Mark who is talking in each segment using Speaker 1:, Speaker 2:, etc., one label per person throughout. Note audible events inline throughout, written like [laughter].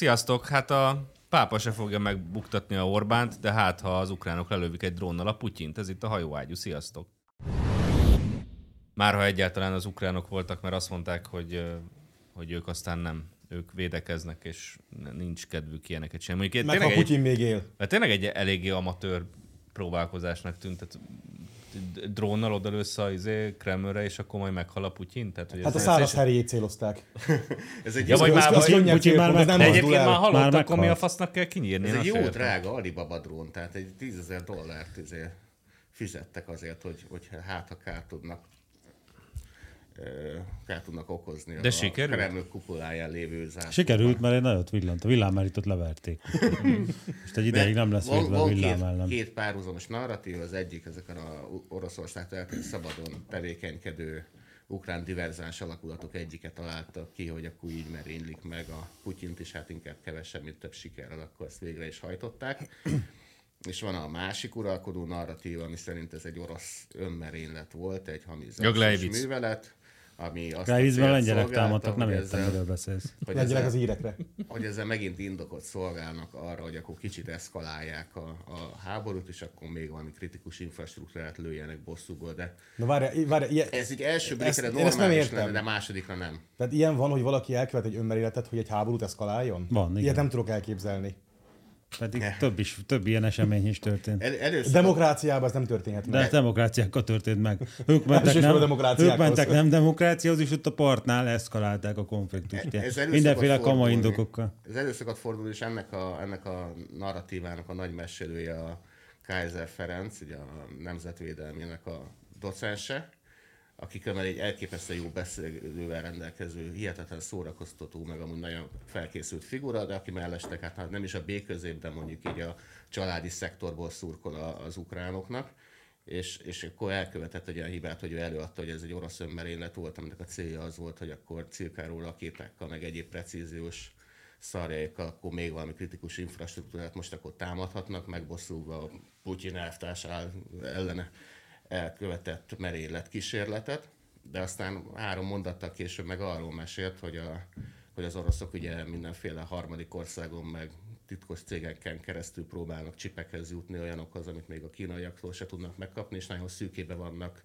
Speaker 1: Sziasztok! Hát a pápa se fogja megbuktatni a Orbánt, de hát ha az ukránok lelövik egy drónnal a Putyint, ez itt a hajóágyú. Sziasztok! Már ha egyáltalán az ukránok voltak, mert azt mondták, hogy, hogy ők aztán nem ők védekeznek, és nincs kedvük ilyeneket sem. Mondjuk
Speaker 2: Meg ha
Speaker 1: tényleg egy,
Speaker 2: Putyin még él.
Speaker 1: mert tényleg egy eléggé amatőr próbálkozásnak tűnt, tehát d- drónnal odalősz a izé, Kremlre, és akkor majd meghal a Putyin? Tehát, hogy
Speaker 2: Hát a
Speaker 1: ez-
Speaker 2: száraz herjét célozták. Szóval
Speaker 3: Ez egy,
Speaker 1: Ja,
Speaker 3: jó,
Speaker 1: vagy már-
Speaker 2: Ez
Speaker 1: vagy-
Speaker 2: könnyebb
Speaker 4: Putyin már
Speaker 2: célpont, ez nem
Speaker 4: meg-
Speaker 1: De
Speaker 4: mozdul
Speaker 1: egyébként már
Speaker 2: mozdul el.
Speaker 1: halott,
Speaker 4: Már
Speaker 1: akkor mi a
Speaker 4: meghalt.
Speaker 1: fasznak kell kinyírni?
Speaker 3: ez
Speaker 1: Én
Speaker 3: egy
Speaker 1: azt
Speaker 3: jó
Speaker 1: értem.
Speaker 3: drága Alibaba drón, tehát egy 10 ezer dollárt izé, fizettek azért, hogy, hogy hát ha kár tudnak ö, kár tudnak okozni
Speaker 1: De
Speaker 3: a
Speaker 1: sikerült?
Speaker 3: Kreml kupoláján lévő zászló.
Speaker 4: Sikerült, mert egy nagyot villant. A villámhárítót
Speaker 3: [laughs]
Speaker 4: leverték. Most egy ideig nem lesz
Speaker 3: van,
Speaker 4: védve a
Speaker 3: van
Speaker 4: villám
Speaker 3: két,
Speaker 4: ellen.
Speaker 3: két párhuzamos narratív, az egyik ezeken a U- Oroszországtól eltűnt szabadon tevékenykedő ukrán diverzáns alakulatok egyike találta ki, hogy akkor így merénylik meg a Putyint, és hát inkább kevesebb, mint több sikerrel, akkor ezt végre is hajtották. [clears throat] És van a másik uralkodó narratíva, ami szerint ez egy orosz önmerénylet volt, egy hamizásos
Speaker 1: Glejvic.
Speaker 3: művelet, ami azt a
Speaker 4: Gájvízben
Speaker 3: célt
Speaker 4: lengyelek
Speaker 3: szolgálta,
Speaker 4: támadtak, nem
Speaker 3: hogy
Speaker 4: értem,
Speaker 3: ezzel-
Speaker 4: miről beszélsz.
Speaker 3: hogy
Speaker 2: Legyenek
Speaker 3: ezzel-
Speaker 2: az írekre.
Speaker 3: hogy ezzel megint indokot szolgálnak arra, hogy akkor kicsit eszkalálják a, a háborút, és akkor még valami kritikus infrastruktúrát lőjenek bosszúból, de
Speaker 2: Na várj, várj, ilyen,
Speaker 3: ez így első
Speaker 2: Ezt-
Speaker 3: blikre
Speaker 2: én ezt nem
Speaker 3: normális
Speaker 2: értem.
Speaker 3: lenne, de másodikra nem.
Speaker 2: tehát ilyen van, hogy valaki elkövet egy önmerületet, hogy egy háborút eszkaláljon?
Speaker 4: Van, igen.
Speaker 2: Ilyet nem tudok elképzelni.
Speaker 4: Pedig több, is, több ilyen esemény is történt.
Speaker 3: El, először
Speaker 2: Demokráciában ez nem történhet
Speaker 4: De
Speaker 2: meg.
Speaker 4: ez demokráciákkal történt meg. Ők mentek,
Speaker 2: Elsősorban
Speaker 4: nem, ők
Speaker 2: demokráciákhoz.
Speaker 4: mentek nem demokráciához, és ott a partnál eszkalálták a konfliktust.
Speaker 3: E- ez elő
Speaker 4: Mindenféle
Speaker 3: szokott
Speaker 4: kama
Speaker 3: fordulni.
Speaker 4: indokokkal.
Speaker 3: Ez elő szokott fordulni, és ennek a, ennek a narratívának a nagy mesélője a Kaiser Ferenc, ugye a nemzetvédelmének a docense, aki kömmel egy elképesztően jó beszélővel rendelkező, hihetetlen szórakoztató, meg amúgy nagyon felkészült figura, de aki mellestek, hát ha nem is a B-közép, de mondjuk így a családi szektorból szurkol a- az ukránoknak, és, és akkor elkövetett egy olyan hibát, hogy ő előadta, hogy ez egy orosz önmerénylet volt, aminek a célja az volt, hogy akkor cirkáról rakétákkal, meg egyéb precíziós szarjaikkal, akkor még valami kritikus infrastruktúrát most akkor támadhatnak, megbosszulva a Putyin elvtárs áll- ellene elkövetett merénylet kísérletet, de aztán három mondattal később meg arról mesélt, hogy, a, hogy az oroszok ugye mindenféle harmadik országon meg titkos cégeken keresztül próbálnak csipekhez jutni olyanokhoz, amit még a kínaiaktól se tudnak megkapni, és nagyon szűkébe vannak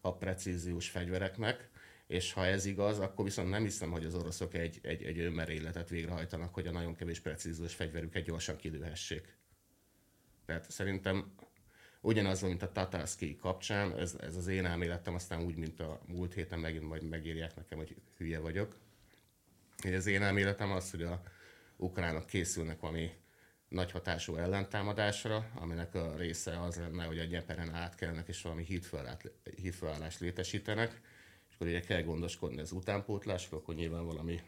Speaker 3: a precíziós fegyvereknek, és ha ez igaz, akkor viszont nem hiszem, hogy az oroszok egy, egy, egy önmerényletet végrehajtanak, hogy a nagyon kevés precíziós fegyverüket gyorsan kilőhessék. Tehát szerintem ugyanaz, mint a Tatárszki kapcsán, ez, ez az én elméletem, aztán úgy, mint a múlt héten megint majd megírják nekem, hogy hülye vagyok. Hogy az én elméletem az, hogy a ukránok készülnek valami nagy hatású ellentámadásra, aminek a része az lenne, hogy a Nyeperen átkelnek és valami hídfölállát- hídfölállást létesítenek, és akkor ugye kell gondoskodni az utánpótlásról, akkor nyilván valami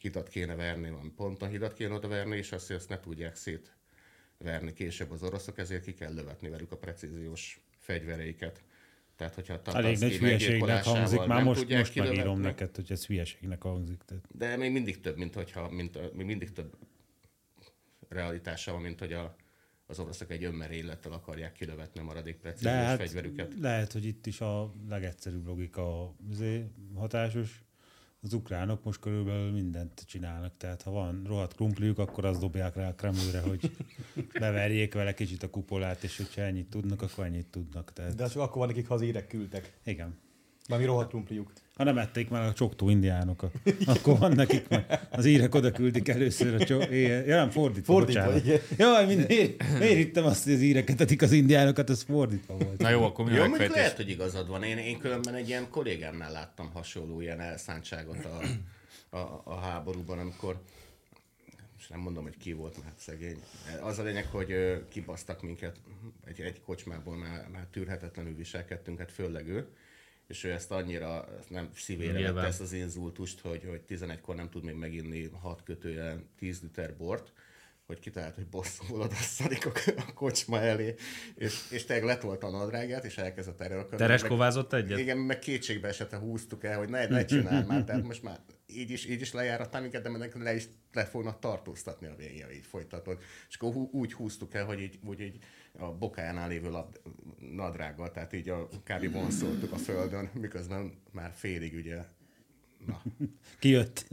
Speaker 3: hidat kéne verni, valami ponton hidat kéne odaverni, és azt, hogy ezt ne tudják szétverni később az oroszok, ezért ki kell lövetni velük a precíziós fegyvereiket. Tehát, hogyha a
Speaker 4: Elég nagy
Speaker 3: Tatarszky
Speaker 4: hülyeségnek
Speaker 3: meggyilkolásával
Speaker 4: hangzik, már
Speaker 3: nem
Speaker 4: most,
Speaker 3: tudják
Speaker 4: most megírom
Speaker 3: kilövetni,
Speaker 4: neked, hogy ez hülyeségnek hangzik. Tehát
Speaker 3: de még mindig több, mint hogyha, mint, még mindig több realitása van, mint hogy a, az oroszok egy önmerénylettel akarják kilövetni a maradék
Speaker 4: De
Speaker 3: precíziós
Speaker 4: hát
Speaker 3: fegyverüket.
Speaker 4: lehet, hogy itt is a legegyszerűbb logika a- azért hatásos. Az ukránok most körülbelül mindent csinálnak, tehát ha van rohadt krumpliuk, akkor azt dobják rá a Kremlőre, hogy
Speaker 2: [laughs]
Speaker 4: beverjék vele kicsit a kupolát, és hogyha ennyit tudnak, akkor ennyit tudnak. Tehát,
Speaker 2: De csak akkor van nekik, ha az írek küldtek.
Speaker 4: igen.
Speaker 2: Valami rohadt krumpliuk.
Speaker 4: Ha nem ették már a csoktó indiánokat, [laughs] akkor van nekik meg. Az írek oda küldik először a csok... Ja, nem, fordítva,
Speaker 2: Fordítva,
Speaker 4: bocsánat.
Speaker 2: igen.
Speaker 4: Jaj, mind, miért, miért hittem azt, hogy az íreket etik az indiánokat, az fordítva volt.
Speaker 1: Na jó, akkor mi
Speaker 3: Jó,
Speaker 1: a
Speaker 3: mondjuk
Speaker 1: megfejtés?
Speaker 3: lehet, hogy igazad van. Én, én különben egy ilyen kollégámnál láttam hasonló ilyen elszántságot a, a, a háborúban, amikor és nem mondom, hogy ki volt már szegény. Az a lényeg, hogy ö, kibasztak minket egy, egy kocsmából, már, már tűrhetetlenül viselkedtünk, hát főleg ő, és ő ezt annyira ezt nem szívére
Speaker 1: Nyilván.
Speaker 3: vette ezt az inzultust, hogy, hogy 11-kor nem tud még meginni 6 kötője 10 liter bort, hogy kitalált, hogy bosszúból odasszadik a, a kocsma elé, és, és tényleg letolta a nadrágját, és elkezdett erre a
Speaker 1: Tereskovázott egyet?
Speaker 3: igen, meg kétségbe esett, ha húztuk el, hogy ne, ne csinálj már, tehát most már így is, így is lejárattál minket, de ennek le is le fognak tartóztatni a végén, ha így folytatod. És akkor hú- úgy húztuk el, hogy így, úgy így a bokájánál lévő lab, nadrággal, tehát így a, kb. vonszoltuk a földön, miközben már félig ugye Na.
Speaker 2: [laughs]
Speaker 4: Kijött.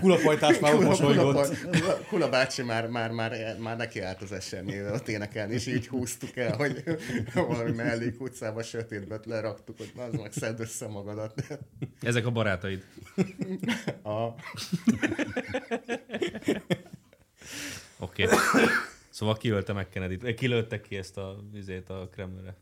Speaker 2: Kulapajtás már ott
Speaker 3: Kula,
Speaker 2: mosolygott.
Speaker 3: Kula- Kula- Kula bácsi már, már, már, már nekiállt az esernyővel ott énekelni, és így húztuk el, hogy valami mellék utcába sötétbet leraktuk, hogy na, az meg szedd össze magadat.
Speaker 1: Ezek a barátaid.
Speaker 3: A,
Speaker 1: Oké. Okay. Szóval kiölte meg Kennedy-t. Kilőttek ki ezt a vizét a Kremlre.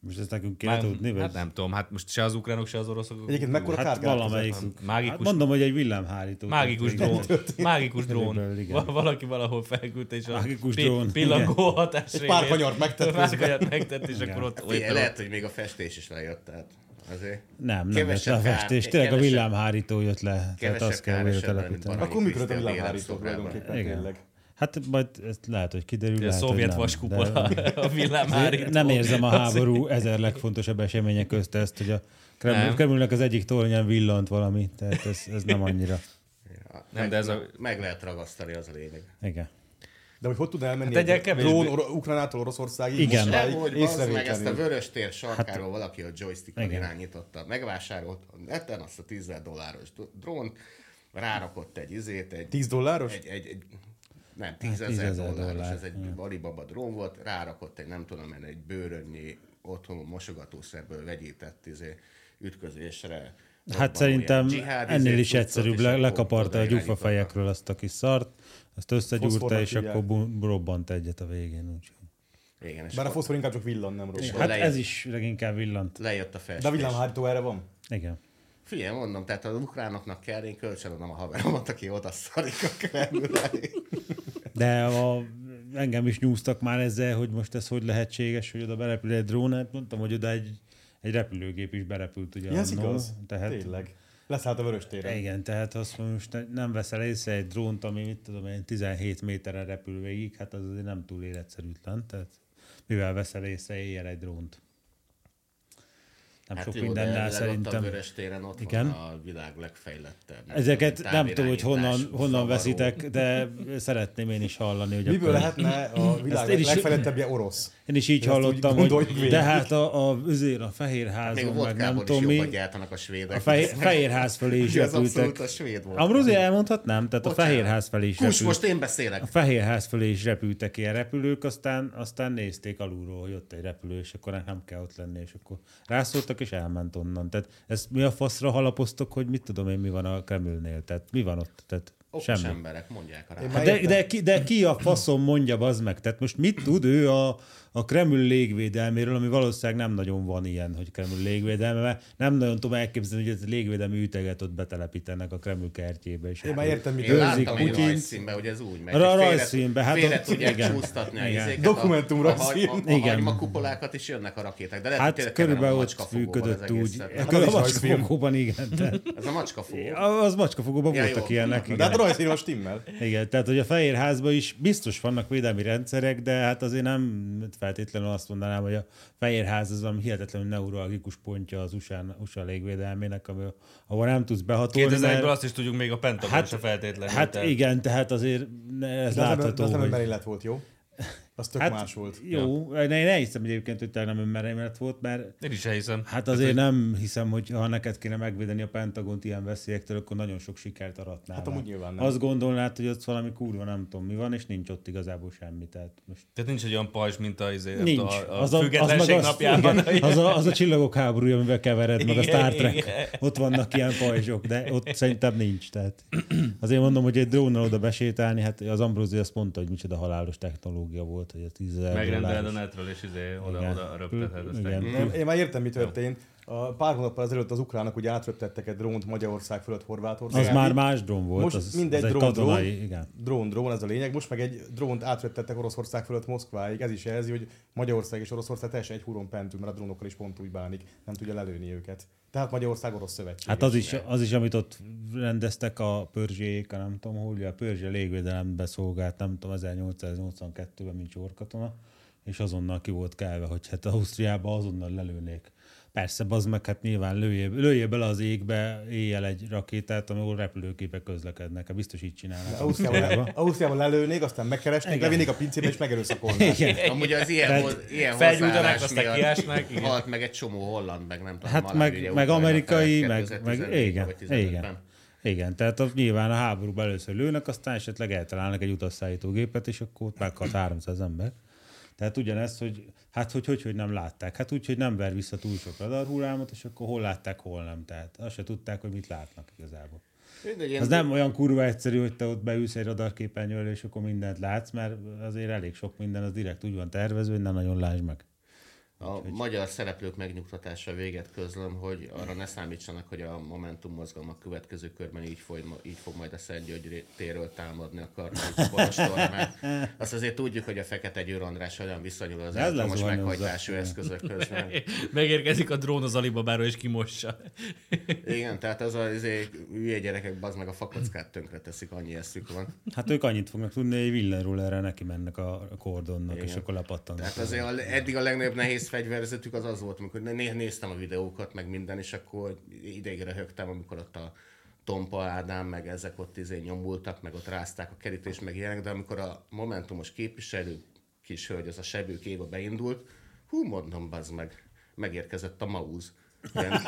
Speaker 4: Most ezt nekünk kell tudni, vagy?
Speaker 1: hát nem tudom, hát most se az ukránok, se az oroszok.
Speaker 2: Egyébként mekkora
Speaker 4: Hát
Speaker 2: kártyát
Speaker 4: valamelyikük.
Speaker 1: Mágikus-
Speaker 4: Hát mondom, hogy egy villámhárító.
Speaker 1: Mágikus
Speaker 4: történt.
Speaker 1: drón. Mágikus drón.
Speaker 4: Körülbelül, igen.
Speaker 1: Va- Valaki valahol felküldte, és a
Speaker 4: Mágikus
Speaker 1: pi-
Speaker 4: drón,
Speaker 1: pillangó hatás révén-
Speaker 2: párkanyart megtett
Speaker 1: Pár
Speaker 2: közben.
Speaker 1: kanyart megtett, és akkor ott
Speaker 3: figyelj,
Speaker 1: ott-
Speaker 3: lehet, hogy még a festés is lejött, tehát azért
Speaker 4: Nem, nem lett le a
Speaker 3: Kevesebb kár-
Speaker 4: festés. Tényleg a
Speaker 3: kevesebb-
Speaker 4: villámhárító jött le. Tehát
Speaker 3: kevesebb
Speaker 4: azt kell újra
Speaker 3: káros ebben, mint
Speaker 4: telepíteni.
Speaker 3: valami.
Speaker 2: Akkor működött a
Speaker 3: Krisztián
Speaker 2: világhárító
Speaker 3: Béla szobrában.
Speaker 2: tulajdonképpen tényleg.
Speaker 4: Hát majd ezt lehet, hogy kiderül.
Speaker 1: a
Speaker 4: Lehet, hogy
Speaker 1: szovjet
Speaker 4: nem,
Speaker 1: vaskupola
Speaker 4: de-
Speaker 1: [laughs] a villámhárító.
Speaker 4: Nem
Speaker 1: [laughs]
Speaker 4: érzem a háború ezer legfontosabb eseménye közt ezt, hogy a
Speaker 1: Nem.
Speaker 4: Kreml, Kremlnek az egyik tornyán villant valami, tehát ez, ez nem annyira.
Speaker 1: Nem, de ez a-
Speaker 3: meg lehet ragasztani, az a lényeg.
Speaker 4: Igen.
Speaker 2: De hogy hogy tudna elmenni
Speaker 1: Hát
Speaker 2: hát
Speaker 1: egy-
Speaker 2: egy
Speaker 1: kevésbé-
Speaker 2: drón or- Ukránától Oroszországig?
Speaker 4: Igen.
Speaker 2: Moskváig,
Speaker 3: Nem, hogy bazd meg ezt a
Speaker 2: észrevétlenül?
Speaker 3: vörös tér sarkáról valaki a joystickon
Speaker 4: Hát- Igen.
Speaker 3: irányította, megvásárolt a neten azt a 10 dolláros drón, rárakott egy izét, egy
Speaker 2: 10 dolláros?
Speaker 3: egy, egy, egy nem, tízezer
Speaker 4: 10.000
Speaker 3: dolláros,
Speaker 4: Hát dollár,
Speaker 3: ez egy Alibaba drón volt, rárakott egy, nem tudom én, egy bőrönnyi otthon mosogatószerből vegyített izé, ütközésre.
Speaker 4: Hát
Speaker 3: robbanóját,
Speaker 4: szerintem
Speaker 3: dzsihád izé, izét,
Speaker 4: ennél is
Speaker 3: cuccot,
Speaker 4: egyszerűbb,
Speaker 3: és
Speaker 4: le,
Speaker 3: akkor
Speaker 4: lekaparta a
Speaker 3: odairányította.
Speaker 4: gyufafejekről azt a kis szart, azt összegyúrta,
Speaker 2: Foszfornak
Speaker 4: és
Speaker 2: hívják.
Speaker 4: akkor bu- robbant egyet a végén. Úgyhogy.
Speaker 3: Igen,
Speaker 2: Bár
Speaker 3: és
Speaker 2: a
Speaker 3: akkor
Speaker 2: foszfor inkább csak villan, nem
Speaker 3: És
Speaker 2: rossz.
Speaker 4: Hát
Speaker 3: lejjebb.
Speaker 4: ez is leginkább villant.
Speaker 3: lejött a festés.
Speaker 2: De villámhárító erre van?
Speaker 4: Igen.
Speaker 3: Figyelj, mondom, tehát az ukránoknak kell, én kölcsönadom a haveromat, aki oda szarik a Kremlre.
Speaker 4: De a, engem is nyúztak már ezzel, hogy most ez hogy lehetséges, hogy oda berepül egy drón, hát mondtam, hogy oda egy, egy repülőgép is berepült. Ugye
Speaker 2: Ja, ez
Speaker 4: annó,
Speaker 2: igaz.
Speaker 4: Tehát,
Speaker 2: Tényleg. Leszállt a vörös téren.
Speaker 4: Igen, tehát azt mondom, most ne- nem veszel észre egy drónt, ami mit tudom én, 17 méteren repül végig, hát az azért nem túl életszerűtlen, tehát mivel veszel észre éjjel egy drónt? Nem
Speaker 3: Hát
Speaker 4: sok
Speaker 3: jó, de
Speaker 4: mindennel
Speaker 3: legalább Ott a
Speaker 4: szerintem.
Speaker 3: vörös téren ott
Speaker 4: Igen.
Speaker 3: Igen. van a világ legfejlettebb.
Speaker 4: Ezeket nem tudom, hogy honnan,
Speaker 3: távirányítás,
Speaker 4: honnan
Speaker 3: zavaró.
Speaker 4: veszitek, de szeretném én is hallani. Hogy
Speaker 2: Miből
Speaker 4: akkor-
Speaker 2: lehetne a világ
Speaker 4: én is-
Speaker 2: legfejlettebbje orosz?
Speaker 4: Én is így
Speaker 2: Ezt úgy
Speaker 4: hallottam,
Speaker 2: gondoljuk
Speaker 4: hogy
Speaker 2: végig.
Speaker 4: de hát a, a, azért
Speaker 3: Hát Még
Speaker 4: a
Speaker 3: a
Speaker 4: Fehérházon, meg nem
Speaker 3: vodkában is
Speaker 4: tudom mi,
Speaker 3: jobban gyártanak a svédek.
Speaker 4: a
Speaker 3: [laughs]
Speaker 4: fehér, Fehérház felé is
Speaker 3: Ez abszolút
Speaker 4: repültek.
Speaker 3: a svéd volt.
Speaker 4: Amrózi elmondhatnám, tehát a
Speaker 3: Bocsánat.
Speaker 4: Fehérház felé is
Speaker 3: Kus,
Speaker 4: repült.
Speaker 3: most én beszélek.
Speaker 4: A Fehérház felé is repültek ilyen repülők, aztán, aztán nézték alulról, hogy ott egy repülő, és akkor nem kell ott lenni, és akkor rászóltak, és elment onnan. Tehát ezt mi a faszra halapoztok, hogy mit tudom én, mi van a Kremlnél? Tehát mi van ott? Tehát
Speaker 3: Okos
Speaker 4: semmi.
Speaker 3: emberek mondják rá.
Speaker 2: Én
Speaker 4: Hát
Speaker 2: már
Speaker 4: De,
Speaker 2: értem.
Speaker 4: de, ki, de ki a faszom mondja, az meg? Tehát most mit tud ő a, a Kreml légvédelméről, ami valószínűleg nem nagyon van ilyen, hogy Kreml légvédelme, mert nem nagyon tudom elképzelni, hogy ez légvédelmi üteget ott betelepítenek a Kreml kertjébe. És
Speaker 2: Én már értem, mit
Speaker 3: Én
Speaker 2: őrzik.
Speaker 3: láttam egy
Speaker 4: Putyint.
Speaker 3: rajzszínbe, hogy ez úgy megy.
Speaker 4: Ra-
Speaker 3: hogy félre-
Speaker 4: rajzszínbe, hát
Speaker 3: félre
Speaker 4: ott-
Speaker 3: tudják
Speaker 4: igen.
Speaker 3: csúsztatni a
Speaker 4: Igen.
Speaker 3: izéket. a-
Speaker 2: Dokumentum
Speaker 3: a hagy- A, a,
Speaker 4: Igen.
Speaker 3: hagyma kupolákat is jönnek a rakéták. De lehet, hogy
Speaker 4: Hát
Speaker 3: tényleg kellene
Speaker 4: körülbelül
Speaker 3: a
Speaker 4: ott
Speaker 3: macskafogóval az
Speaker 4: működött
Speaker 3: egész
Speaker 4: úgy. Hát
Speaker 3: szervezet.
Speaker 4: Körülbelül
Speaker 2: is
Speaker 4: a
Speaker 2: rajzfilm.
Speaker 4: macskafogóban, igen. De,
Speaker 3: Ez a macskafogó.
Speaker 2: [laughs]
Speaker 4: az macskafogóban
Speaker 3: Ja,
Speaker 4: voltak
Speaker 3: jó.
Speaker 4: ilyenek.
Speaker 2: De
Speaker 4: Igen.
Speaker 2: hát a rajzírva stimmel.
Speaker 4: igen, tehát hogy a Fehérházban is biztos vannak védelmi rendszerek, de hát azért nem feltétlenül azt mondanám, hogy a Fehérház az valami hihetetlenül neurologikus pontja az USA, USA légvédelmének, ami, ahol nem tudsz behatolni.
Speaker 1: 2001-ből azt is tudjuk, még a Pentagon
Speaker 4: Hát-
Speaker 1: se feltétlenül.
Speaker 4: Hát
Speaker 1: tehát-
Speaker 4: igen, tehát azért ne- ez
Speaker 2: De az nem- hát de
Speaker 4: látható,
Speaker 2: az nem
Speaker 4: hogy...
Speaker 2: ömerélet volt, jó? Az tök
Speaker 4: Hát
Speaker 2: más volt.
Speaker 4: jó, ja. én elhiszem egyébként, hogy tényleg nem önmeremet volt, mert
Speaker 1: Én is elhiszem.
Speaker 4: Hát azért nem hiszem, hogy ha neked kéne megvédeni a Pentagont ilyen veszélyektől, akkor nagyon sok sikert aratnál.
Speaker 2: Hát
Speaker 4: rá.
Speaker 2: amúgy nyilván nem.
Speaker 4: Azt gondolnád, hogy ott valami kurva nem tudom mi van, és nincs ott igazából semmi. Tehát most
Speaker 1: Tehát nincs egy olyan pajzs, mint a, izé, nem
Speaker 4: nincs.
Speaker 1: tudom, a, a függetlenség
Speaker 4: meg az-
Speaker 1: napjában. [laughs]
Speaker 4: igen, az, a, az a csillagok háborúja, amivel kevered meg a
Speaker 1: Igen,
Speaker 4: Star Trek.
Speaker 1: igen.
Speaker 4: Ott vannak ilyen pajzsok, de ott szerintem nincs. Tehát azért mondom, hogy egy drónnal oda besétálni, hát az Ambrózi azt mondta, hogy micsoda halálos technológia volt, hogy a tízezer
Speaker 1: Megrendeled a
Speaker 4: dolláros-
Speaker 1: netről, és izé,
Speaker 4: Igen.
Speaker 1: oda-oda röpteted. aztán-
Speaker 4: Igen.
Speaker 2: Én, én már értem, mi történt. A pár hónappal ezelőtt az ukránok ugye átröptettek egy drónt Magyarország fölött Horvátország.
Speaker 4: Az már más drón volt,
Speaker 2: Most
Speaker 4: az,
Speaker 2: mindegy
Speaker 4: az egy
Speaker 2: drón, drón,
Speaker 4: katonai, igen.
Speaker 2: drón, drón, ez a lényeg. Most meg egy drónt átröptettek Oroszország fölött Moszkváig. Ez is jelzi, hogy Magyarország és Oroszország teljesen egy húron pentül, mert a drónokkal is pont úgy bánik. Nem tudja lelőni őket. Tehát Magyarország orosz szövetség.
Speaker 4: Hát az is, az is, amit ott rendeztek a pörzséjék, a nem tudom, hogy a pörzsé légvédelembe szolgált, nem tudom, 1882-ben, mint csorkatona, és azonnal ki volt kelve, hogy hát Ausztriába azonnal lelőnék. Persze, bazd meg, hát nyilván lője, lője bele az égbe éjjel egy rakétát, amikor repülőképek közlekednek. Hát biztos így csinálnak.
Speaker 2: Ausztriában, Ausztriában lelőnék, aztán megkeresnék, levinnék a pincébe és megerőszakolnák.
Speaker 4: Igen.
Speaker 3: Amúgy az ilyen,
Speaker 4: Tehát
Speaker 3: hoz, ilyen
Speaker 1: felgyújtanak,
Speaker 3: hozzáállás
Speaker 1: aztán
Speaker 3: miatt
Speaker 1: kiásnak, igen.
Speaker 3: halt meg egy csomó holland, meg nem tudom.
Speaker 4: Hát
Speaker 3: malária
Speaker 4: meg, meg
Speaker 3: után,
Speaker 4: amerikai,
Speaker 3: aztán
Speaker 4: meg, meg
Speaker 3: 2014-ben,
Speaker 4: igen,
Speaker 3: vagy 15-ben.
Speaker 4: igen. Igen, tehát a, nyilván a háborúban először lőnek, aztán esetleg eltalálnak egy utasszállító gépet, és akkor ott meghalt 300 ember. Tehát ugyanezt, hogy hát hogy, hogy, hogy nem látták. Hát úgy, hogy nem ver vissza túl sok radarhullámot, és akkor hol látták, hol nem. Tehát azt se tudták, hogy mit látnak igazából.
Speaker 3: Mindegy, én
Speaker 4: Az nem olyan kurva egyszerű, hogy te ott beülsz egy radarképernyőre, és akkor mindent látsz, mert azért elég sok minden, az direkt úgy van tervező, hogy nem nagyon lásd meg.
Speaker 3: A magyar szereplők megnyugtatása véget közlöm, hogy arra ne számítsanak, hogy a Momentum mozgalom a következő körben így, foly, így fog majd a Szent György téről támadni a kartonkorostorra, mert azt azért tudjuk, hogy a Fekete Győr András hogyan viszonyul az
Speaker 4: Ez lesz
Speaker 3: elektromos
Speaker 4: valami
Speaker 3: meghajtású
Speaker 4: hozzá.
Speaker 3: eszközökhöz. nem?
Speaker 1: [laughs] Megérkezik a drón az Alibabáról és kimossa.
Speaker 3: Igen, tehát az a azért hülye gyerekek, bazd meg a fakockát tönkre teszik, annyi eszük van.
Speaker 4: Hát ők annyit fognak tudni, hogy villanrullerre neki mennek a kordonnak, Igen. és akkor lepattanak.
Speaker 1: hát,
Speaker 3: Tehát azért a, eddig a legnagyobb nehéz fegyverzetük az az volt, amikor né- néztem a videókat, meg minden, és akkor ideig röhögtem, amikor ott a Tompa Ádám, meg ezek ott izé nyomultak, meg ott rázták a kerítést, meg ilyenek, de amikor a Momentumos képviselő kis hölgy, az a sebők Éva beindult, hú, mondom, bazd meg, megérkezett a Mauz.
Speaker 4: [laughs]
Speaker 3: Ilyen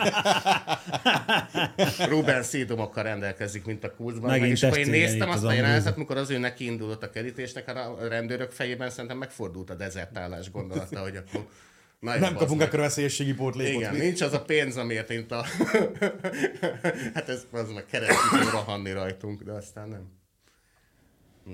Speaker 3: Ruben szédomokkal rendelkezik, mint a kultban.
Speaker 4: Megint
Speaker 3: Meg, és akkor én
Speaker 4: testvére
Speaker 3: néztem
Speaker 4: itt az
Speaker 3: azt a
Speaker 4: Andréza.
Speaker 3: jelenetet, Hát, mikor az ő neki indulott a kerítésnek, hát a rendőrök fejében szerintem megfordult a dezertálás gondolata, hogy akkor... Na, jó,
Speaker 2: Nem
Speaker 3: bazd
Speaker 2: kapunk
Speaker 3: meg.
Speaker 2: akkor veszélyességi pótlékot.
Speaker 3: Igen, nincs az a pénz, amiért itt a... [laughs] hát ez az meg keresztül rohanni rajtunk, de aztán nem.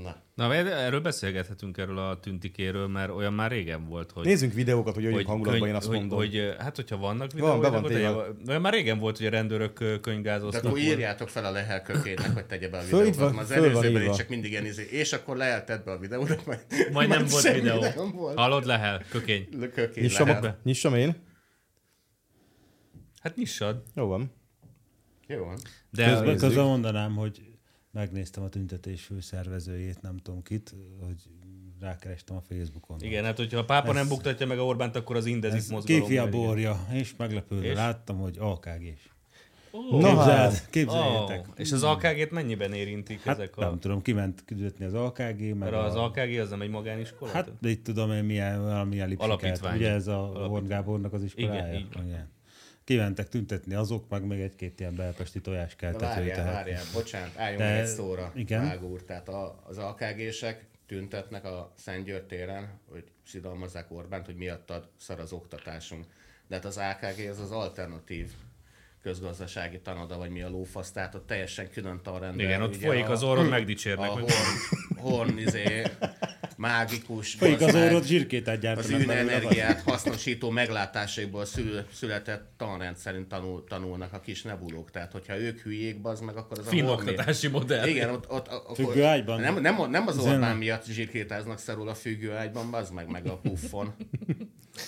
Speaker 3: Na,
Speaker 1: Na, erről beszélgethetünk erről a tüntikéről, mert olyan már régen volt, hogy...
Speaker 2: Nézzünk videókat, hogy jöjjünk hangulatban, én azt
Speaker 1: hogy,
Speaker 2: mondom.
Speaker 1: Hogy, eh, hát, hogyha vannak
Speaker 2: Van,
Speaker 1: videók,
Speaker 2: be van
Speaker 1: akkor
Speaker 2: téve.
Speaker 1: tényleg- olyan már régen volt, hogy a rendőrök eh,
Speaker 3: de
Speaker 1: könyvgázoznak.
Speaker 3: akkor
Speaker 1: volt.
Speaker 3: írjátok fel a Lehel kökének, hogy tegye be a
Speaker 2: Föl
Speaker 3: videót.
Speaker 2: itt van-
Speaker 3: az
Speaker 2: föl van
Speaker 3: előzőben
Speaker 2: írva.
Speaker 3: itt csak mindig ilyen izé. És akkor Lehel tett be a videót, majd,
Speaker 1: Majd nem volt
Speaker 3: semmi
Speaker 1: videó.
Speaker 3: Nem volt.
Speaker 1: Hallod, lehel, kökény.
Speaker 3: Kökény
Speaker 2: Nyissam,
Speaker 3: Lehel.
Speaker 2: a- nyissam én?
Speaker 1: Hát nyissad.
Speaker 2: Jó van.
Speaker 3: Jó van.
Speaker 1: De
Speaker 4: Közben, közben mondanám, hogy megnéztem a tüntetés főszervezőjét, nem tudom kit, hogy rákerestem a Facebookon.
Speaker 1: igen, hát hogyha a pápa nem buktatja meg a Orbánt, akkor az indezik
Speaker 4: Ez
Speaker 1: mozgalom.
Speaker 4: Kifi a
Speaker 1: igen.
Speaker 4: borja, és meglepődve
Speaker 1: És?
Speaker 4: láttam, hogy AKG-s.
Speaker 1: Ó,
Speaker 2: Na hát,
Speaker 4: Képzeld, képzeljétek.
Speaker 1: ó, és az AKG-t mennyiben érintik
Speaker 4: Hát
Speaker 1: ezek
Speaker 4: nem
Speaker 1: a...
Speaker 4: tudom, kiment küldetni az AKG, meg
Speaker 1: Arra az
Speaker 4: a...
Speaker 1: AKG az nem egy magániskola?
Speaker 4: Hát de itt tudom én milyen, valamilyen lipsikát.
Speaker 1: Alapítvány.
Speaker 4: Ugye ez a Horn Gábornak az iskolája?
Speaker 1: Igen, így van.
Speaker 4: Igen. Kimentek tüntetni azok, meg még egy-két ilyen belpesti tojáskeltető.
Speaker 3: Várjál,
Speaker 4: Hát tehát-
Speaker 3: várjál, bocsánat, álljunk
Speaker 4: De-
Speaker 3: meg egy szóra,
Speaker 4: igen.
Speaker 3: Vágó úr. Tehát a, az AKG-sek tüntetnek a Szent György téren, hogy szidalmazzák Orbánt, hogy miattad szar az oktatásunk. De hát az AKG az az alternatív közgazdasági tanoda, vagy mi a lófasz, tehát ott teljesen külön tarrendel.
Speaker 1: Igen, ott folyik az orrod, megdicsérnek,
Speaker 3: A
Speaker 1: hogy-
Speaker 3: horn, horn izé, mágikus.
Speaker 4: Folyik az
Speaker 3: gazdág-
Speaker 4: orrod, zsírkét gyártanak.
Speaker 3: az űr
Speaker 4: belőle, vagy-
Speaker 3: energiát hasznosító meglátásaiból szül, született tanrend szerint tanul, tanulnak a kis nebulók. Tehát, hogyha ők hülyék, bazd meg, akkor az a
Speaker 1: Finn
Speaker 3: Horné-
Speaker 1: oktatási modell.
Speaker 3: Igen, ott, ott, ott
Speaker 4: Függő ágyban?
Speaker 3: Nem, nem, nem az Orbán miatt zsírkétáznak szarul a függőágyban, bazd meg, meg a
Speaker 4: [laughs]
Speaker 3: puffon.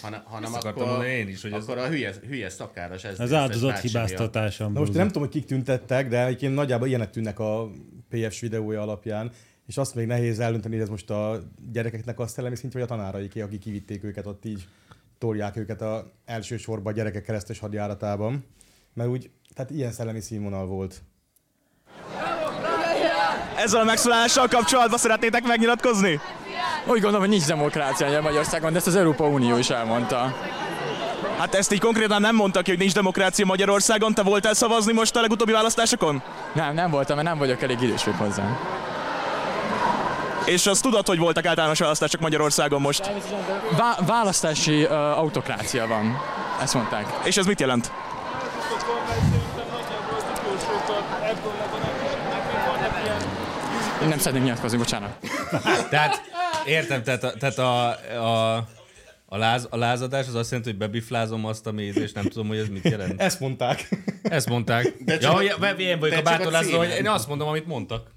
Speaker 3: Hanem, hanem
Speaker 1: Ezt akartam
Speaker 3: akkor,
Speaker 1: mondani én is, hogy ez-
Speaker 3: akkor a hülye, hülye szakáros ez.
Speaker 4: Az
Speaker 3: ez- ez
Speaker 4: áldozat
Speaker 3: bácsi miatt.
Speaker 4: hibáztatásom.
Speaker 2: Na most én nem tudom, hogy kik tüntettek, de egyébként nagyjából ilyenek tűnnek a PFS videója alapján, és azt még nehéz eldönteni, hogy ez most a gyerekeknek a szellemi szintje, vagy a tanáraiké, akik kivitték őket, ott így tolják őket a elsősorban a gyerekek keresztes hadjáratában. Mert úgy, tehát ilyen szellemi színvonal volt.
Speaker 5: Ezzel a megszólalással kapcsolatban szeretnétek megnyilatkozni?
Speaker 6: Úgy gondolom, hogy nincs demokrácia Magyarországon, de ezt az Európa Unió is elmondta.
Speaker 5: Hát ezt így konkrétan nem mondta ki, hogy nincs demokrácia Magyarországon. Te voltál szavazni most a legutóbbi választásokon?
Speaker 6: Nem, nem voltam, mert nem vagyok elég idős még hozzá.
Speaker 5: És azt tudod, hogy voltak általános választások Magyarországon most.
Speaker 6: Vá- választási uh, autokrácia van, ezt mondták.
Speaker 5: És ez mit jelent?
Speaker 6: Én nem szeretnék nyilatkozni, bocsánat.
Speaker 1: Tehát értem, tehát a, tehát a, a, a, láz, a lázadás az azt jelenti, hogy bebiflázom azt a méz, és nem tudom, hogy ez mit jelent.
Speaker 2: Ezt mondták. [laughs]
Speaker 1: Ezt mondták. De
Speaker 3: De
Speaker 1: ja,
Speaker 3: csak-
Speaker 1: hogy vagy- én vagyok
Speaker 3: de
Speaker 1: a bátor
Speaker 3: csak a
Speaker 1: László, hogy
Speaker 3: címen.
Speaker 1: én azt mondom, amit mondtak.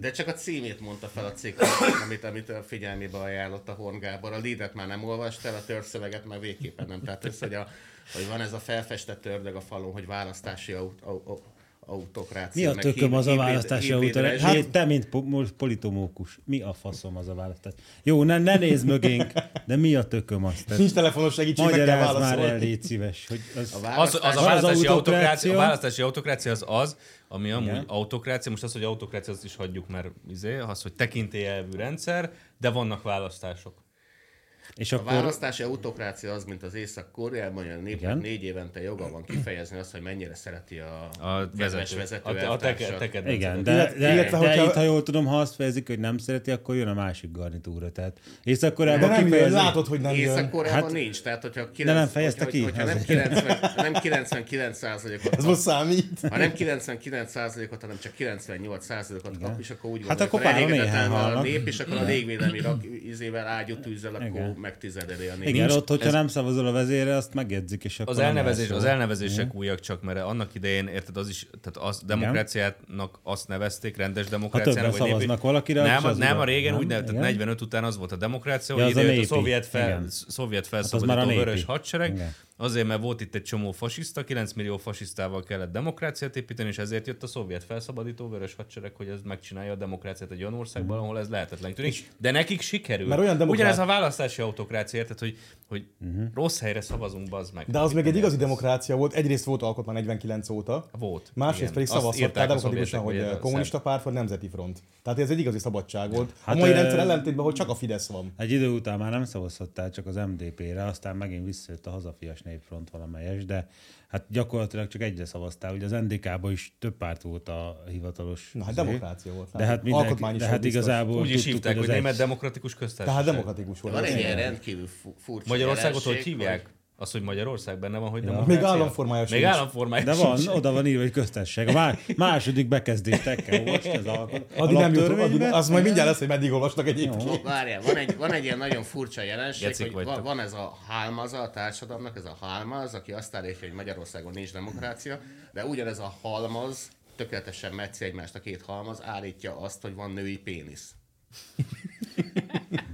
Speaker 3: De csak a címét mondta fel a cikk, [coughs] amit, amit a figyelmébe ajánlott a Horn Gábor. A leadet már nem olvast el, a törszöveget már végképpen nem. Tehát ez, hogy, a, hogy van ez a felfestett ördög a falon, hogy választási au- au- au- autokrácia.
Speaker 4: Mi a
Speaker 3: meg
Speaker 4: tököm
Speaker 3: hib-
Speaker 4: az a
Speaker 3: hibrid-
Speaker 4: választási
Speaker 3: hibrid
Speaker 4: autorá...
Speaker 3: rezsim.
Speaker 4: Hát te, mint po- most politomókus, mi a faszom az a választás? Jó, ne, ne nézd mögénk, de mi a tököm azt? Tehát
Speaker 2: Nincs telefonos segítség, meg kell
Speaker 4: Magyarázz már
Speaker 2: válaszolni.
Speaker 4: el, légy szíves. Hogy az...
Speaker 3: A
Speaker 1: Az, az,
Speaker 3: választás
Speaker 1: a,
Speaker 4: Van az
Speaker 1: választási autokrácia,
Speaker 4: autokrácia.
Speaker 1: a választási autokrácia az az, ami amúgy
Speaker 4: Igen.
Speaker 1: autokrácia, most az, hogy autokrácia, azt is hagyjuk, mert izé, az, hogy tekintélyelvű rendszer, de vannak választások.
Speaker 4: És
Speaker 3: A
Speaker 4: akkor
Speaker 3: választási autokrácia az, mint az Észak-Koreában, hogy a népnek
Speaker 4: Igen.
Speaker 3: négy évente joga van kifejezni azt, hogy mennyire szereti a,
Speaker 1: A
Speaker 3: kedves
Speaker 1: vezető.
Speaker 3: vezető
Speaker 1: a, te- a te,
Speaker 3: elvtársat.
Speaker 1: te kedvenced.
Speaker 4: igen, de,
Speaker 2: Illetve-
Speaker 4: de,
Speaker 2: illetve,
Speaker 4: de
Speaker 2: hogyha-
Speaker 4: itt, ha jól tudom, ha azt fejezik, hogy nem szereti, akkor jön a másik garnitúra. Tehát
Speaker 2: De
Speaker 4: Észak-Koreában
Speaker 2: nem jön,
Speaker 4: kifejezik.
Speaker 2: látod, hogy nem jön.
Speaker 3: Észak-Koreában
Speaker 4: Hát-
Speaker 3: nincs, tehát hogyha,
Speaker 4: nem fejezte
Speaker 3: hogyha,
Speaker 4: ki.
Speaker 3: hogyha nem,
Speaker 4: Az-
Speaker 3: 90,
Speaker 4: [laughs]
Speaker 3: nem 99 százalékot
Speaker 2: Ez most számít.
Speaker 3: ha nem 99 százalékot, hanem csak 98 százalékot kap, és akkor úgy
Speaker 4: Hát
Speaker 3: gondolják,
Speaker 4: akkor
Speaker 3: hogy
Speaker 4: páran
Speaker 3: elégedetlen
Speaker 4: éhen
Speaker 3: a
Speaker 4: halnak.
Speaker 3: nép, és akkor a légvédelmi rak izével ágyú tűzzel, akkor
Speaker 4: Igen.
Speaker 3: megtizedeli a nép.
Speaker 4: Igen, ott, hogyha nem szavazol a vezére, azt megjegyzik, és akkor
Speaker 1: Az,
Speaker 4: nem
Speaker 1: elnevezés,
Speaker 4: elszól.
Speaker 1: az elnevezések újak csak, mert annak idején, érted, az is, tehát az demokráciának azt nevezték, rendes demokráciának.
Speaker 4: többen szavaznak valakire,
Speaker 1: nem,
Speaker 4: az
Speaker 1: az
Speaker 4: az
Speaker 1: nem, a
Speaker 4: urak.
Speaker 1: régen
Speaker 4: Nem?
Speaker 1: úgy nevezett,
Speaker 4: Igen.
Speaker 1: 45 után az volt a demokrácia,
Speaker 4: Ja,
Speaker 1: hogy
Speaker 4: az a
Speaker 1: idejött a
Speaker 4: népi.
Speaker 1: szovjet, fel,
Speaker 4: Igen. Hát
Speaker 1: szovjet
Speaker 4: már
Speaker 1: felszabadító
Speaker 4: a népi.
Speaker 1: vörös hadsereg,
Speaker 4: Igen.
Speaker 1: azért, mert volt itt egy csomó fasiszta, 9 millió fasisztával kellett demokráciát építeni, és ezért jött a szovjet felszabadító vörös hadsereg, hogy ez megcsinálja a demokráciát egy olyan országban,
Speaker 4: Mhm.
Speaker 1: ahol ez lehetetlen tűnik. De nekik sikerül.
Speaker 2: Mert olyan demokrá-
Speaker 1: Ugyanez a választási autokrácia, érted, hogy, hogy rossz helyre szavazunk, bazd meg.
Speaker 2: Mhm. De az még egy igazi demokrácia volt. Egyrészt volt alkotmány 49 óta.
Speaker 1: Hát Volt.
Speaker 2: Másrészt
Speaker 1: Igen.
Speaker 2: pedig
Speaker 1: Azt írták
Speaker 2: szavazhattál
Speaker 1: a
Speaker 2: demokratikusan, hogy
Speaker 1: szovjetek,
Speaker 2: eh,
Speaker 1: hogy
Speaker 2: kommunista párt vagy nemzeti front. Tehát ez egy igazi szabadság volt.
Speaker 4: Hát,
Speaker 2: a mai
Speaker 4: eh,
Speaker 2: rendszer ellentétben, hogy csak a Fidesz van.
Speaker 4: Egy idő után már nem szavazhattál csak az MDP-re, aztán megint visszajött a hazafias népfront valamelyes, de hát gyakorlatilag csak egyre szavaztál. Ugye az NDK-ban is több párt volt a hivatalos.
Speaker 2: Na, hát
Speaker 4: izé.
Speaker 2: demokrácia volt.
Speaker 4: De hát, mindenki,
Speaker 2: Alkotmány is
Speaker 4: de
Speaker 2: volt
Speaker 4: hát
Speaker 2: biztos.
Speaker 4: igazából
Speaker 1: Úgy is
Speaker 4: tudtuk,
Speaker 1: hívták, hogy
Speaker 4: az
Speaker 1: német
Speaker 4: egy-
Speaker 1: demokratikus köztársaság.
Speaker 2: Tehát demokratikus volt.
Speaker 3: Van egy
Speaker 2: Igen.
Speaker 3: ilyen rendkívül fu- furcsa
Speaker 1: Magyarországot hogy
Speaker 3: jelenség,
Speaker 1: hívják? Az, hogy Magyarország benne van, hogy
Speaker 2: Még
Speaker 1: demokrácia.
Speaker 2: államformája
Speaker 1: Még
Speaker 2: sincs.
Speaker 1: államformája
Speaker 4: De
Speaker 1: sincs.
Speaker 4: van, oda van írva, hogy köztesség. A má- második bekezdés tekkel most ez alkot.
Speaker 2: Addig nem jutott, addig,
Speaker 4: alaptörvénybe.
Speaker 2: az majd mindjárt lesz, hogy meddig olvasnak egyébként.
Speaker 3: Ó, Várjál, van egy, van egy ilyen nagyon furcsa jelenség,
Speaker 1: Gecik
Speaker 3: hogy van,
Speaker 1: vagytok.
Speaker 3: van ez a hálmaza a társadalomnak, ez a hálmaz, aki azt állítja, hogy Magyarországon nincs demokrácia, de ugyanez a halmaz, tökéletesen metszi egymást a két halmaz, állítja azt, hogy van női pénisz.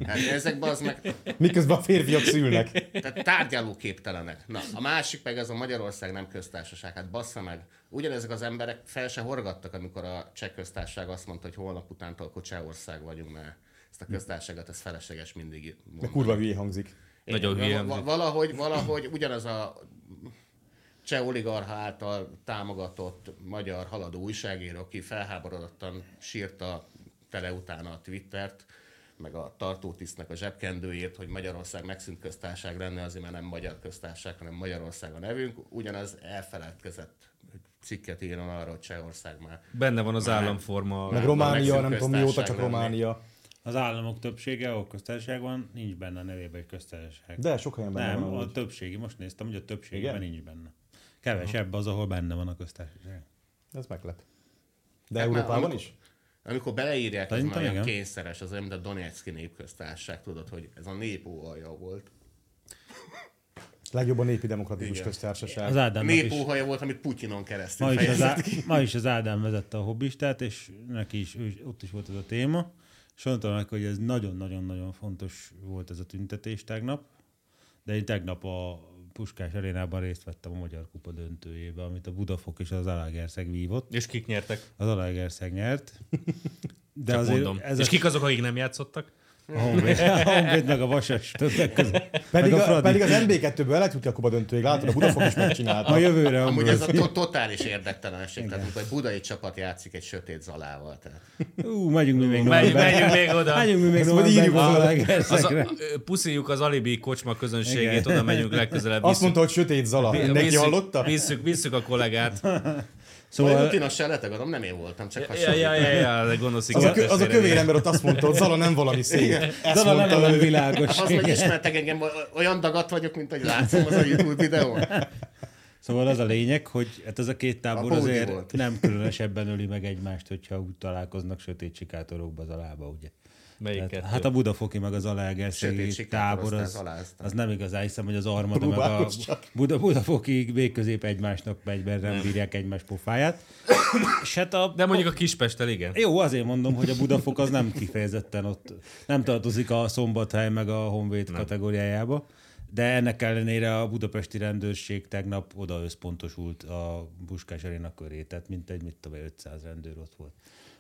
Speaker 3: Hát ezekben az meg
Speaker 2: Miközben a férfiak szülnek.
Speaker 3: tehát tárgyalóképtelenek. Na, a másik meg ez a Magyarország nem köztársaság. Hát bassza meg. Ugyanezek az emberek fel se horgattak, amikor a cseh köztársaság azt mondta, hogy holnap utántól Kocsehország vagyunk, mert ezt a köztársaságot, ez felesleges mindig mondani.
Speaker 2: Kurva hülye hangzik.
Speaker 3: Igen,
Speaker 1: Nagyon hülye
Speaker 3: val- val- Valahogy, valahogy ugyanaz a cseh oligarcha által támogatott magyar haladó újságíró, aki felháborodottan sírta tele utána a Twittert, meg a tartótisztnek a zsebkendőjét, hogy Magyarország megszűnt köztársaság lenne, azért mert nem magyar köztársaság, hanem Magyarország a nevünk. Ugyanaz elfeledkezett cikket írni arra, hogy Csehország már.
Speaker 1: Benne van az államforma.
Speaker 2: Meg
Speaker 3: Már
Speaker 2: Románia,
Speaker 3: megszűnt
Speaker 2: nem tudom mióta, csak
Speaker 3: köztársaság lenni.
Speaker 2: Románia.
Speaker 4: Az államok többsége, ahol köztársaság van, nincs benne a nevében, hogy köztársaság.
Speaker 2: De sok helyen benne
Speaker 4: nem,
Speaker 2: van amúgy.
Speaker 4: a többségi, most néztem, hogy a többségben
Speaker 2: Igen?
Speaker 4: nincs benne. Kevesebb az, ahol benne van a köztársaság.
Speaker 2: Ez meglep. De
Speaker 3: Hát már
Speaker 2: Európában
Speaker 3: amikor-
Speaker 2: is?
Speaker 3: Amikor beleírják, ez
Speaker 4: Szerintem
Speaker 3: már olyan
Speaker 4: igen.
Speaker 3: kényszeres, az olyan, mint a Donetszki népköztársaság, tudod, hogy ez a nép óhaja volt.
Speaker 2: Legjobb a népi demokratikus
Speaker 3: Igen.
Speaker 2: köztársaság.
Speaker 4: Az Ádámnak
Speaker 3: Nép
Speaker 4: is,
Speaker 3: óhaja volt, amit Putyinon keresztül
Speaker 4: ma is, az
Speaker 3: fejezett
Speaker 4: á, ma is az Ádám vezette a hobbistát, és neki is, ő is, ott is volt ez a téma. És mondtam neki, hogy ez nagyon-nagyon-nagyon fontos volt ez a tüntetés tegnap. De én tegnap a Puskás arénában részt vettem a Magyar Kupa döntőjébe, amit a Budafok és az Alágerszeg vívott.
Speaker 1: És kik nyertek?
Speaker 4: Az Alágerszeg nyert. De
Speaker 1: Csak
Speaker 4: azért
Speaker 1: mondom.
Speaker 4: ez
Speaker 1: És
Speaker 4: a-
Speaker 1: kik azok, akik nem játszottak?
Speaker 4: A Honvéd, a honvéd meg a Vasas többek között.
Speaker 2: Pedig,
Speaker 4: meg
Speaker 2: a,
Speaker 4: Fradi.
Speaker 2: pedig az MB2-ből el lehet jutni a Kuba döntőig, látod, a Budafok is megcsinálta.
Speaker 4: A jövőre
Speaker 3: Amúgy
Speaker 4: Amúgy
Speaker 3: ez a to- totális érdektelenség, tehát amikor egy budai csapat játszik egy sötét zalával. Tehát.
Speaker 4: Ú, megyünk mi még
Speaker 1: Megyünk,
Speaker 4: novemberbe.
Speaker 1: megyünk még oda.
Speaker 4: Megyünk mi még
Speaker 2: Ezt majd írjuk
Speaker 4: novemberbe
Speaker 2: oda.
Speaker 1: Az a,
Speaker 4: Zalaegerszegre.
Speaker 1: ö, puszíjuk az alibi kocsma közönségét,
Speaker 4: Igen.
Speaker 1: oda megyünk legközelebb.
Speaker 2: Azt mondta, hogy sötét Zala. Mindenki hallotta?
Speaker 1: Visszük, visszük a
Speaker 2: [laughs]
Speaker 1: kollégát.
Speaker 3: Szóval...
Speaker 4: Szóval
Speaker 3: Rutinos se letegadom, nem én voltam, csak
Speaker 1: Ja, ja,
Speaker 3: hasonlítom.
Speaker 1: ja, ja, ja, de gonosz
Speaker 2: Az a, kö- az a
Speaker 1: ikertestvére.
Speaker 2: kövér ember ott azt mondta, hogy Zala nem
Speaker 1: [laughs]
Speaker 2: valami szép. Ezt
Speaker 4: Zala Szóval nem
Speaker 2: mondta
Speaker 4: olyan
Speaker 2: ő.
Speaker 4: világos.
Speaker 3: Az, Hát hogy ismertek engem, olyan dagat vagyok, mint hogy látszom az a YouTube videón.
Speaker 4: Szóval az a lényeg, hogy hát ez a két tábor
Speaker 3: A Pódi
Speaker 4: azért
Speaker 3: volt.
Speaker 4: nem különösebben öli meg egymást, hogyha úgy találkoznak sötét sikátorokba az alába, ugye?
Speaker 1: Melyik
Speaker 4: Tehát,
Speaker 1: kettő?
Speaker 4: hát a budafoki meg az
Speaker 3: Sötét
Speaker 4: alágerszegi
Speaker 3: sikátor,
Speaker 4: tábor
Speaker 3: aztán
Speaker 4: az,
Speaker 3: zaláztam.
Speaker 4: az nem igazán hiszem, hogy az armada meg a
Speaker 2: Próbálkozz
Speaker 4: Buda, budafoki végközép egymásnak megy, mert nem bírják egymás pofáját. És hát a
Speaker 1: De mondjuk a Kispestel, igen.
Speaker 4: Jó, azért mondom, hogy a Budafok az nem kifejezetten ott, nem tartozik a Szombathely meg a Honvéd kategóriájába. De ennek ellenére a budapesti rendőrség tegnap oda összpontosult a Puskás Aréna köré, tehát mintegy, mit tudom, én, 500 rendőr ott volt.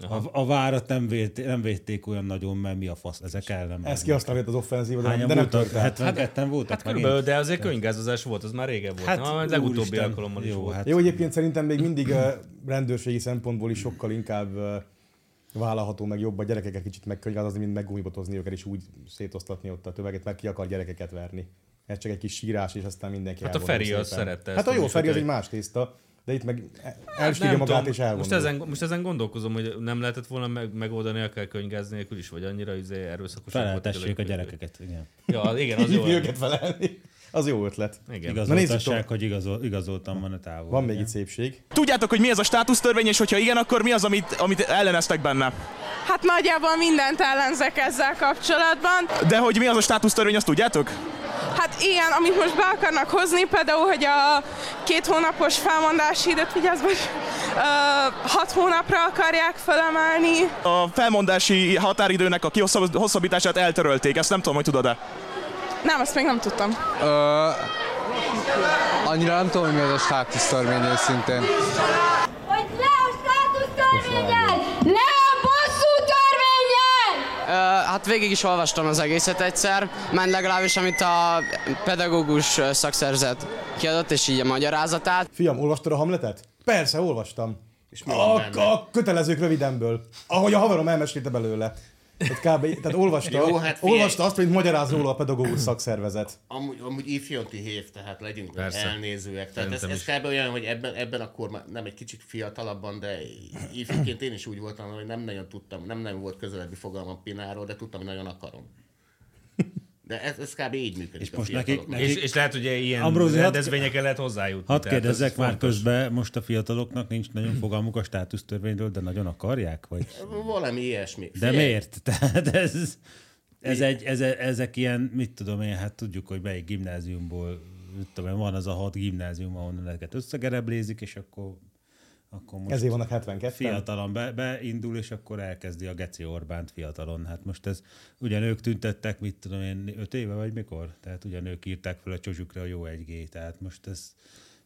Speaker 4: A, a, várat nem, védték, nem védték olyan nagyon, mert mi a fasz, ezek ellen.
Speaker 2: Ezt kihasználja az offenzív, de,
Speaker 4: Hányan
Speaker 2: de nem
Speaker 4: voltak?
Speaker 2: tört el.
Speaker 4: 72-en voltak?
Speaker 1: Hát
Speaker 4: megint?
Speaker 1: körülbelül, de azért könyvgázozás volt, az már régen volt. Hát, nem, a legutóbbi
Speaker 4: úristen.
Speaker 1: alkalommal is
Speaker 4: Jó,
Speaker 1: volt.
Speaker 4: hát
Speaker 2: Jó, egyébként szerintem még mindig ö, rendőrségi szempontból is sokkal inkább ö, vállalható, meg jobb a gyerekeket kicsit megkönyvázni, mint meggumibotozni őket, és úgy szétosztatni ott a tömeget, mert ki akar gyerekeket verni. Ez csak egy kis sírás, és aztán mindenki
Speaker 1: Hát a
Speaker 2: elvonul
Speaker 1: Feri az
Speaker 2: szépen.
Speaker 1: szerette
Speaker 2: Hát
Speaker 1: ezt
Speaker 2: a
Speaker 1: a
Speaker 2: jó
Speaker 1: műsort,
Speaker 2: Feri az
Speaker 1: hogy-
Speaker 2: egy más tészta, de itt meg
Speaker 1: Hát Nem
Speaker 2: elstírja magát és elvonul.
Speaker 1: most ezen, most ezen gondolkozom, hogy nem lehetett volna meg, megoldani akár könyvgáz nélkül is, vagy annyira izé, erőszakos.
Speaker 4: feleltessék a gyerekeket, igen.
Speaker 1: Ja, igen, az
Speaker 4: [laughs]
Speaker 1: jó.
Speaker 2: Hívni őket felelni. Az jó ötlet.
Speaker 1: Igen.
Speaker 2: Na nézzük
Speaker 4: Igazoltassák,
Speaker 2: tovább.
Speaker 4: hogy igazol, igazoltam van a távol.
Speaker 2: Van még itt szépség.
Speaker 5: Tudjátok, hogy mi ez a státusztörvény, és hogyha igen, akkor mi az, amit, amit elleneztek benne?
Speaker 7: Hát nagyjából mindent ellenzek ezzel kapcsolatban.
Speaker 5: De hogy mi az a státusztörvény, azt tudjátok?
Speaker 7: Hát ilyen, amit most be akarnak hozni, például, hogy a két hónapos felmondási időt, vigyázz, most ö, hat hónapra akarják felemelni.
Speaker 5: A felmondási határidőnek a kihosszabbítását eltörölték, ezt nem tudom, hogy tudod-e.
Speaker 7: Nem, ezt még nem tudtam.
Speaker 8: Ö, annyira nem tudom, hogy mi ez a státusz törvény őszintén.
Speaker 9: hogy le a státusz törvényen, le a bosszú törvényen!
Speaker 10: Ö, Hát végig is olvastam az egészet egyszer, már legalábbis amit a pedagógus ö, szakszerzet kiadott, és így a magyarázatát.
Speaker 2: Fiam, olvastad a Hamletet? Persze, olvastam.
Speaker 3: És mi van
Speaker 2: A,
Speaker 3: benne?
Speaker 2: a kötelezők rövidemből. Ahogy a haverom elmesélte belőle. Tehát, kb, tehát olvasta,
Speaker 3: Jó, hát figyelj.
Speaker 2: olvasta azt, hogy magyaráz róla a pedagógus szakszervezet.
Speaker 3: Amúgy, amúgy ifjonti hív, tehát legyünk
Speaker 1: Persze.
Speaker 3: Persze. elnézőek. Tehát ez,
Speaker 1: Szerintem
Speaker 3: ez
Speaker 1: is.
Speaker 3: kb. olyan, hogy ebben, ebben akkor már nem egy kicsit fiatalabban, de ifjúként én is úgy voltam, hogy nem nagyon tudtam, nem nagyon volt közelebbi fogalmam Pináról, de tudtam, hogy nagyon akarom. De ez, ez kb. így működik
Speaker 4: És
Speaker 3: a
Speaker 4: most nekik,
Speaker 3: fiataloknak.
Speaker 1: És,
Speaker 4: nekik
Speaker 1: és lehet, hogy ilyen
Speaker 4: Ambrózi, hadd-
Speaker 1: rendezvényekkel lehet hozzájutni.
Speaker 4: hadd
Speaker 1: tehát ez
Speaker 4: kérdezzek már
Speaker 1: fontos.
Speaker 4: közben, most a fiataloknak nincs nagyon fogalmuk a státusztörvényről, de nagyon akarják? Vagy?
Speaker 3: Valami ilyesmi.
Speaker 4: De
Speaker 3: Figyelj,
Speaker 4: miért? [laughs] Tehát ez, ez egy, ez, ezek ilyen, mit tudom én, hát tudjuk, hogy melyik gimnáziumból, mit tudom én, van az a hat gimnázium, ahonnan ezeket összegereblézik, és akkor, akkor most
Speaker 2: Ezért vannak 72
Speaker 4: fiatalon be, beindul, és akkor elkezdi a Geci Orbánt fiatalon. Hát most ez, ugyan ők tüntettek, mit tudom én, öt éve vagy mikor? Tehát ugyan ők írták fel a csozsukra a jó 1G, tehát most ez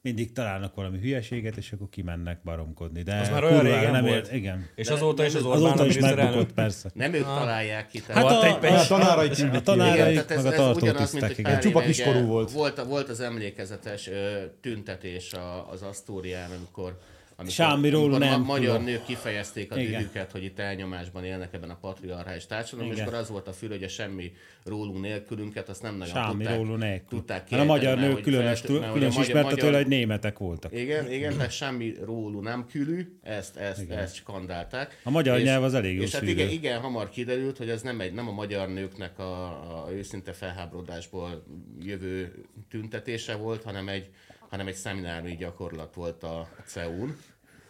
Speaker 4: mindig találnak valami hülyeséget, és akkor kimennek baromkodni. De
Speaker 1: Az már olyan
Speaker 4: kurvára
Speaker 1: régen
Speaker 4: ér-
Speaker 1: volt.
Speaker 4: igen.
Speaker 1: És azóta is az Orbán
Speaker 4: Azóta is megbukott,
Speaker 1: miniszterelnök.
Speaker 4: persze.
Speaker 3: Nem ők találják ki.
Speaker 4: Hát
Speaker 3: tehát-
Speaker 1: Ah. Volt egy
Speaker 2: A
Speaker 1: pecsi.
Speaker 2: tanárai
Speaker 4: A
Speaker 2: küldik ki.
Speaker 3: Igen,
Speaker 4: tanáraik,
Speaker 3: tehát ez,
Speaker 4: meg a
Speaker 3: ez ugyanaz, mint
Speaker 4: tartótiszták,
Speaker 3: hogy
Speaker 4: igen.
Speaker 3: pár
Speaker 2: Csupa
Speaker 3: éve ugye
Speaker 2: kiskorú volt.
Speaker 3: volt. a- Volt az emlékezetes ö, tüntetés a, az Asztórián, amikor amikor,
Speaker 4: Semmiről
Speaker 3: amikor
Speaker 4: nem
Speaker 3: ma, magyar
Speaker 4: tudok.
Speaker 3: nők kifejezték a
Speaker 4: Igen.
Speaker 3: dühüket, hogy itt elnyomásban élnek ebben a patriarchális társadalomban, és
Speaker 4: Igen.
Speaker 3: akkor az volt a fül, hogy a semmi rólunk nélkülünket, azt nem nagyon
Speaker 4: Sámi
Speaker 3: tudták,
Speaker 4: róló nélkül.
Speaker 3: tudták
Speaker 4: Hát a magyar
Speaker 3: kiejteni, mert
Speaker 4: nők
Speaker 3: hogy
Speaker 4: különös,
Speaker 3: feltű- mert hogy a
Speaker 4: különös
Speaker 3: magyar-
Speaker 4: ismerte
Speaker 3: magyar-
Speaker 4: tőle, hogy németek voltak.
Speaker 3: igen, igen, tehát semmi rólú nem külű, ezt, ezt, ezt skandálták.
Speaker 4: A magyar nyelv az elég jó
Speaker 3: És hát
Speaker 4: szűrő.
Speaker 3: igen, igen, hamar kiderült, hogy ez nem, egy, nem a magyar nőknek a, a őszinte felháborodásból jövő tüntetése volt, hanem egy, hanem egy szeminári gyakorlat volt a CEU-n,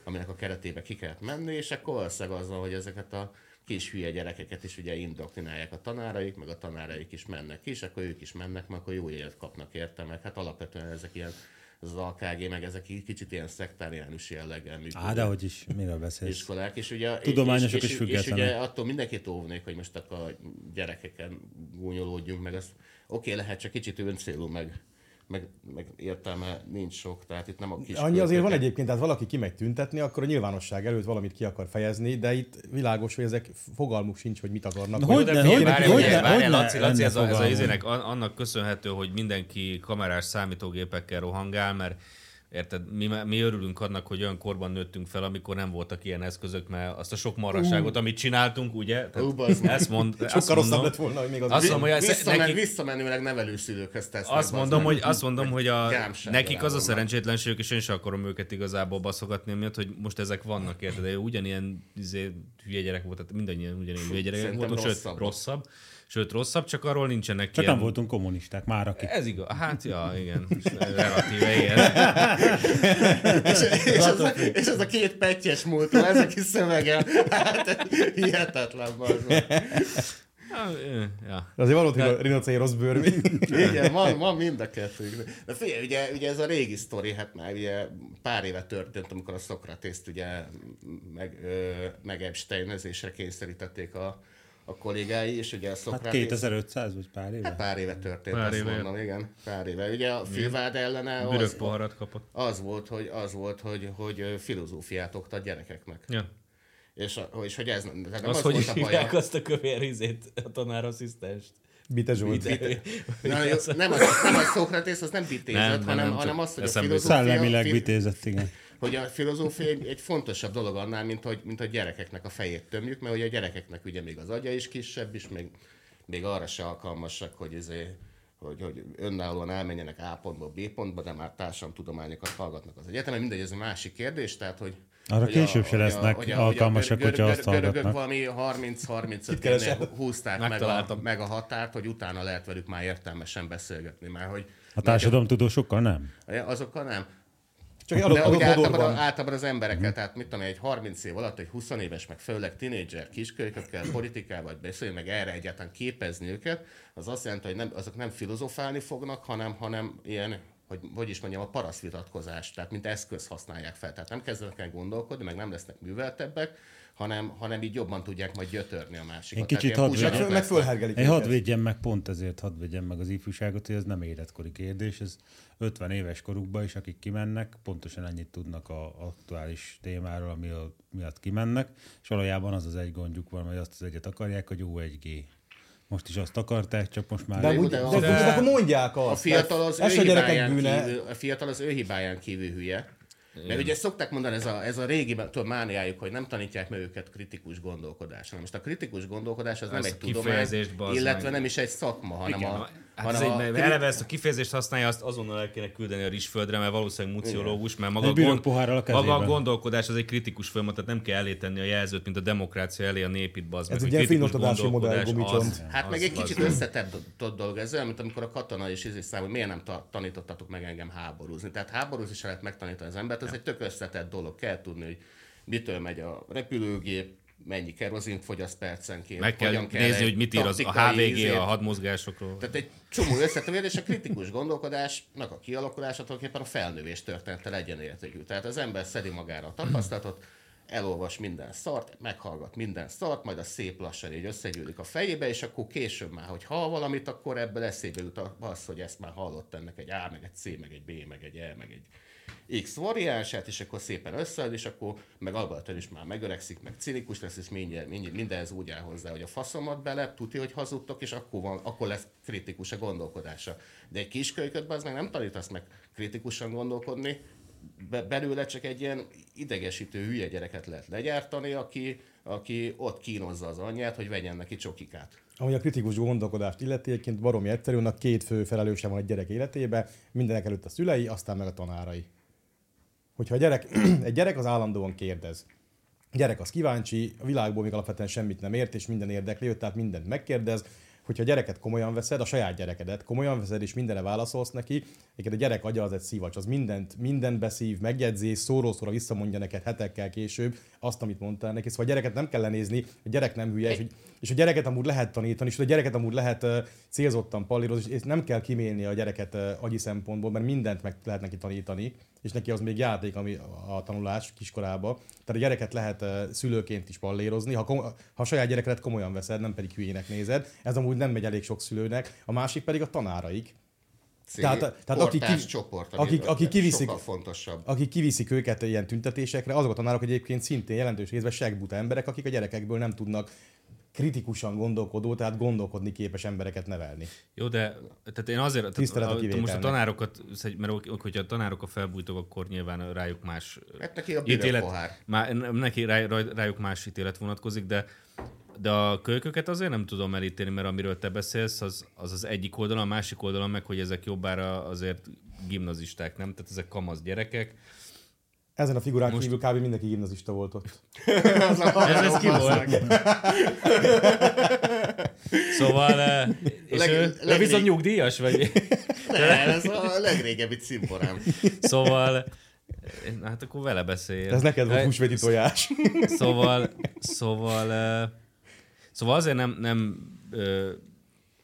Speaker 3: aminek a keretébe ki kellett menni, és akkor valószínűleg azzal, hogy ezeket a kis hülye gyerekeket is ugye indoktrinálják a tanáraik, meg a tanáraik is mennek ki, és akkor ők is mennek, mert akkor jó jegyet kapnak érte, meg hát alapvetően ezek ilyen ez az AKG, meg ezek így kicsit ilyen szektáriánus jelleggel működnek
Speaker 4: Á, de hogy is, miről beszélsz? Hát
Speaker 3: iskolák, és ugye...
Speaker 4: Tudományosak
Speaker 3: és,
Speaker 4: és
Speaker 3: és, és
Speaker 4: függetlenek.
Speaker 3: ugye attól mindenkit óvnék, hogy most akkor a gyerekeken gúnyolódjunk, meg az oké, okay, lehet csak kicsit öncélú, meg, meg, meg értelme nincs sok, tehát itt nem a kis...
Speaker 2: Annyi azért van
Speaker 3: költőket-
Speaker 2: egyébként, tehát valaki kimegy tüntetni, akkor a nyilvánosság előtt valamit ki akar fejezni, de itt világos, hogy ezek fogalmuk sincs, hogy mit akarnak.
Speaker 4: Na,
Speaker 2: vagy-
Speaker 4: hogy-
Speaker 1: De
Speaker 4: De
Speaker 1: figyelj,
Speaker 4: hogyne-
Speaker 1: várjál,
Speaker 4: hogyne-
Speaker 1: várjál, várjál,
Speaker 4: hogyne
Speaker 1: Laci, Laci, ez, a, ez a
Speaker 4: fogalmunk?
Speaker 1: izének an- annak köszönhető, hogy mindenki kamerás számítógépekkel rohangál, mert Érted? Mi, mi örülünk annak, hogy olyan korban nőttünk fel, amikor nem voltak ilyen eszközök, mert azt a sok marasságot, amit csináltunk, ugye?
Speaker 3: Ú,
Speaker 1: Tehát
Speaker 3: bazd meg.
Speaker 1: ezt mond, Sokkal azt
Speaker 2: Sokkal rosszabb
Speaker 1: mondom,
Speaker 2: lett volna, hogy még az...
Speaker 1: azt mondom, hogy ez-
Speaker 3: Visszamen,
Speaker 1: nekik-
Speaker 3: Visszamenőleg nevelőszülőkhez tesznek.
Speaker 1: azt
Speaker 3: bazd
Speaker 1: mondom,
Speaker 3: meg.
Speaker 1: hogy, azt mondom, hogy a,
Speaker 3: gyámság
Speaker 1: nekik az a
Speaker 3: valahol.
Speaker 1: szerencsétlenségük, és én sem akarom őket igazából baszogatni, miatt, hogy most ezek vannak, érted? De ugyanilyen izé, hülye gyerek volt, tehát mindannyian ugyanilyen hülye gyerekek
Speaker 3: Szerintem
Speaker 1: voltunk, sőt
Speaker 3: rosszabb.
Speaker 1: rosszabb. Sőt, rosszabb, csak arról nincsenek
Speaker 4: Csak
Speaker 1: ilyen-
Speaker 4: nem voltunk kommunisták, már akik.
Speaker 1: Ez igaz. Hát, ja, igen. Relatíve ilyen.
Speaker 3: és, ez a, és ez a két pettyes múltú, ez a kis szövege, [laughs] hát hihetetlen bazd meg.
Speaker 1: Ja.
Speaker 2: Azért van ott rino- rinocé rossz bőr.
Speaker 3: Igen, van, van mind a kettő. De figyelj, ugye, ugye ez a régi sztori, hát már ugye pár éve történt, amikor a Szokratészt ugye meg, ö, meg Epsteinezésre kényszerítették a, a kollégái is, ugye a
Speaker 4: Hát
Speaker 3: Szokrátész...
Speaker 4: 2500 vagy pár éve?
Speaker 3: Hát pár éve történt,
Speaker 4: Pár
Speaker 3: pár azt
Speaker 4: éve.
Speaker 3: éve. mondom, igen, pár éve. Ugye a fővád ellene
Speaker 1: Bürök
Speaker 3: az,
Speaker 1: poharat kapott.
Speaker 3: az volt, hogy, az volt, hogy, hogy ö, filozófiát oktat gyerekeknek.
Speaker 1: Ja.
Speaker 3: És, a- és hogy ez nem, tehát nem
Speaker 11: Az,
Speaker 3: az,
Speaker 11: hogy
Speaker 3: volt
Speaker 11: is
Speaker 3: a baja.
Speaker 11: hívják azt a kövér izét, a tanárasszisztenst?
Speaker 2: Bite Zsolt.
Speaker 11: Bite.
Speaker 3: Na, jó, nem, az, nem az Szókratész, az nem bitézet,
Speaker 4: Nem, nem,
Speaker 3: hanem,
Speaker 4: nem,
Speaker 3: hanem
Speaker 4: csak
Speaker 3: az, hogy a
Speaker 4: eszembe
Speaker 3: filozófia...
Speaker 4: jutott. Szellemileg
Speaker 3: fi-
Speaker 4: bitézett, igen.
Speaker 3: Hogy a filozófia egy, egy fontosabb dolog annál, mint hogy, mint hogy gyerekeknek a fejét tömjük, mert ugye a gyerekeknek ugye még az agya is kisebb, és még, még arra se alkalmasak, hogy izé, hogy, hogy önállóan elmenjenek A pontba, B pontba, de már társadalomtudományokat hallgatnak az egyetemen. Mindegy, ez egy másik kérdés, tehát hogy
Speaker 4: Arra
Speaker 3: hogy a-
Speaker 4: később se
Speaker 3: hogy a-
Speaker 4: lesznek
Speaker 3: hogy a-
Speaker 4: alkalmasak,
Speaker 3: hogy a
Speaker 4: hogyha azt
Speaker 3: görögök
Speaker 4: hallgatnak.
Speaker 3: valami 30-35
Speaker 4: keresel?
Speaker 3: évnél húzták meg a,
Speaker 4: Megtaláltam.
Speaker 3: meg a határt, hogy utána lehet velük már értelmesen beszélgetni. Már, hogy
Speaker 4: A társadalomtudósokkal nem.
Speaker 3: Ja, Azokkal nem.
Speaker 2: Csak egy
Speaker 3: De
Speaker 2: adott- adott
Speaker 3: ugye hát általában,
Speaker 2: modorban. Mhm.
Speaker 3: általában az embereket, tehát mit tudom, én, egy 30 év alatt, egy 20 éves, meg főleg tinédzser kiskölykökkel politikával beszélni, meg erre egyáltalán képezni őket, az azt jelenti, hogy nem, azok nem filozofálni fognak, hanem, hanem ilyen hogy, hogy is mondjam, a paraszvitatkozást, tehát mint eszköz használják fel. Tehát nem kezdenek el gondolkodni, meg nem lesznek műveltebbek, hanem, hanem így jobban tudják majd gyötörni a másikat. Tehát
Speaker 4: Én kicsit
Speaker 3: ilyen
Speaker 4: hadd
Speaker 3: húzsák
Speaker 4: védjem.
Speaker 2: Hát
Speaker 3: lesznek.
Speaker 4: Én hadd védjem meg, pont ezért hadd védjem meg az ifjúságot, hogy ez nem életkori kérdés, ez 50 éves korukban is, akik kimennek, pontosan ennyit tudnak a aktuális témáról, ami a, miatt kimennek, és valójában az az egy gondjuk van, vagy azt az egyet akarják, hogy jó 1 G. Most is azt akarták, csak most már...
Speaker 2: De amúgy- de- de- de akkor mondják azt.
Speaker 3: A fiatal az,
Speaker 2: Ez
Speaker 3: ő
Speaker 2: se a gyerekek
Speaker 3: hibáján
Speaker 2: bűne.
Speaker 3: Kívül, a fiatal az ő hibáján kívül hülye. Mert
Speaker 1: Igen.
Speaker 3: ugye szokták mondani, ez a, ez a régi tudom, mániájuk, hogy nem tanítják meg őket kritikus gondolkodásra. Most a kritikus gondolkodás az nem
Speaker 1: Ez
Speaker 3: egy
Speaker 1: a
Speaker 3: tudomány,
Speaker 1: kifejezést, bazd
Speaker 3: illetve
Speaker 1: meg.
Speaker 3: nem is egy szakma, hanem
Speaker 1: Igen,
Speaker 3: a...
Speaker 1: Hát ez
Speaker 3: hanem
Speaker 1: egy,
Speaker 3: a
Speaker 1: mert
Speaker 3: kri-
Speaker 1: eleve ezt a kifejezést használja, azt azonnal el kéne küldeni a rizsföldre, mert valószínűleg muciológus, mert maga,
Speaker 4: Egy bűrök pohárral a kezében.
Speaker 1: maga a gondolkodás az egy kritikus folyamat, tehát nem kell elé tenni a jelzőt, mint a demokrácia elé a népit, bazd
Speaker 2: Ez
Speaker 1: meg, hogy
Speaker 2: egy ilyen
Speaker 1: kritikus
Speaker 2: finnosodási modell,
Speaker 1: gondolkodás az-
Speaker 2: gumicsont.
Speaker 3: Hát
Speaker 1: az-
Speaker 3: meg egy
Speaker 1: az-
Speaker 3: kicsit összetettett dolog ez olyan, mint amikor a katona is ízés hogy miért nem ta- tanítottatok meg engem háborúzni. Tehát háborúzni se lehet megtanítani az embert, ez egy tök összetett dolog. Kell tudni, hogy mitől megy a repülőgép, mennyi kerozint fogyaszt percenként.
Speaker 1: Meg kell
Speaker 3: hogyan
Speaker 1: nézni,
Speaker 3: egy
Speaker 1: hogy mit ír az a
Speaker 3: taktikai
Speaker 1: HVG
Speaker 3: izét.
Speaker 1: a hadmozgásokról.
Speaker 3: Tehát egy csomó összetevés, és a kritikus gondolkodásnak a kialakulása tulajdonképpen a felnővés története legyen értékű. Tehát az ember szedi magára a tapasztalatot, elolvas minden szart, meghallgat minden szart, majd a szép lassan így összegyűlik a fejébe, és akkor később már, hogy hall valamit, akkor ebből eszébe jut a- az, hogy ezt már hallott ennek egy A, meg egy C, meg egy B, meg egy E, meg egy X variánsát, és akkor szépen összead, és akkor meg Albertön is már megöregszik, meg cinikus lesz, és mindjárt, mindjárt, mindenhez úgy áll hozzá, hogy a faszomat bele, tuti, hogy hazudtok, és akkor, van, akkor lesz kritikus a gondolkodása. De egy kiskölyködben az meg nem tanítasz meg kritikusan gondolkodni, be, belőle csak egy ilyen idegesítő hülye gyereket lehet legyártani, aki, aki ott kínozza az anyját, hogy vegyen neki csokikát.
Speaker 2: Ami a kritikus gondolkodást illeti, egyébként baromi egyszerű, annak két fő felelőse van egy gyerek életében, mindenek előtt a szülei, aztán meg a tanárai. Hogyha a gyerek, [clears throat] egy gyerek az állandóan kérdez. A gyerek az kíváncsi, a világból még alapvetően semmit nem ért, és minden érdekli őt, tehát mindent megkérdez. Hogyha a gyereket komolyan veszed, a saját gyerekedet komolyan veszed, és mindenre válaszolsz neki, egyébként a gyerek agya az egy szívacs, az mindent, mindent beszív, megjegyzi, szóról-szóra visszamondja neked hetekkel később azt, amit mondtál neki. Szóval a gyereket nem kell lenézni, a gyerek nem hülye, és, hogy- és a gyereket amúgy lehet tanítani, és a gyereket amúgy lehet ö, célzottan pallírozni, és nem kell kimélni a gyereket ö, agyi szempontból, mert mindent meg lehet neki tanítani, és neki az még játék ami a tanulás kiskorába. Tehát a gyereket lehet ö, szülőként is pallérozni, ha, kom- ha a saját gyerekedet komolyan veszed, nem pedig hülyének nézed. Ez amúgy nem megy elég sok szülőnek, a másik pedig a tanáraik.
Speaker 3: Cél, kortárs csoport, ami
Speaker 2: akik, akik,
Speaker 3: sokkal
Speaker 2: kiviszik,
Speaker 3: fontosabb.
Speaker 2: [laughs] akik kiviszik őket ilyen tüntetésekre, azok a tanárok egyébként szintén jelentős részben segbuta emberek, akik a gyerekekből nem tudnak kritikusan gondolkodó, tehát gondolkodni képes embereket nevelni.
Speaker 1: Jó, de tehát én azért,
Speaker 2: Tisztelet a
Speaker 1: tehát, a, most a
Speaker 2: kivételnek.
Speaker 1: tanárokat, szóval, mert ok- ok, hogyha a tanárok a felbújtók, akkor nyilván rájuk más
Speaker 3: Hát neki a bíró
Speaker 1: ítélet,
Speaker 3: pohár.
Speaker 1: már, neki rá, rá- rájuk más ítélet vonatkozik, de de a kölyköket azért nem tudom elítélni, mert amiről te beszélsz, az az, az egyik oldalon, a másik oldalon meg, hogy ezek jobbára azért gimnazisták, nem? Tehát ezek kamasz gyerekek.
Speaker 2: Ezen a figurán Most... kívül kb. mindenki gimnazista volt ott.
Speaker 1: Ez, ez ki volt? szóval... eh, És
Speaker 3: Leg-
Speaker 1: ő, ő
Speaker 3: legrég-
Speaker 1: viszont nyugdíjas vagy?
Speaker 3: Nem, ez a legrégebbi cimborám.
Speaker 1: Szóval, na hát akkor vele beszél.
Speaker 2: Ez neked volt
Speaker 1: Eh,
Speaker 2: húsvéti tojás.
Speaker 1: Szóval, szóval, eh, szóval azért nem, nem ö,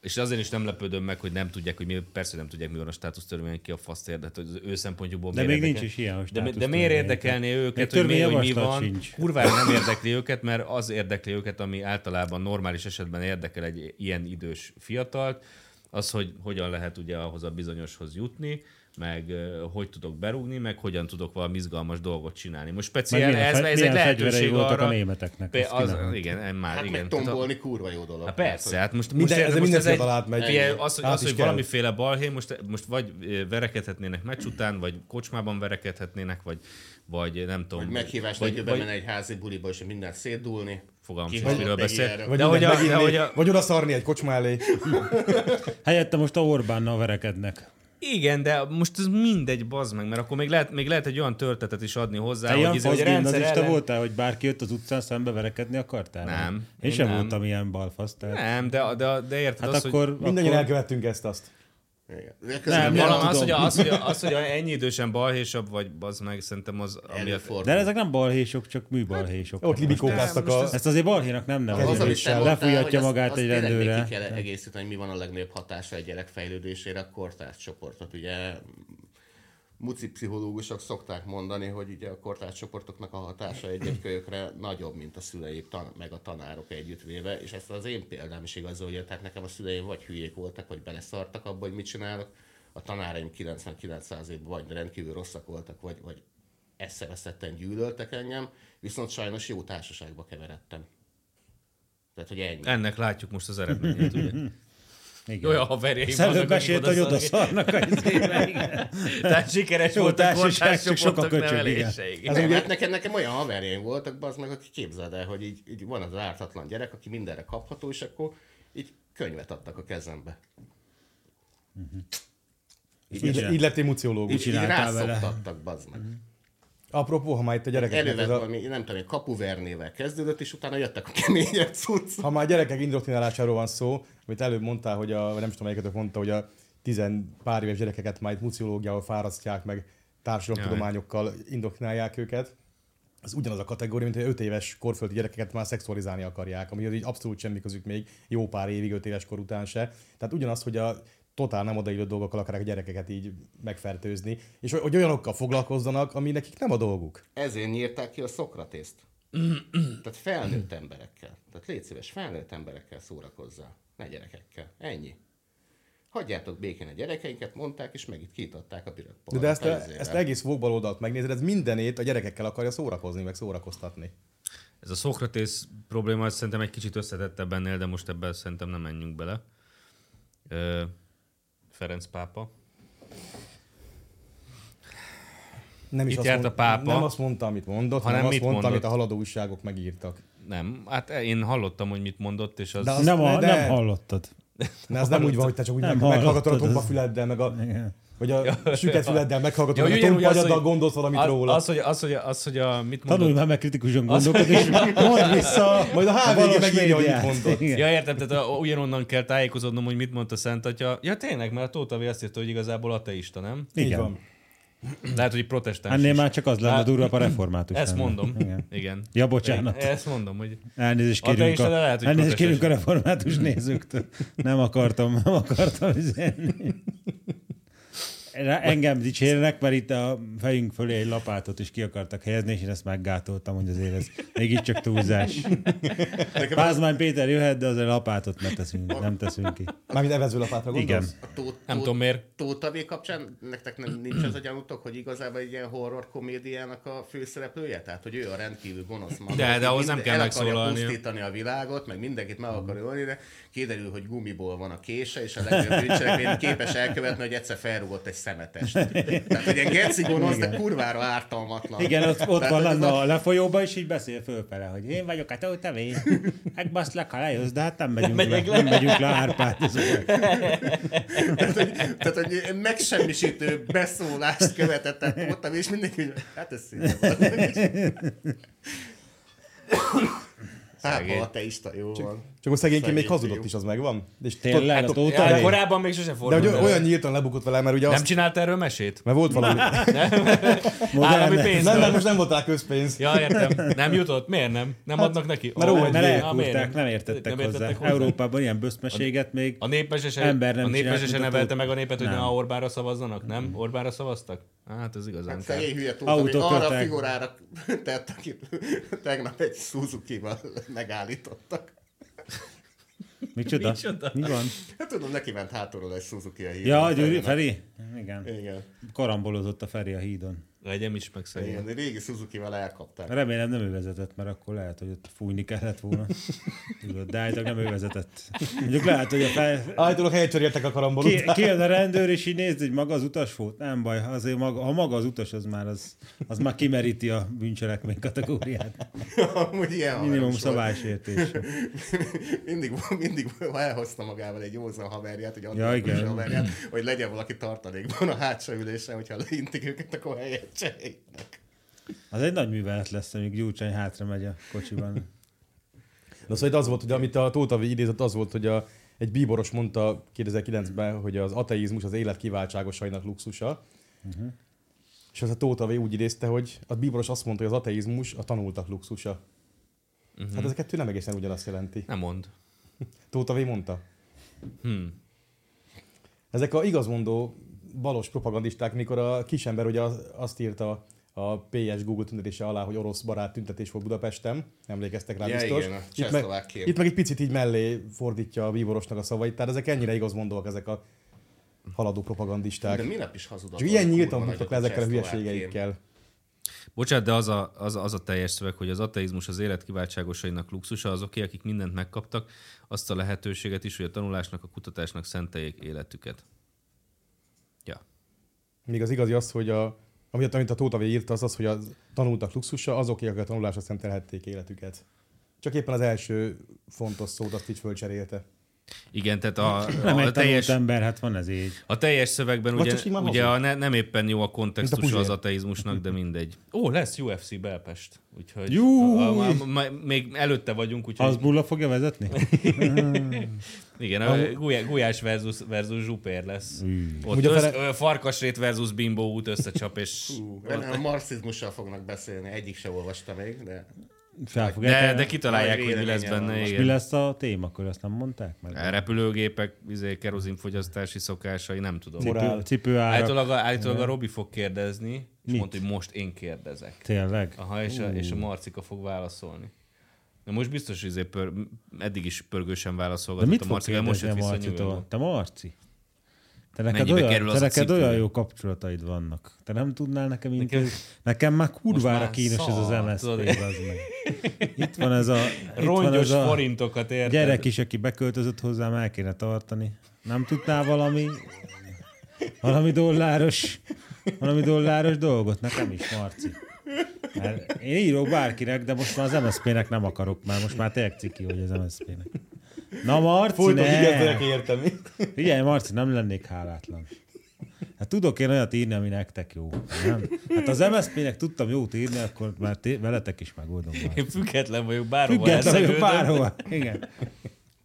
Speaker 1: és azért is nem lepődöm meg, hogy nem tudják, hogy mi, persze nem tudják, mi van a státusztörvényen, ki a faszt érdet, hogy az ő szempontjukból
Speaker 4: De
Speaker 1: miért
Speaker 4: még nincs
Speaker 1: érdekel-
Speaker 4: is ilyen a
Speaker 1: de, mi- de miért
Speaker 4: státusztörvény.
Speaker 1: érdekelné
Speaker 4: Tehát
Speaker 1: őket,
Speaker 4: még
Speaker 1: hogy mi, hogy mi
Speaker 4: törvényjavaslat
Speaker 1: van?
Speaker 4: sincs.
Speaker 1: Kurvára nem érdekli őket, mert az érdekli őket, ami általában normális esetben érdekel egy ilyen idős fiatalt, az, hogy hogyan lehet ugye ahhoz a bizonyoshoz jutni, meg ö, hogy tudok berúgni, meg hogyan tudok valami izgalmas dolgot csinálni. Most speciál
Speaker 4: Meg milyen
Speaker 1: ez,
Speaker 4: fe-
Speaker 1: ez egy
Speaker 4: milyen fegyverei
Speaker 1: lehetőség
Speaker 4: voltak
Speaker 1: arra...
Speaker 4: a németeknek,
Speaker 1: Pe-
Speaker 4: azt
Speaker 1: az,
Speaker 4: kinevették.
Speaker 1: igen, már,
Speaker 3: Hát
Speaker 1: igen.
Speaker 3: meg
Speaker 1: Tehát a-
Speaker 3: tombolni kurva jó dolog.
Speaker 1: Hát persze, hát most,
Speaker 2: Minden-
Speaker 1: most,
Speaker 2: ezzel
Speaker 1: most
Speaker 2: minden fiatal átmegy.
Speaker 1: Figyelj, az,
Speaker 4: Hát
Speaker 1: hogy,
Speaker 2: Át
Speaker 1: az,
Speaker 2: is
Speaker 1: hogy
Speaker 2: kell.
Speaker 1: valamiféle balhé, most, most vagy ö, verekedhetnének meccs után, vagy kocsmában verekedhetnének, vagy, vagy nem tudom.
Speaker 3: Hogy meghívás
Speaker 1: vagy,
Speaker 3: vagy,
Speaker 1: vagy,
Speaker 3: bemenni egy házi buliba és mindent szétdúlni.
Speaker 1: Fogalmam
Speaker 3: Ki
Speaker 1: sincs,
Speaker 3: hallott
Speaker 1: miről
Speaker 3: meg
Speaker 1: beszél.
Speaker 3: ilyenről?
Speaker 1: Vagy
Speaker 2: Vagy,
Speaker 1: hogy
Speaker 2: hogy
Speaker 1: a-
Speaker 2: a,
Speaker 1: de hogy
Speaker 2: a...
Speaker 1: a-
Speaker 2: vagy oda szarni egy kocsma elé.
Speaker 4: Helyette most a Orbánnal verekednek.
Speaker 1: igen, de most ez mindegy, bazd meg, mert akkor még lehet, még lehet egy olyan törtetet is adni hozzá,
Speaker 4: Te ilyen
Speaker 1: hogy, izé- ez,
Speaker 2: izé-
Speaker 1: hogy a rendszer
Speaker 4: faszgimnazista
Speaker 1: ellen... volt?
Speaker 4: voltál, hogy bárki jött az utcán szembe verekedni akartál?
Speaker 1: Nem.
Speaker 4: Én
Speaker 1: Én
Speaker 4: sem
Speaker 1: nem.
Speaker 4: voltam ilyen balfasz. Tehát...
Speaker 1: Nem, de, de, de érted
Speaker 4: Hát
Speaker 1: azt,
Speaker 4: akkor-
Speaker 1: hogy...
Speaker 2: Mindannyian
Speaker 4: akkor-
Speaker 2: elkövettünk ezt azt.
Speaker 3: Igen.
Speaker 1: Nem,
Speaker 4: nem
Speaker 1: valami az,
Speaker 4: tudom.
Speaker 1: hogy, a- az, hogy, a- az, hogy a ennyi idősen balhésabb vagy, az meg szerintem az... Ami a...
Speaker 4: De ezek nem balhésok, csak műbalhésok.
Speaker 2: Ott libikókáztak a...
Speaker 4: Ezt azért balhénak nem
Speaker 3: Az,
Speaker 4: nevezik.
Speaker 3: amit te
Speaker 4: és
Speaker 3: mondtál, hogy
Speaker 4: Lefújhatja
Speaker 3: azt-
Speaker 4: magát
Speaker 3: azt
Speaker 4: egy
Speaker 3: tényleg még
Speaker 4: rendőre.
Speaker 3: Ki kell egészíteni, hogy mi van a legnagyobb hatása egy gyerek fejlődésére, a kortárs csoportot. Ugye muci pszichológusok szokták mondani, hogy ugye a kortárs csoportoknak a hatása egy kölyökre nagyobb, mint a szüleik, tan- meg a tanárok együttvéve, és ezt az én példám is igazolja, tehát nekem a szüleim vagy hülyék voltak, vagy beleszartak abba, hogy mit csinálok, a tanáraim 99%-ban vagy rendkívül rosszak voltak, vagy, vagy eszeveszetten gyűlöltek engem, viszont sajnos jó társaságba keveredtem. Tehát, hogy ennyi.
Speaker 1: Ennek látjuk most az eredményét, [laughs] ugye?
Speaker 4: Igen.
Speaker 1: Olyan haverjaim
Speaker 4: Szerintem
Speaker 1: vannak, akik
Speaker 4: mesélt, hogy oda
Speaker 1: [laughs]
Speaker 4: szarnak a izébe, igen.
Speaker 1: Tehát sikeres
Speaker 4: Jó
Speaker 1: volt a
Speaker 4: társaság,
Speaker 1: kortárs
Speaker 4: csak sok a
Speaker 1: csoportok
Speaker 4: köcsög, igen.
Speaker 1: neveléseig.
Speaker 3: Ez ugye... hát nekem, nekem olyan haverjaim voltak, az meg, aki képzeld el, hogy így, így van az ártatlan gyerek, aki mindenre kapható, és akkor így könyvet adtak a kezembe.
Speaker 2: Így, így lettél muciológus.
Speaker 3: Így, így rászoktattak, bazd meg.
Speaker 2: Apropó, ha már itt a gyerekeknek
Speaker 3: Elővett
Speaker 2: Mhm. Hát ez a...
Speaker 3: valami, nem tudom, kapuvernével kezdődött, és utána jöttek a [laughs] keményebb cucc.
Speaker 2: Ha már gyerekek indoktrinálásáról van szó, amit előbb mondtál, hogy a, vagy nem is tudom, melyikötök mondta, hogy a tizen pár éves gyerekeket már itt muciológiával fárasztják, meg társadalomtudományokkal indoktrinálják őket. Ez ugyanaz a kategória, mint hogy 5 éves korföldi gyerekeket már szexualizálni akarják, ami így abszolút semmi közük még jó pár évig, 5 éves kor után se. Tehát ugyanaz, hogy a totál nem odaillő dolgokkal akarják a gyerekeket így megfertőzni, és hogy- hogy olyanokkal foglalkozzanak, ami nekik nem a dolguk.
Speaker 3: Ezért nyírták ki a Szokratészt.
Speaker 2: Mhm.
Speaker 3: Tehát felnőtt emberekkel. Tehát légy szíves, felnőtt emberekkel szórakozzál. Ne gyerekekkel. Ennyi. Hagyjátok békén a gyerekeinket, mondták, és meg itt kiitatták a pirat
Speaker 2: De, de ezt, a, ezt egész fogbaloldalt megnézed, ez mindenét a gyerekekkel akarja szórakozni, meg szórakoztatni.
Speaker 1: Ez a Szokratész probléma az szerintem egy kicsit összetettebb ennél, de most ebben szerintem nem menjünk bele. Ö, Ferenc pápa.
Speaker 2: Nem
Speaker 1: Itt járt
Speaker 2: mond-
Speaker 1: a pápa.
Speaker 2: Nem azt mondta, amit mondott, hanem,
Speaker 1: Hanem
Speaker 2: azt
Speaker 1: mit
Speaker 2: mondta, amit
Speaker 1: mondott?
Speaker 2: a haladó újságok megírtak.
Speaker 1: Nem, hát én hallottam, hogy mit mondott, és az...
Speaker 2: De az-
Speaker 4: Nem, a,
Speaker 2: De-
Speaker 4: nem hallottad.
Speaker 2: Ne, ez nem úgy van, hogy te csak úgy
Speaker 4: Nem
Speaker 2: meg, meghallgatod a
Speaker 4: hallottad,
Speaker 2: tompa
Speaker 4: ez-
Speaker 2: füleddel, meg a,
Speaker 4: Igen.
Speaker 2: vagy a süket füleddel meghallgatod, meg a
Speaker 1: ugyanúgy
Speaker 2: tompa
Speaker 1: az,
Speaker 2: agyaddal
Speaker 1: hogy-
Speaker 2: gondolsz valamit
Speaker 1: az,
Speaker 2: róla.
Speaker 1: Az, hogy, az, hogy, az, hogy a, mit mondott...
Speaker 4: Tanulj már meg kritikusan gondolkodni, és
Speaker 1: [laughs]
Speaker 4: mondd vissza
Speaker 2: Majd a HVG
Speaker 4: valós
Speaker 2: megírja, hogy mit
Speaker 4: médiát.
Speaker 2: mondott.
Speaker 4: Igen.
Speaker 1: Ja, értem, tehát a, ugyanonnan kell tájékozódnom, hogy mit mondta Szent Atya. Ja, tényleg, mert a Tótavi azt írta, hogy igazából ateista, nem?
Speaker 2: Így
Speaker 4: Igen.
Speaker 2: van.
Speaker 1: Lehet, hogy protestáns
Speaker 4: Ennél
Speaker 1: is.
Speaker 4: már csak az lenne
Speaker 1: Hát-
Speaker 4: durva, a református
Speaker 1: Ezt
Speaker 4: lenne.
Speaker 1: mondom.
Speaker 4: Igen.
Speaker 1: Igen. Igen.
Speaker 4: Ja, bocsánat.
Speaker 1: Igen, Ezt mondom, hogy...
Speaker 4: Elnézést
Speaker 1: Ateista,
Speaker 4: kérünk, a,
Speaker 1: de lehet, hogy
Speaker 4: elnézést
Speaker 1: protestáns.
Speaker 4: kérünk a református nézőktől. Nem akartam, nem akartam üzenni. Rá- Engem dicsérnek, mert itt a fejünk fölé egy lapátot is ki akartak helyezni, és én ezt meggátoltam, hogy azért ez mégiscsak túlzás. Pázmány Péter jöhet, de azért lapátot ne teszünk, nem teszünk ki.
Speaker 2: Mármint evezőlapátra
Speaker 4: Igen.
Speaker 2: gondolsz?
Speaker 3: A tó,
Speaker 1: Nem tudom miért.
Speaker 3: Tótavé kapcsán nektek nem, nincs az a gyanútok, hogy igazából egy ilyen horror komédiának a főszereplője? Tehát, hogy ő a rendkívül gonosz maga.
Speaker 1: De- de
Speaker 3: aki
Speaker 1: ahhoz
Speaker 3: minden-
Speaker 1: nem kell
Speaker 3: el akarja
Speaker 1: megszólalnia. Mhm.
Speaker 3: pusztítani a világot, meg mindenkit meg akar ölni, de kiderül, hogy gumiból van a kése, és a legjobb bűncselekményt képes elkövetni, hogy egyszer felrugott egy szemetest. Tehát, hogy egy geci gonosz, de kurvára ártalmatlan.
Speaker 4: Igen, ott, ott
Speaker 3: Tehát,
Speaker 4: van
Speaker 3: hogy ez
Speaker 4: lenne
Speaker 3: a-
Speaker 4: a lefolyóba, és így beszél fölfele, hogy én vagyok a tótavé, megbaszlak, ha lejössz, de hát nem megyünk, nem
Speaker 11: megyek
Speaker 4: le, nem megyünk le Árpádhoz.
Speaker 3: Tehát, hogy, tehát, hogy megsemmisítő beszólást követett el Tótavé, és mindenki, hogy hát ez szinte van. Hát,
Speaker 1: Szegény.
Speaker 3: ha a teista, jó van.
Speaker 2: Csak a szegényként még
Speaker 3: Szegény
Speaker 2: hazudott
Speaker 3: fiú.
Speaker 2: is, az megvan. És
Speaker 4: Tényleg,
Speaker 2: tudod- hát
Speaker 4: azóta?
Speaker 2: tudod-
Speaker 4: Ja,
Speaker 11: korábban még sose
Speaker 2: De
Speaker 11: fordult
Speaker 2: hogy
Speaker 11: elő.
Speaker 2: olyan nyíltan lebukott vele, mert ugye
Speaker 1: Nem
Speaker 2: azt...
Speaker 1: csinált erről mesét?
Speaker 2: Mert volt valami.
Speaker 11: Állami pénz.
Speaker 2: nem, nem, most nem volt rá közpénz.
Speaker 11: Ja, értem. Nem jutott? Miért nem? Nem adnak neki?
Speaker 2: mert
Speaker 11: Ó,
Speaker 2: óhagy
Speaker 4: Hát, Mert
Speaker 11: miért?
Speaker 2: miért?
Speaker 11: Ah, miért
Speaker 4: elkúrták, nem értettek hozzá.
Speaker 11: Európa.
Speaker 4: Európában ilyen böszmeséget még
Speaker 11: A népmesese,
Speaker 4: ember nem
Speaker 11: a
Speaker 4: csinált,
Speaker 11: népmesese
Speaker 4: mint a
Speaker 11: nevelte
Speaker 4: tót.
Speaker 11: meg a népet, hogy
Speaker 4: Nem.
Speaker 11: na Orbánra szavazzanak, nem? Orbánra szavaztak? Hát ez igazán
Speaker 3: Hát
Speaker 11: kár.
Speaker 3: szegény hülye tudta, hogy arra a
Speaker 4: Autokörtek.
Speaker 3: figurára tett, akit tegnap egy Suzuki-val megállítottak.
Speaker 4: Micsoda?
Speaker 11: Micsoda?
Speaker 4: Mi van?
Speaker 3: Hát tudom, neki ment hátulról egy Suzuki a hír.
Speaker 4: Ja, Gyuri, Feri? Igen.
Speaker 3: Igen.
Speaker 4: Karambolozott a Feri a hídon.
Speaker 1: Legyen is meg szegény.
Speaker 3: Igen, de régi Suzuki-val elkapták.
Speaker 4: Remélem nem ő vezetett, mert akkor lehet, hogy ott fújni kellett [laughs] volna. Tudod, de állítólag nem ő vezetett. Mondjuk lehet, hogy a fel...
Speaker 2: Állítólag helyet cseréltek a karambol
Speaker 4: Ki,
Speaker 2: után.
Speaker 4: ki jön a rendőr, és így nézd, hogy maga az utas volt? Nem baj, azért maga, ha maga az utas, az már, az, az már kimeríti a bűncselekmény kategóriát.
Speaker 3: [laughs] Amúgy ilyen
Speaker 4: Minimum
Speaker 3: haveros volt.
Speaker 4: szabálysértés.
Speaker 3: [laughs] mindig, mindig elhozta magával egy józan haverját, egy
Speaker 4: Ja,
Speaker 3: antipatikus
Speaker 4: igen.
Speaker 3: haverját, hogy legyen valaki tartalékban a hátsó ülésen, hogyha leintik őket, akkor helyet cserélnek.
Speaker 4: Az egy nagy művelet lesz, amíg Gyurcsány hátra megy a kocsiban.
Speaker 2: Na szóval itt az volt, hogy amit a Tóth Avi idézett, az volt, hogy a, egy bíboros mondta 2009-ben, hogy az ateizmus az élet kiváltságosainak luxusa.
Speaker 4: Uh-huh.
Speaker 2: És az a Tóth Avi úgy idézte, hogy a bíboros azt mondta, hogy az ateizmus a tanultak luxusa. Uh-huh. Hát ez a kettő nem egészen ugyanazt jelenti.
Speaker 1: Nem mond.
Speaker 2: Tóth Avi mondta.
Speaker 1: Hmm.
Speaker 2: Ezek a igazmondó balos propagandisták, mikor a kisember ugye az- azt írta a PS Google tüntetése alá, hogy orosz barát tüntetés volt Budapesten, emlékeztek rá
Speaker 3: Ja,
Speaker 2: biztos.
Speaker 3: igen, a
Speaker 2: itt,
Speaker 3: csehszlovák
Speaker 2: meg,
Speaker 3: kép.
Speaker 2: itt meg egy picit így mellé fordítja a bíborosnak a szavait, tehát ezek ennyire igazmondóak ezek a haladó propagandisták.
Speaker 3: De minap is hazudott.
Speaker 2: Csak ilyen
Speaker 3: a
Speaker 2: nyíltan
Speaker 3: kurva
Speaker 2: buktak le
Speaker 3: nagyot
Speaker 2: ezekkel a
Speaker 3: csehszlovák kém.
Speaker 2: hülyeségeikkel.
Speaker 1: Bocsánat, de az a, az, a- az a teljes szöveg, hogy az ateizmus az élet kiváltságosainak luxusa, azoké, akik mindent megkaptak, azt a lehetőséget is, hogy a tanulásnak, a kutatásnak szenteljék életüket. Ja.
Speaker 2: Még az igazi az, hogy a, amit, amit a Tóth Avi írta, az az, hogy a tanultak luxusa, azok, akik a tanulásra szentelhették életüket. Csak éppen az első fontos szót azt így fölcserélte.
Speaker 1: Igen, tehát a,
Speaker 4: Nem
Speaker 1: a, teljes,
Speaker 4: egy teljes... ember, hát van ez így.
Speaker 1: a teljes szövegben
Speaker 2: Vagy
Speaker 1: ugye,
Speaker 2: csak simán
Speaker 1: ugye
Speaker 2: hazug.
Speaker 1: a ne, nem éppen jó a kontextus
Speaker 2: Mint a
Speaker 1: az
Speaker 2: Puzsér.
Speaker 1: ateizmusnak, de mindegy. Ó, lesz UFC Belpest, úgyhogy
Speaker 4: Júj!
Speaker 1: a, a, a, ma- még előtte vagyunk, úgyhogy
Speaker 4: Az bulla fogja [laughs] vezetni?
Speaker 1: igen, a gulyá- gulyás versus, versus zsupér lesz. Ott
Speaker 2: Ugye a
Speaker 1: össz,
Speaker 2: fele-
Speaker 1: ö, farkasrét versus bimbó út összecsap, és
Speaker 3: Hú, Remélem, marxizmussal fognak beszélni, egyik se olvasta még, de
Speaker 4: Fel fogja
Speaker 1: De,
Speaker 4: tenni.
Speaker 1: de kitalálják,
Speaker 3: Nagy
Speaker 1: hogy mi lesz
Speaker 3: véleménye van
Speaker 1: benne.
Speaker 4: És mi
Speaker 1: Igen.
Speaker 4: lesz a témakör, azt nem mondták meg?
Speaker 1: Repülőgépek, izé, kerozinfogyasztási szokásai, nem tudom.
Speaker 4: Cipő,
Speaker 2: Morál.
Speaker 4: cipőárak.
Speaker 1: Állítólag, a- állítólag a Robi fog kérdezni, és
Speaker 4: Mit?
Speaker 1: mondta, hogy most én kérdezek.
Speaker 4: Tényleg?
Speaker 1: Aha, és, a, és a Marcika fog válaszolni. Na most biztos, hogy izé pör, eddig is pörgősen
Speaker 4: De
Speaker 1: válaszolgatott
Speaker 4: mit
Speaker 1: hát a
Speaker 4: fog
Speaker 1: Marcika, most
Speaker 4: kérdezni a
Speaker 1: jött vissza
Speaker 4: Marcitól?
Speaker 1: nyugodtan.
Speaker 4: Te Marci? Te neked,
Speaker 1: Mennyibe
Speaker 4: olyan,
Speaker 1: kerül az
Speaker 4: te
Speaker 1: a
Speaker 4: neked
Speaker 1: cipő?
Speaker 4: olyan jó kapcsolataid vannak. Te nem tudnál nekem
Speaker 1: Nekem-
Speaker 4: intézni? Nekem már kurvára
Speaker 1: már
Speaker 4: kínos ez az
Speaker 1: szar,
Speaker 4: MSZP,
Speaker 1: tudod.
Speaker 4: az meg. Itt van ez a, itt van
Speaker 1: Rongyos
Speaker 4: ez a
Speaker 1: forintokat érted?
Speaker 4: gyerek is, aki beköltözött hozzám, el kéne tartani. Nem tudnál valami, valami dolláros, valami dolláros dolgot? Nekem is, Marci. Mert én írok bárkinek, de most már az MSZP-nek nem akarok már. Most már tényleg ciki, hogy az MSZP-nek. Na Marci,
Speaker 2: Folyton
Speaker 4: ne!
Speaker 2: higgadnak értem.
Speaker 4: Figyelj, Marci, nem lennék hálátlan. Hát tudok én olyat írni, ami nektek jó. Nem? Hát az MSZP-nek tudtam jót írni, akkor már té- veletek is megoldom. Már.
Speaker 11: Én független vagyok, bárhova
Speaker 4: Függetlenül
Speaker 11: elszegődöm.
Speaker 4: bárhol. Igen.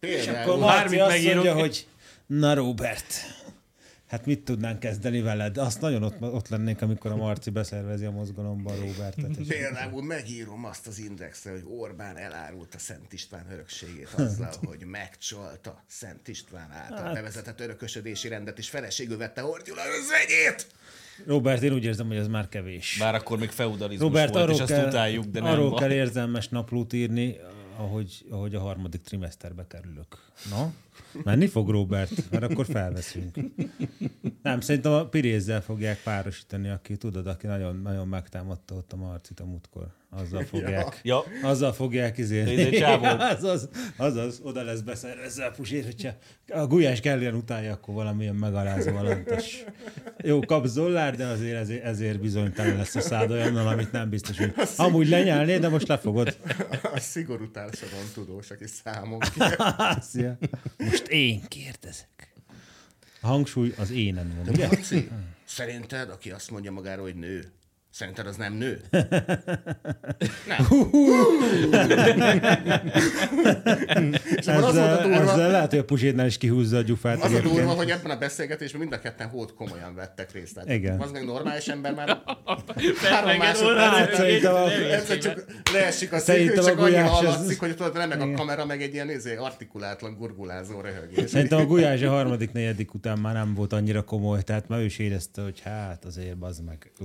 Speaker 4: Akkor
Speaker 3: például
Speaker 4: Marci
Speaker 11: bármit
Speaker 4: azt
Speaker 11: megírok.
Speaker 4: mondja, hogy na Robert, hát mit tudnánk kezdeni veled? Azt nagyon ott, ott lennék, amikor a Marci beszervezi a mozgalomban Robertet. És...
Speaker 3: Például megírom azt az indexre, hogy Orbán elárult a Szent István örökségét
Speaker 2: [laughs]
Speaker 3: azzal, hogy megcsalta Szent István által hát. nevezetett örökösödési rendet, és feleségül vette Orgyula özvegyét!
Speaker 4: Robert, én úgy érzem, hogy ez már kevés.
Speaker 11: Bár akkor még feudalizmus
Speaker 4: Robert,
Speaker 11: volt, és
Speaker 4: arról,
Speaker 11: azt
Speaker 4: kell,
Speaker 11: utáljuk, de nem
Speaker 4: arról
Speaker 11: van.
Speaker 4: kell érzelmes naplót írni, ahogy, ahogy a harmadik trimesterbe kerülök. Na? Menni fog Robert, mert akkor felveszünk. Nem, szerintem a Pirézzel fogják párosítani, aki tudod, aki nagyon, nagyon megtámadta ott a Marcit a múltkor. Azzal fogják.
Speaker 11: Ja.
Speaker 4: Azzal fogják
Speaker 11: Ez egy
Speaker 4: izélni. [laughs]
Speaker 11: csávó.
Speaker 4: azaz, azaz, oda lesz beszervezve a pusér, hogyha a gulyás kellően utálja, akkor valamilyen megalázó alantas. Jó, kapsz dollár, de azért, ezért, ezért bizonytalan lesz a szád olyannal, amit nem biztos, hogy amúgy lenyelnéd, de most lefogod.
Speaker 3: A szigorú társadalom tudós, aki
Speaker 4: [laughs]
Speaker 3: számon kér.
Speaker 4: Szia. Most én kérdezek. A hangsúly az énen van, ugye? Hm.
Speaker 3: Laci, szerinted, aki azt mondja magáról, hogy nő, Szerinted az nem nő?
Speaker 4: Nem.
Speaker 3: És akkor az volt a
Speaker 4: ezzel,
Speaker 3: durva-
Speaker 4: ezzel lehet, hogy a pusétnál is kihúzza a gyufát.
Speaker 3: Az a durva,
Speaker 4: egyébként.
Speaker 3: hogy ebben a beszélgetésben mind a ketten hót komolyan vettek részt. Tehát
Speaker 4: Igen.
Speaker 3: Az meg normális ember [laughs] már három
Speaker 11: Betegen órája
Speaker 3: másodperc.
Speaker 4: Hát, Szerintem a-
Speaker 3: Egyszer csak leesik a
Speaker 4: Szerintem
Speaker 3: székről,
Speaker 4: a
Speaker 3: csak annyi
Speaker 4: gulyás az-
Speaker 3: hallatszik, hogy tudod, remek a kamera, meg egy ilyen nézé, artikulátlan, gurgulázó röhögés.
Speaker 4: Szerintem a Gulyás a harmadik, negyedik után már nem volt annyira komoly, tehát már ő is érezte, hogy hát azért bazd meg. Ú,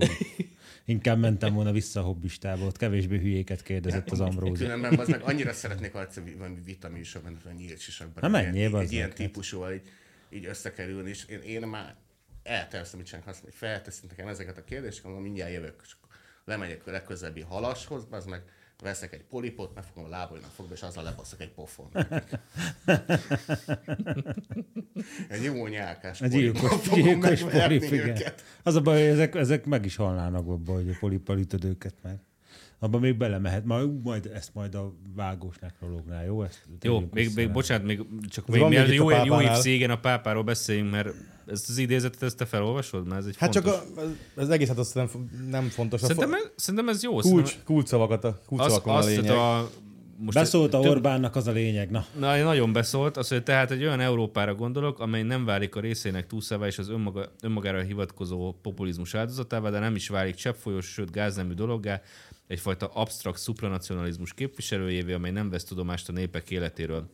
Speaker 4: inkább mentem volna vissza a hobbistába, ott kevésbé hülyéket kérdezett az Ambrózi.
Speaker 3: Különben az meg annyira szeretnék harcolni, valami vita műsorban, hogy a nyílt sisakban.
Speaker 4: Na hát.
Speaker 3: egy
Speaker 4: menjél,
Speaker 3: ilyen-
Speaker 4: bazd
Speaker 3: Egy ilyen
Speaker 4: meg,
Speaker 3: típusúval így, így összekerülni, és én, én már elterveztem, mit csinálok, azt mondom, hogy felteszik nekem ezeket a kérdéseket, mondom, mindjárt jövök, és akkor lemegyek a legközelebbi halashoz, az meg veszek egy polipot, megfogom a lábaimnak fogva, és azzal lebaszok egy pofon. egy jó nyálkás
Speaker 4: A gyilkos,
Speaker 3: polipot
Speaker 4: gyilkos
Speaker 3: fogom megverni
Speaker 4: polip, igen.
Speaker 3: őket.
Speaker 4: Az a baj, hogy ezek, ezek meg is halnának abba, hogy a polippal ütöd őket, mert abban még belemehet. Majd, ú, majd ezt majd a vágós nekrológnál, jó? Ezt
Speaker 1: Jó,
Speaker 4: tegyük
Speaker 1: még,
Speaker 4: össze,
Speaker 1: még
Speaker 4: nem?
Speaker 1: bocsánat, még csak
Speaker 4: Ez
Speaker 1: még
Speaker 4: van még
Speaker 1: mielőtt
Speaker 4: itt a
Speaker 1: jó, jó
Speaker 4: pápánál.
Speaker 1: évsz igen a pápáról beszéljünk, mert ezt az idézetet ezt te felolvasod, mert ez egy
Speaker 2: Hát
Speaker 1: fontos.
Speaker 2: csak a, az, az egészet azt nem, fo- nem fontos. A fo-
Speaker 1: Szerintem, ez- szerintem ez jó.
Speaker 2: Kulcs,
Speaker 1: szerintem-
Speaker 2: kulcsszavakat a, kulcsszavakon
Speaker 1: azt
Speaker 2: a lényeg.
Speaker 1: a- most
Speaker 4: Beszólt a
Speaker 1: több-
Speaker 4: Orbánnak az a lényeg, na.
Speaker 1: Na, nagyon beszólt, az, hogy tehát egy olyan Európára gondolok, amely nem válik a részének túlszává és az önmaga, önmagára hivatkozó populizmus áldozatává, de nem is válik cseppfolyós, sőt gáznemű dologgá, egyfajta absztrakt szupranacionalizmus képviselőjévé, amely nem vesz tudomást a népek életéről.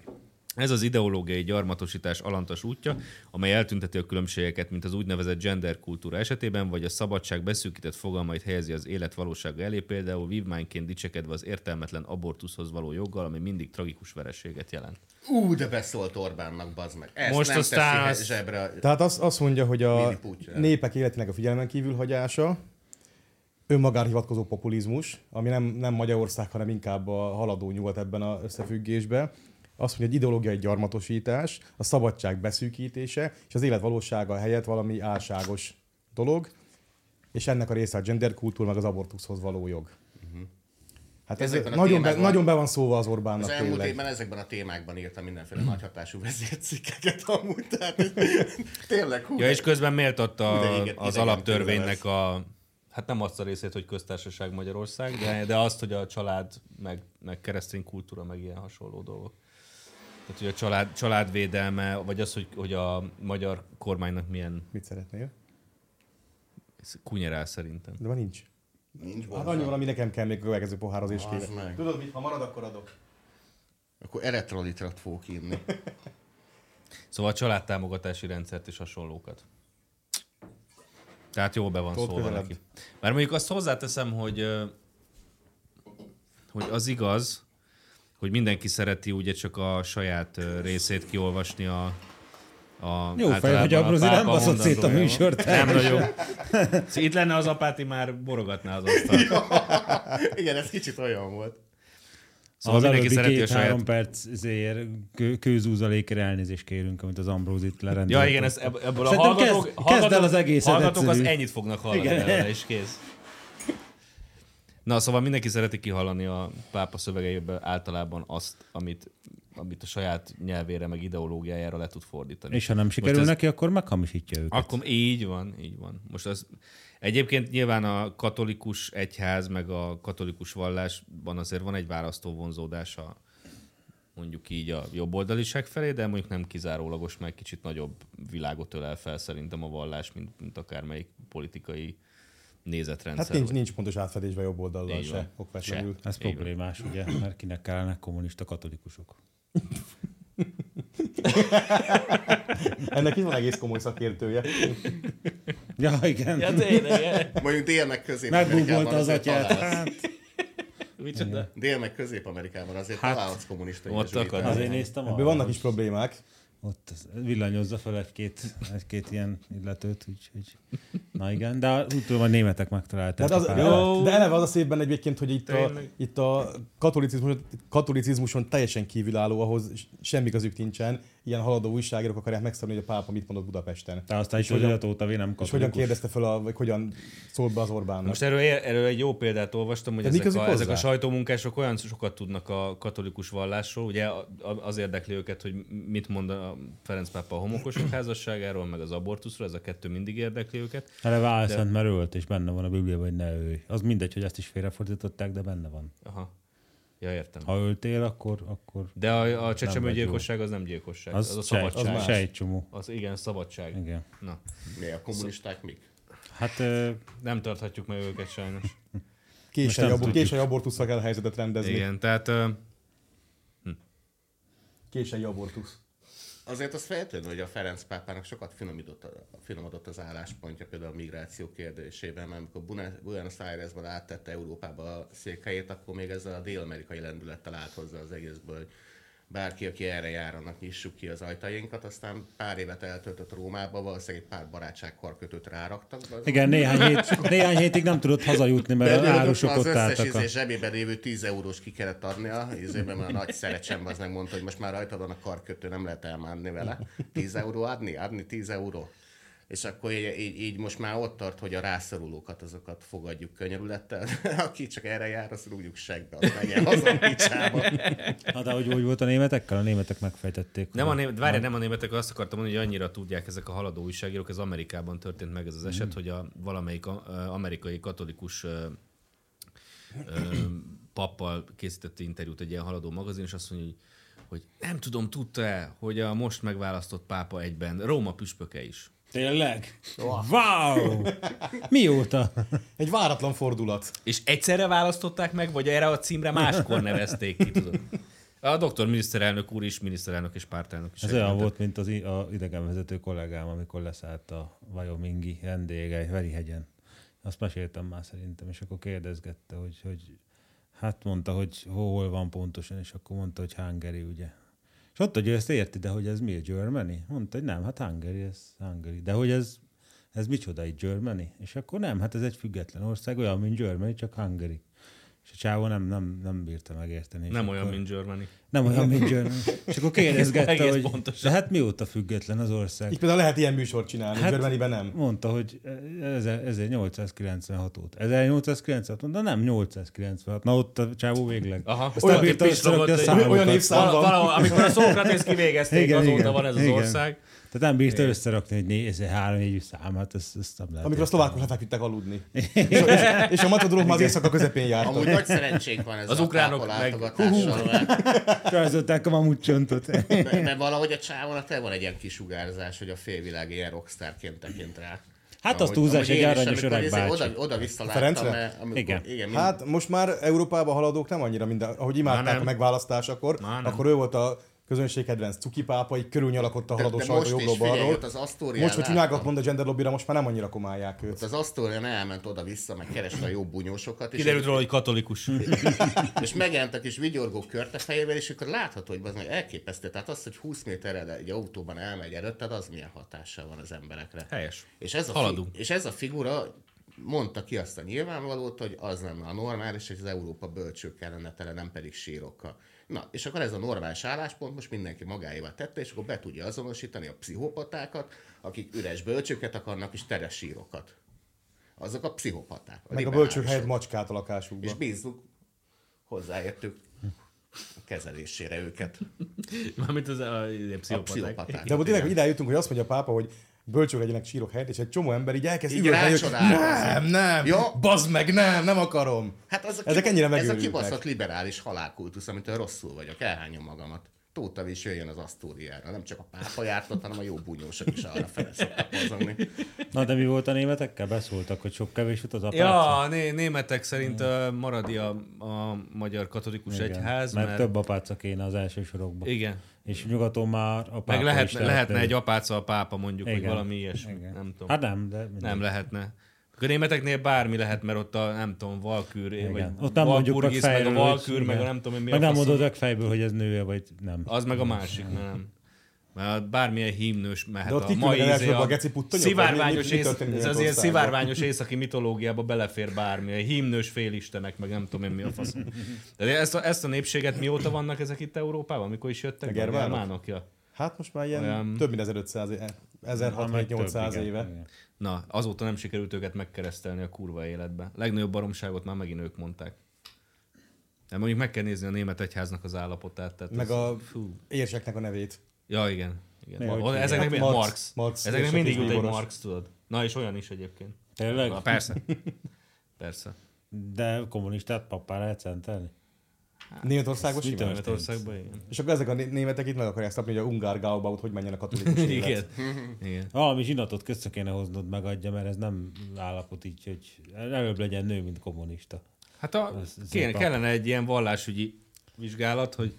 Speaker 1: Ez az ideológiai gyarmatosítás alantas útja, amely eltünteti a különbségeket, mint az úgynevezett gender kultúra esetében, vagy a szabadság beszűkített fogalmait helyezi az élet valósága elé, például vívmányként dicsekedve az értelmetlen abortuszhoz való joggal, ami mindig tragikus vereséget jelent.
Speaker 3: Ú, de beszólt Orbánnak, bazd meg. Ezt
Speaker 1: Most
Speaker 3: Most nem
Speaker 1: aztán
Speaker 3: aztán teszi
Speaker 1: az-
Speaker 3: az... zsebre.
Speaker 2: Tehát azt, azt mondja, hogy a
Speaker 3: Mini Putyra.
Speaker 2: népek életének a figyelmen kívül hagyása, önmagára hivatkozó populizmus, ami nem, nem Magyarország, hanem inkább a haladó nyugat ebben az összefüggésben, azt mondja, hogy ideológiai gyarmatosítás, a szabadság beszűkítése, és az élet valósága helyett valami álságos dolog, és ennek a része a genderkultúra, meg az abortuszhoz való jog. Hát ez
Speaker 3: Mhm. Ezekben a
Speaker 2: nagyon be,
Speaker 3: témákban-
Speaker 2: nagyon be van szóva az Orbánnak
Speaker 3: Az elmúlt
Speaker 2: tényleg.
Speaker 3: évben ezekben a témákban írtam mindenféle nagyhatású vezércikkeket amúgy, tehát [laughs] tényleg hú.
Speaker 1: Ja,
Speaker 3: de-
Speaker 1: és közben méltatta
Speaker 3: hú, de igen,
Speaker 1: az
Speaker 3: idegen
Speaker 1: alaptörvénynek
Speaker 3: tőlem
Speaker 1: a, hát nem azt a részét, hogy köztársaság Magyarország, de, de azt, hogy a család, meg, meg keresztény kultúra, meg ilyen hasonló dolgok. Tehát, hogy a család, családvédelme, vagy az, hogy, hogy a magyar kormánynak milyen
Speaker 2: Mit szeretnél?
Speaker 1: ez kunyerál szerintem.
Speaker 2: De van nincs.
Speaker 3: Nincs
Speaker 2: Hát annyi van, ami nekem kell még a következő pohározés
Speaker 3: Az
Speaker 2: kéne.
Speaker 3: meg.
Speaker 2: Tudod mit, ha marad, akkor adok.
Speaker 3: ez. Akkor eretrolitrat fogok inni.
Speaker 1: Szóval a családtámogatási rendszert és hasonlókat. Tehát jó be van
Speaker 2: Tudod,
Speaker 1: szólva
Speaker 2: közelebb.
Speaker 1: neki. Mert mondjuk azt hozzáteszem, hogy, ö, hogy az igaz, hogy mindenki szereti ugye csak a saját ö, részét kiolvasni a, a
Speaker 4: Jó fej,
Speaker 1: általában
Speaker 4: hogy
Speaker 1: a
Speaker 4: Ambrózi nem
Speaker 1: pápa
Speaker 4: baszott szét a
Speaker 1: mondandójával.
Speaker 4: műsort.
Speaker 1: Nem nagyon. Szóval Itt lenne az apáti, már borogatná az asztalt.
Speaker 3: [laughs] Igen, ez kicsit olyan volt.
Speaker 1: Szóval
Speaker 4: az
Speaker 1: mindenki
Speaker 4: előbbi
Speaker 1: szereti a
Speaker 4: két-három
Speaker 1: saját
Speaker 4: perc ezért kő, kőzúzalékért elnézést kérünk, amit az Ambróz itt lerendelt.
Speaker 1: Ja, igen, ez, ebb- ebből a
Speaker 4: Szerintem
Speaker 1: hallgatók,
Speaker 4: kezd-
Speaker 1: hallgatók,
Speaker 4: kezd el az egészet
Speaker 1: hallgatók az
Speaker 4: egyszerű.
Speaker 1: ennyit fognak hallani
Speaker 4: Igen.
Speaker 1: belőle, és kész. Na, szóval mindenki szereti kihallani a pápa szövegeiből általában azt, amit, amit a saját nyelvére, meg ideológiájára le tud fordítani.
Speaker 4: És ha nem
Speaker 1: Most
Speaker 4: sikerül
Speaker 1: ez-
Speaker 4: neki, akkor meghamisítja őket.
Speaker 1: Akkor így van, így van. Most az, egyébként nyilván a katolikus egyház, meg a katolikus vallásban azért van egy választó vonzódása mondjuk így a jobboldaliság felé, de mondjuk nem kizárólagos, meg kicsit nagyobb világot ölel fel szerintem a vallás, mint, mint akármelyik politikai nézetrendszer.
Speaker 2: Hát nincs,
Speaker 1: vagy-
Speaker 2: nincs pontos átfedésben jobb oldallal
Speaker 1: Így van.
Speaker 2: se, okvetlenül.
Speaker 1: Se.
Speaker 4: Ez
Speaker 1: Így van.
Speaker 4: problémás, ugye? Mert kinek kellene kommunista katolikusok.
Speaker 2: Ennek itt van egész komoly
Speaker 1: [laughs]
Speaker 2: szakértője.
Speaker 4: Ja, igen.
Speaker 1: Ja, tényleg.
Speaker 3: Mondjuk dél meg közép-amerikában
Speaker 4: Megbugolta az
Speaker 3: azért
Speaker 4: atyát.
Speaker 3: találsz.
Speaker 4: Hát,
Speaker 1: Micsoda?
Speaker 3: Dél meg közép-amerikában azért
Speaker 1: Hát,
Speaker 3: találhatsz kommunista
Speaker 1: ott
Speaker 3: jezsuitát.
Speaker 1: akad.
Speaker 4: azért néztem
Speaker 2: Ebből
Speaker 4: arra,
Speaker 2: vannak
Speaker 4: hogy
Speaker 2: is problémák.
Speaker 4: Ott villanyozza fel egy-két, egy-két ilyen illetőt, úgyhogy... Na igen, de úgy tudom, a németek
Speaker 2: De,
Speaker 4: megtalálták.
Speaker 2: hát az,
Speaker 4: a
Speaker 2: de,
Speaker 4: pályát.
Speaker 2: ele- de eleve az a szépben egyébként, hogy itt a,
Speaker 1: Tényleg.
Speaker 2: itt a katolicizmuson, katolicizmuson teljesen kívülálló, ahhoz semmi közük nincsen. ilyen haladó újságírók akarják megszabni, hogy a pápa mit mondott Budapesten.
Speaker 4: De aztán is,
Speaker 2: És
Speaker 4: hogy a Tóta V nem
Speaker 2: És hogyan
Speaker 4: katolikus.
Speaker 2: kérdezte fel, a, vagy hogyan szólt be az Orbánnak.
Speaker 1: Most erről, erről egy jó példát olvastam, hogy
Speaker 2: De mi
Speaker 1: ezek
Speaker 2: közük
Speaker 1: a,
Speaker 2: hozzá?
Speaker 1: ezek a sajtómunkások olyan sokat tudnak a katolikus vallásról, ugye a- a- az érdekli őket, hogy mit mond a Ferenc pápa a homokosok házasságáról, meg az abortuszról, ez a kettő mindig érdekli őket.
Speaker 4: Eleve
Speaker 1: De-
Speaker 4: álszent, mert ölt, és benne van a Bibliában, hogy ne ölj. Az mindegy, hogy ezt is félrefordították, de benne van.
Speaker 1: Aha. Ja, értem.
Speaker 4: Ha öltél, akkor... akkor
Speaker 1: De a, a
Speaker 4: nem vagy jó.
Speaker 1: csecsemőgyilkosság az nem gyilkosság. Az, az
Speaker 4: Az
Speaker 1: a
Speaker 4: sej-
Speaker 1: szabadság.
Speaker 4: az más. Sejtcsomó.
Speaker 1: Az igen, szabadság.
Speaker 4: Igen.
Speaker 1: Na.
Speaker 3: Mi, a kommunisták mik?
Speaker 4: Hát... Ö...
Speaker 1: Nem tarthatjuk meg őket sajnos.
Speaker 2: Késői, abor- késői abortuszra kell helyzetet rendezni.
Speaker 1: Igen, tehát... Ö...
Speaker 2: Késői abortusz.
Speaker 3: Azért az feltűnő, hogy a Ferenc pápának sokat finomodott, a- finomodott az álláspontja például a migráció kérdésében, mert amikor Buna- Buenos Airesban áttette Európába a székhelyét, akkor még ezzel a dél-amerikai lendülettel állt hozzá az egészből, hogy bárki, aki erre jár, annak nyissuk ki az ajtainkat, aztán pár évet eltöltött Rómába, valószínűleg egy pár barátságkarkötőt ráraktak. de az-
Speaker 4: Igen, néhány, hét, néhány hétig nem tudott hazajutni, mert
Speaker 3: De
Speaker 4: az
Speaker 3: az
Speaker 4: árusok ott
Speaker 3: összes
Speaker 4: álltak. A...
Speaker 3: izé zsebében lévő 10 eurós ki kellett adnia, izében már a nagy szerecsem az meg mondta, hogy most már rajta van a karkötő, nem lehet elmánni vele. 10 euró adni? Adni 10 euró? És akkor így, így, így, most már ott tart, hogy a rászorulókat azokat fogadjuk könyörülettel, [laughs] aki csak erre jár, azt rúgjuk segbe, azt menjen haza a
Speaker 1: [laughs]
Speaker 3: picsába.
Speaker 4: Na, Hát, de hogy, hogy volt a németekkel? A németek megfejtették.
Speaker 1: Nem a
Speaker 4: hogy-
Speaker 1: német, várj, nem a németek, azt akartam mondani, hogy annyira tudják ezek a haladó újságírók, ez Amerikában történt meg ez az eset,
Speaker 4: Mm.
Speaker 1: hogy a valamelyik a, ö, amerikai katolikus ö, ö, pappal készített interjút egy ilyen haladó magazin, és azt mondja, hogy, hogy nem tudom, tudta-e, hogy a most megválasztott pápa egyben Róma püspöke is.
Speaker 4: Tényleg? Wow! Mióta?
Speaker 2: Egy váratlan fordulat.
Speaker 1: És egyszerre választották meg, vagy erre a címre máskor nevezték ki, tudod? A doktor miniszterelnök úr is, miniszterelnök és pártelnök is.
Speaker 4: Ez olyan volt, mint az i- a idegenvezető kollégám, amikor leszállt a Wyomingi vendége Verihegyen. Azt meséltem már szerintem, és akkor kérdezgette, hogy, hogy hát mondta, hogy hol van pontosan, és akkor mondta, hogy Hungary, ugye. És ott, hogy ő ezt érti, de hogy ez mi, Germany? Mondta, hogy nem, hát Hungary, ez Hungary. De hogy ez, ez micsoda egy Germany? És akkor nem, hát ez egy független ország, olyan, mint Germany, csak Hungary. És a csávó nem, nem, nem bírta megérteni. és
Speaker 1: Nem olyan, mint Germany.
Speaker 4: Nem olyan, mint Germany. És akkor kérdezgette,
Speaker 1: Egész
Speaker 4: hogy
Speaker 1: pontosan.
Speaker 4: de hát mióta független az ország?
Speaker 1: Hát-
Speaker 2: Így például lehet ilyen műsort csinálni, hát, Germanyben nem.
Speaker 4: Mondta, hogy eze- 1896 óta. 1896 mondta, nem 896. Na ott a csávó végleg.
Speaker 1: Aha.
Speaker 4: Aztán
Speaker 1: Olyan
Speaker 4: bírta
Speaker 1: tipikus
Speaker 4: összerakni
Speaker 1: robot, hogy
Speaker 4: a számokat.
Speaker 1: olyan évszámban. Val- valahol, amikor a Szókratészt kivégezték, azóta van ez az ország.
Speaker 4: Tehát nem bírta összerakni, hogy né- ez egy három négyű számát, ezt, ezt nem lehet.
Speaker 2: Amikor a
Speaker 4: érteni.
Speaker 2: szlovákok lefeküdtek aludni. És, és, és a matadorok már az
Speaker 4: Igen.
Speaker 2: éjszaka közepén jártak.
Speaker 3: Amúgy nagy szerencsénk van ezzel
Speaker 1: Az
Speaker 3: a
Speaker 1: ukránok
Speaker 3: tápol
Speaker 1: meg-
Speaker 3: látogatással, mert-
Speaker 4: Rajzolták a mamut
Speaker 1: [laughs]
Speaker 4: csontot.
Speaker 3: mert, mert valahogy a csávon te van egy ilyen kisugárzás, hogy a félvilág ilyen rockstárként tekint rá.
Speaker 4: Hát az
Speaker 3: Ahogy-
Speaker 4: túlzás,
Speaker 3: ahogy
Speaker 4: egy
Speaker 3: én is,
Speaker 4: aranyos
Speaker 3: amikor
Speaker 4: öreg
Speaker 3: izé
Speaker 4: bácsi.
Speaker 3: Oda, oda visszaláttam,
Speaker 2: Ferencre?
Speaker 3: mert amikor, igen. igen mind,
Speaker 2: Hát most már Európában haladók nem annyira minden, ahogy
Speaker 1: Már
Speaker 2: imádták
Speaker 1: nem.
Speaker 2: a megválasztásakor,
Speaker 1: Már nem.
Speaker 2: akkor ő volt a közönség kedvenc cukipápa, így körülnyalakott a
Speaker 3: De-
Speaker 2: haladó
Speaker 3: de
Speaker 2: sajtó
Speaker 3: most is,
Speaker 2: jobbról
Speaker 3: figyelj,
Speaker 2: balról.
Speaker 3: ott az Asztórián
Speaker 2: Most, hogy
Speaker 3: láttam.
Speaker 2: csinákat mond a gender lobbyra, most már nem annyira komálják őt.
Speaker 3: az Asztórián elment oda-vissza, meg kereste a jobb bunyósokat, és,
Speaker 1: Kiderült róla, hogy katolikus.
Speaker 3: és megjelent a kis vigyorgó körtefejével, és akkor látható, hogy az meg elképesztő. Tehát az, hogy 20 méterre egy autóban elmegy előtted, az milyen hatással van az emberekre.
Speaker 1: Helyes.
Speaker 3: És ez a,
Speaker 1: Haladunk.
Speaker 3: Fi- és ez a figura mondta ki azt a nyilvánvalót, hogy az lenne a normális, és az Európa bölcsők kellene tele, nem pedig sírokkal. Na, és akkor ez a normális álláspont most mindenki magáévá tette, és akkor be tudja azonosítani a pszichopatákat, akik üres bölcsöket akarnak, és teres sírokat. Azok a pszichopaták.
Speaker 2: Meg a
Speaker 3: liberálisok.
Speaker 2: bölcsők helyett macskát a lakásukba.
Speaker 3: És bízzuk hozzáértük a kezelésére őket.
Speaker 1: Mármint az a, a
Speaker 3: A
Speaker 1: pszichopaták.
Speaker 3: pszichopaták.
Speaker 2: De abban tényleg
Speaker 3: Igen.
Speaker 2: ide jutunk, hogy azt mondja a pápa, hogy bölcsők legyenek sírok helyett, és egy csomó ember így elkezd
Speaker 3: Így
Speaker 2: üvölteni, hogy
Speaker 3: rácsodálkozik.
Speaker 2: nem, nem,
Speaker 3: Ja.
Speaker 2: bazd meg, nem, nem akarom.
Speaker 3: Hát az a
Speaker 2: Ezek ennyire
Speaker 3: ez a
Speaker 2: megőrültek.
Speaker 3: kibaszott liberális halálkultusz, amitől rosszul vagyok, elhányom magamat. Tóta is jöjjön az Asztóriára, nem csak a pápa jártat, hanem a jó bunyósok is arra fele szoktak mozogni.
Speaker 4: Na de mi volt a németekkel? Beszóltak, hogy sok kevés jut az apáca.
Speaker 1: Ja, né- németek szerint ö, maradi a, a magyar katolikus
Speaker 4: Igen,
Speaker 1: egyház,
Speaker 4: mert,
Speaker 1: mert,
Speaker 4: több apáca kéne az első sorokban.
Speaker 1: Igen.
Speaker 4: És nyugaton már a pápa
Speaker 1: meg
Speaker 4: is
Speaker 1: lehetne, lehetne
Speaker 4: lehetne.
Speaker 1: egy apáca a pápa mondjuk, vagy
Speaker 4: Igen.
Speaker 1: valami ilyesmi.
Speaker 4: Igen.
Speaker 1: Nem tudom.
Speaker 4: Hát nem, de mindegy.
Speaker 1: Nem lehetne. A németeknél bármi lehet, mert ott a, nem tudom, Valkűr,
Speaker 4: Igen.
Speaker 1: vagy
Speaker 4: Ott nem mondjuk meg
Speaker 1: Walpurgis, meg a
Speaker 4: fejről,
Speaker 1: Valkűr,
Speaker 4: hogy-
Speaker 1: meg a
Speaker 4: igen.
Speaker 1: nem tudom, én mi
Speaker 4: Meg
Speaker 1: a
Speaker 4: nem
Speaker 1: faszom.
Speaker 4: mondod meg fejből, hogy ez nője, vagy nem.
Speaker 1: Az meg a másik, nem. Mert bármilyen himnős mehet
Speaker 2: De ott
Speaker 1: a
Speaker 2: kiküldik
Speaker 1: mai
Speaker 2: el
Speaker 1: izé
Speaker 2: elsőbb
Speaker 1: a,
Speaker 2: a geci puttonyok, vagy mi-
Speaker 1: szivárványos,
Speaker 2: mi- mi
Speaker 1: ész,
Speaker 2: történik
Speaker 1: ez az
Speaker 2: Németországban?
Speaker 1: ilyen szivárványos északi mitológiába belefér bármi, a himnős félistenek, meg nem tudom én mi a
Speaker 2: [laughs]
Speaker 1: faszom. De ezt a, ezt a népséget mióta vannak ezek itt Európában? Mikor is jöttek?
Speaker 2: A
Speaker 1: be?
Speaker 2: germánok?
Speaker 1: germánok ja.
Speaker 2: Hát most már ilyen
Speaker 1: Olyan-
Speaker 2: több mint 1500 éve, 1600 éve.
Speaker 1: Na, azóta nem sikerült őket megkeresztelni a kurva életbe. Legnagyobb baromságot már megint ők mondták. De mondjuk meg kell nézni a német egyháznak az állapotát. Tehát
Speaker 2: Meg
Speaker 1: ez-
Speaker 2: a érseknek a nevét.
Speaker 1: Ja, igen. igen.
Speaker 2: Nehogy
Speaker 1: Ma,
Speaker 2: ki-
Speaker 1: ezeknek
Speaker 2: Hát
Speaker 1: mind
Speaker 2: Marx-
Speaker 1: Marx.
Speaker 2: Marx,
Speaker 1: ezeknek
Speaker 2: és a
Speaker 1: mindig
Speaker 2: kis
Speaker 1: jut egy
Speaker 2: bíboros.
Speaker 1: Marx, tudod. Na, és olyan is egyébként.
Speaker 4: Tényleg?
Speaker 1: Na, persze. [laughs] persze.
Speaker 4: De kommunistát pappá lehet szentelni?
Speaker 2: Németországban
Speaker 4: Ez mi
Speaker 2: simán.
Speaker 4: történt?
Speaker 2: És akkor ezek a né- németek itt meg akarják szabni, hogy a Ungár Gaubaut hogy menjen a
Speaker 1: [laughs]
Speaker 2: katolikus élet.
Speaker 1: Igen.
Speaker 4: Valami zsinatot közre kéne hoznod megadja, mert ez nem állapot így, hogy előbb legyen nő, mint kommunista.
Speaker 1: Hát a,
Speaker 4: Ez- ez
Speaker 1: kéne,
Speaker 4: a-
Speaker 1: kellene egy ilyen vallásügyi vizsgálat, hogy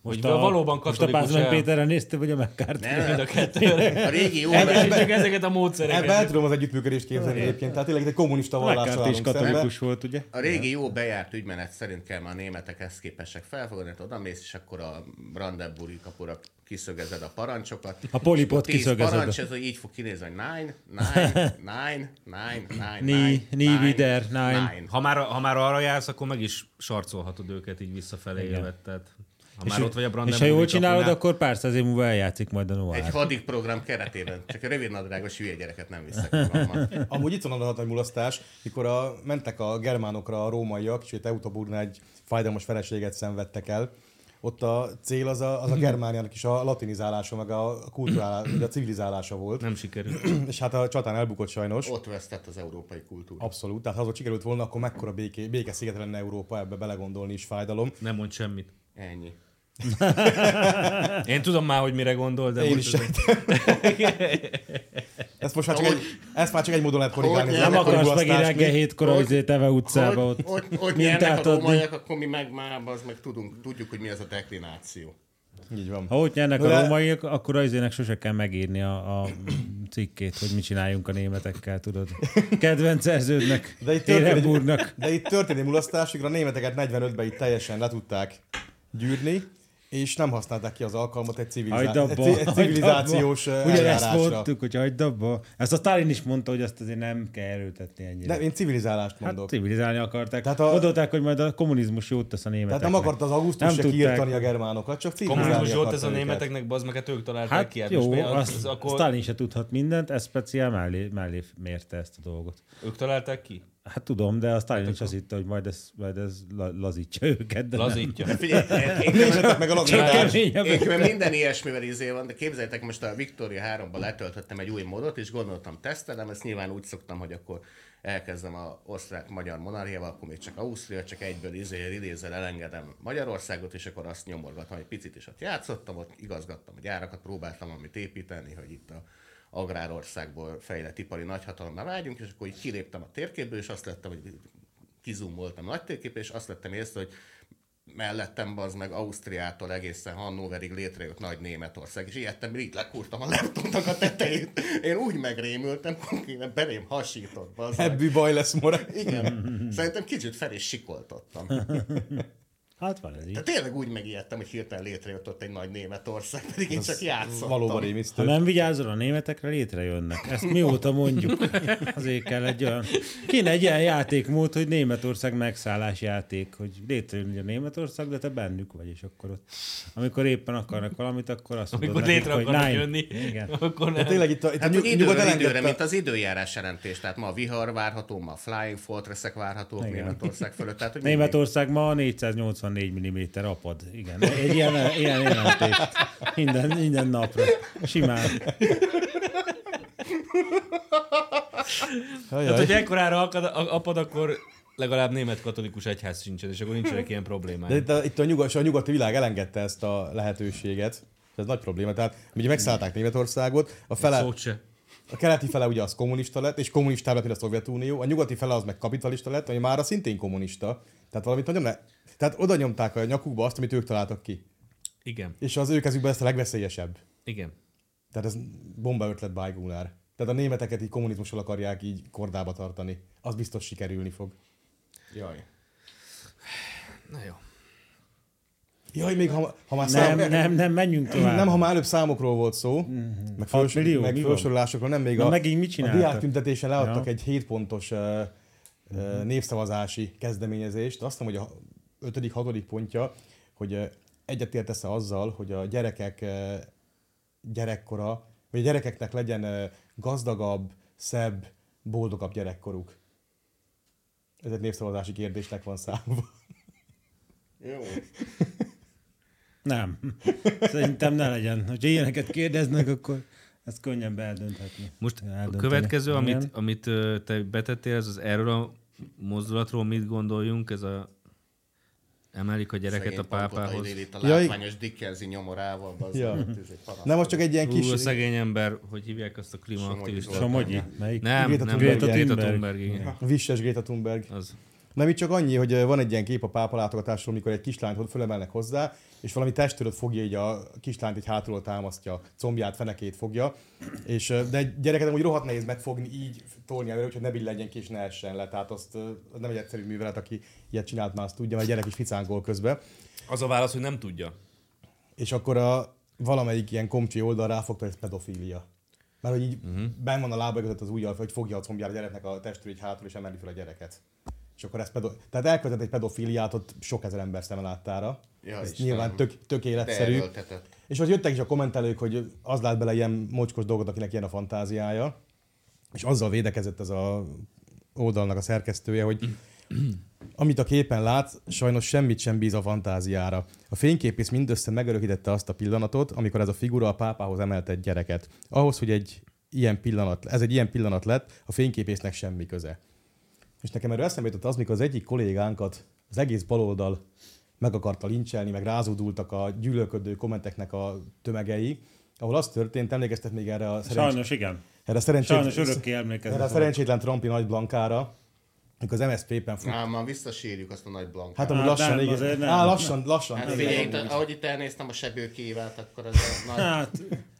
Speaker 4: Most
Speaker 1: hogy a, valóban
Speaker 4: most a
Speaker 1: katolikus
Speaker 4: Pázmány
Speaker 1: el- [laughs]
Speaker 4: Péterre nézte, vagy a megkártya?
Speaker 1: Mind a kettő. Egyesítjük ezeket a módszereket.
Speaker 2: Ebben el tudom az együttműködést képzelni egyébként. Tehát tényleg itt egy kommunista vallással állunk szembe.
Speaker 3: A régi jó bejárt ügymenet szerint kell már a németek ezt képesek felfogadni, hát oda mész, és akkor a Brandenburgi kapura kiszögezed a parancsokat.
Speaker 4: A polipot
Speaker 3: És akkor tíz
Speaker 4: kiszögezed.
Speaker 3: parancs, ez hogy így fog kinézni, hogy nine, nine, nine, nine, nine, nine,
Speaker 4: Ni- ni wieder, nein.
Speaker 1: Ha már, ha már arra jársz, akkor meg is sarcolhatod őket így visszafelé
Speaker 4: Igen.
Speaker 1: élve. Tehát, ha már ott vagy a
Speaker 4: És ha jól
Speaker 1: Brandenburg
Speaker 4: csinálod, akkor pár száz év múlva eljátszik majd a Noir.
Speaker 3: Egy hadik program keretében. Csak a rövidnadrágos hülye gyereket nem viszek magammal.
Speaker 2: Amúgy itt van a nagy mulasztás, mikor a, mentek a germánokra a rómaiak, sőt Eutoburna egy fájdalmas feleséget szenvedtek el, ott a cél az a, az a Germániának is a latinizálása, meg a kulturálása, a civilizálása volt.
Speaker 1: Nem sikerült.
Speaker 2: [clears throat] És hát a csatán elbukott sajnos.
Speaker 3: Ott vesztett az európai kultúra.
Speaker 2: Abszolút. Tehát ha az ott sikerült volna, akkor mekkora béké, békesziget lenne Európa, ebbe belegondolni is fájdalom.
Speaker 1: Nem mond semmit.
Speaker 3: Ennyi.
Speaker 1: Én tudom már, hogy mire gondol, de
Speaker 2: Én
Speaker 1: most
Speaker 2: is
Speaker 1: ez-
Speaker 2: [laughs] Ezt most már csak egy, ezt már csak egy módon lehet korrigálni.
Speaker 4: Hogy
Speaker 2: ez
Speaker 4: nem akarsz
Speaker 2: korrigálasztás
Speaker 4: megint
Speaker 2: még.
Speaker 4: reggel hétkor a izé Teve utcába
Speaker 3: Ott,
Speaker 4: ott,
Speaker 3: ott, ott nyernek
Speaker 4: mintát
Speaker 3: a
Speaker 4: adni.
Speaker 3: rómaiak, akkor mi meg már az meg tudunk, tudjuk, hogy mi ez a deklináció.
Speaker 2: Így van.
Speaker 4: Ha ott nyernek
Speaker 2: De-
Speaker 4: a rómaiak, akkor az izének sose kell megírni a, a cikkét, hogy mit csináljunk a németekkel, tudod. Kedvenc szerződnek,
Speaker 2: De itt történt,
Speaker 4: Ehrenburgnak.
Speaker 2: egy, [laughs] de itt történt egy mulasztásikra, a németeket 45-ben itt teljesen le tudták gyűrni, és nem használták ki az alkalmat egy,
Speaker 4: Hagyd
Speaker 2: civilizá... egy,
Speaker 4: abba,
Speaker 2: ci- egy
Speaker 4: hagyd
Speaker 2: civilizációs
Speaker 4: abba.
Speaker 2: eh,
Speaker 4: Ugye ezt
Speaker 2: eljárásra.
Speaker 4: mondtuk, hogy hagyd abba. Ezt a Stalin is mondta, hogy azt azért nem kell erőltetni ennyire.
Speaker 2: Nem, én civilizálást mondok.
Speaker 4: Hát civilizálni
Speaker 2: Tehát
Speaker 4: akarták. Tehát
Speaker 2: a-
Speaker 4: a... Gondolták, hogy majd a kommunizmus jót tesz a németeknek.
Speaker 2: Tehát nem akart az augusztus se
Speaker 4: tudták.
Speaker 2: kiirtani a germánokat, csak civilizálni
Speaker 1: Kommunizmus volt
Speaker 2: akarta
Speaker 1: ez a
Speaker 2: őket.
Speaker 1: németeknek, bazd meg, hát ők találták
Speaker 4: Hát
Speaker 1: ki. hát most
Speaker 4: jó,
Speaker 1: mi- az-
Speaker 4: azt,
Speaker 1: az
Speaker 4: akkor...
Speaker 1: akkor-
Speaker 4: Stalin se tudhat mindent, ez speciál mellé, mellé mérte ezt a dolgot.
Speaker 1: Ők találták ki?
Speaker 4: Hát tudom, de a Stalin is azt hitte, hogy majd ez, majd ez la- lazítja őket. De [laughs]
Speaker 1: Lazítja. [laughs]
Speaker 4: Nem.
Speaker 1: De
Speaker 3: Figyelj, én-
Speaker 4: Nézzetek meg a
Speaker 3: Csak
Speaker 4: labdarúgást.
Speaker 3: keményebb. Én különben minden ilyesmivel izé van, de képzeljétek, most a Victoria 3-ba letöltöttem egy új modot, és gondoltam, tesztelem, ezt nyilván úgy szoktam, hogy akkor elkezdem a osztrák-magyar monarchiával, akkor még csak Ausztria, csak egyből izé, rilézzel elengedem Magyarországot, és akkor azt nyomorgatom egy picit, és ott játszottam, ott igazgattam a gyárakat, próbáltam amit építeni, hogy itt a agrárországból fejlett ipari nagyhatalomra vágyunk, és akkor így kiléptem a térképből, és azt lettem, hogy kizumoltam nagy térképre, és azt lettem észre, hogy mellettem az meg Ausztriától egészen Hannoverig létrejött nagy Németország, és ilyettem, így lekúrtam a laptopnak a tetejét. Én úgy megrémültem, konkrétan belém hasított. bazd meg.
Speaker 2: Ebbű baj lesz, mora.
Speaker 4: [laughs]
Speaker 3: Igen. Szerintem kicsit fel is sikoltottam.
Speaker 4: Hát van ez
Speaker 3: De tényleg úgy megijedtem, hogy hirtelen létrejött ott egy nagy Németország, pedig én csak játszottam.
Speaker 4: Ha nem vigyázol, a németekre létrejönnek. Ezt mióta mondjuk. [laughs] Azért kell egy olyan... Kéne egy ilyen játékmód, hogy Németország megszállás játék, hogy létrejön ugye Németország, de te bennük vagy, és akkor ott, amikor éppen akarnak valamit, akkor azt
Speaker 1: Amikor
Speaker 4: tudod
Speaker 1: létre
Speaker 4: nekik, hogy
Speaker 1: akarnak
Speaker 4: nine.
Speaker 1: jönni,
Speaker 4: Igen.
Speaker 1: [laughs] akkor nem.
Speaker 3: hát, hogy időről időre, mint az időjárás jelentés. Tehát ma a vihar várható, ma a Flying Fortress-ek várhatók
Speaker 4: Igen.
Speaker 3: Németország fölött. Tehát, hogy
Speaker 4: Németország ma 484 mm apad. Igen, egy ilyen, ilyen jelentés. Minden, minden napra. Simán.
Speaker 1: Hát, hogy ekkorára akad, a- apad, akkor legalább német katolikus egyház sincsen, és akkor nincsenek ilyen problémák.
Speaker 2: De itt a, itt a, nyugod, a nyugati világ elengedte ezt a lehetőséget. Ez nagy probléma. Tehát ugye megszállták Németországot, a fele...
Speaker 1: Szót se.
Speaker 2: A keleti fele ugye az kommunista lett, és kommunistább lett, mint a Szovjetunió. A nyugati fele az meg kapitalista lett, ami már szintén kommunista. Tehát valamit nagyon le... Tehát oda nyomták a nyakukba azt, amit ők találtak ki.
Speaker 1: Igen.
Speaker 2: És az ő kezükben ez a legveszélyesebb.
Speaker 1: Igen.
Speaker 2: Tehát ez bomba ötlet by Gunnar. Tehát a németeket így kommunizmussal akarják így kordába tartani. Az biztos sikerülni fog.
Speaker 3: Jaj.
Speaker 1: Na jó.
Speaker 2: Jaj, még ha, ha már
Speaker 4: Nem, nem, nem, menjünk tovább.
Speaker 2: Nem, ha már előbb számokról volt szó, meg, föls,
Speaker 4: Mhm. Hat millió,
Speaker 2: meg
Speaker 4: mi van?
Speaker 2: felsorolásokról, nem még
Speaker 4: Na,
Speaker 2: a,
Speaker 4: megint mit
Speaker 2: a
Speaker 4: csináltak?
Speaker 2: diák tüntetésen leadtak
Speaker 4: Ja. Mhm.
Speaker 2: egy 7 pontos uh, uh, népszavazási kezdeményezést. Azt hiszem, hogy a 5 6 pontja, hogy uh, egyetértesz-e azzal, hogy a gyerekek eh, gyerekkora, vagy a gyerekeknek legyen eh, gazdagabb, szebb, boldogabb gyerekkoruk? Ez egy népszavazási kérdésnek van számva.
Speaker 3: Jó.
Speaker 4: Nem. Szerintem ne legyen. Hogyha ilyeneket kérdeznek, akkor ezt könnyen beeldönthetni.
Speaker 1: Most A
Speaker 4: Eldönteni.
Speaker 1: következő,
Speaker 4: Igen.
Speaker 1: amit, amit ö, te betettél, ez az erről a mozdulatról mit gondoljunk, ez a emelik a gyereket
Speaker 3: Szegény
Speaker 1: a pápához.
Speaker 3: Pankotai Lillit A
Speaker 2: Ja, ig-
Speaker 3: látványos Dickensi nyomorával, bazd
Speaker 2: Ja.
Speaker 3: meg, izé, panaszol.
Speaker 2: Nem, az csak egy ilyen
Speaker 1: Hú,
Speaker 2: kis-
Speaker 1: a szegény ember, hogy hívják azt a klímaaktivistát?
Speaker 4: Somogyi. Melyik?
Speaker 1: Nem,
Speaker 2: Greta
Speaker 1: nem,
Speaker 2: Thunberg.
Speaker 1: Greta
Speaker 2: Greta
Speaker 1: Thunberg.
Speaker 4: Thunberg,
Speaker 1: igen.
Speaker 2: Visses Greta Thunberg.
Speaker 1: Az.
Speaker 2: Nem, itt csak annyi, hogy ö, van egy ilyen kép a pápa látogatásról, mikor egy kislányt ott fölemelnek hozzá, és valami testőröt fogja így a kislányt egy hátulról támasztja, combját, fenekét fogja, és, ö, de egy gyereket úgy rohadt nehéz megfogni, így tolni előre, hogy ne billenjen ki és ne essen le. Tehát azt ö, az nem egy egyszerű művelet, aki ilyet csinált, már azt tudja, mert a gyerek is ficángol közben.
Speaker 1: Az a válasz, hogy nem tudja.
Speaker 2: És akkor a valamelyik ilyen komcsi oldal ráfogta, hogy ez pedofília. Mert hogy így uh-huh. benn van a lába között az ujjal, hogy fogja a combjára a gyereknek a testről így hátul, és emeli fel a gyereket. És akkor ez pedo... Tehát elkövetett egy pedofiliát ott sok ezer ember szeme láttára.
Speaker 3: Ja,
Speaker 2: ez
Speaker 3: Istenem.
Speaker 2: nyilván tök, tök életszerű.
Speaker 3: Beerőltetett.
Speaker 2: És ott jöttek is a kommentelők, hogy az lát bele ilyen mocskos dolgot, akinek ilyen a fantáziája. És azzal védekezett ez a oldalnak a szerkesztője, hogy amit a képen látsz, sajnos semmit sem bíz a fantáziára. A fényképész mindössze megörökítette azt a pillanatot, amikor ez a figura a pápához emelt egy gyereket. Ahhoz, hogy egy ilyen pillanat, ez egy ilyen pillanat lett, a fényképésznek semmi köze. És nekem erről eszembe jutott az, mikor az egyik kollégánkat az egész baloldal meg akarta lincselni, meg rázódultak a gyűlölködő kommenteknek a tömegei, ahol az történt, emlékeztet még erre a szerencs-
Speaker 4: Sajnos igen.
Speaker 2: Erre a szerencsét...
Speaker 4: Sajnos örökké emlékezni
Speaker 2: Erre a
Speaker 4: fogok.
Speaker 2: szerencsétlen Trumpi nagy blankára, amikor az MSZP-ben fut...
Speaker 3: Á, már visszasírjuk azt a nagy blankát.
Speaker 2: Hát, ami Hát lassan, nem, igen. azért nem. Á, lassan, lassan.
Speaker 3: Hát,
Speaker 2: Nem,
Speaker 3: figyelj,
Speaker 2: igen.
Speaker 3: itt, ahogy itt elnéztem a sebő kívát, akkor ez a nagy...
Speaker 4: [laughs]